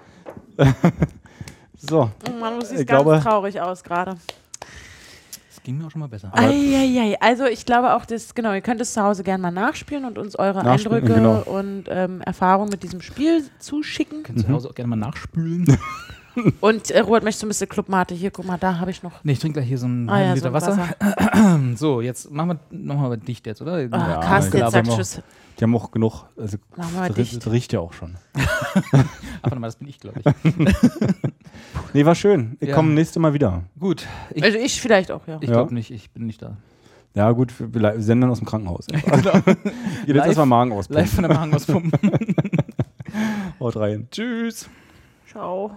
So, Oh Mann, du siehst Ich ganz glaube- traurig aus gerade. Das ging mir auch schon mal besser. Ah, Aber- Eieiei, also ich glaube auch, das, genau, ihr könnt es zu Hause gern mal nachspielen und uns eure Nachspielen, Eindrücke genau. und ähm, Erfahrungen mit diesem Spiel zuschicken. Könnt ihr zu Hause auch gerne mal nachspülen. Und äh, Robert, möchtest du ein bisschen Clubmate? Hier, guck mal, da habe ich noch. Nee, ich trinke gleich hier so einen Ah halben ja, so Liter ein Wasser. Wasser. So, jetzt machen wir nochmal dicht jetzt, oder? Ah, Ja, Carsten, klar, jetzt sagt aber- Tschüss. die haben auch genug. Also, Machen wir mal das dicht. riecht ja auch schon. Ach, warte mal, das bin ich, glaube ich. Nee, war schön. Wir Ja. kommen nächste Mal wieder. Gut, ich, Also ich vielleicht auch, ja. ich Ja. glaube nicht, ich bin nicht da. Ja, gut, wir blei- wir senden aus dem Krankenhaus. Geht Genau. jetzt Live- erstmal Magen Live auspumpen. von der Mahangos Haut rein. Tschüss. Ciao.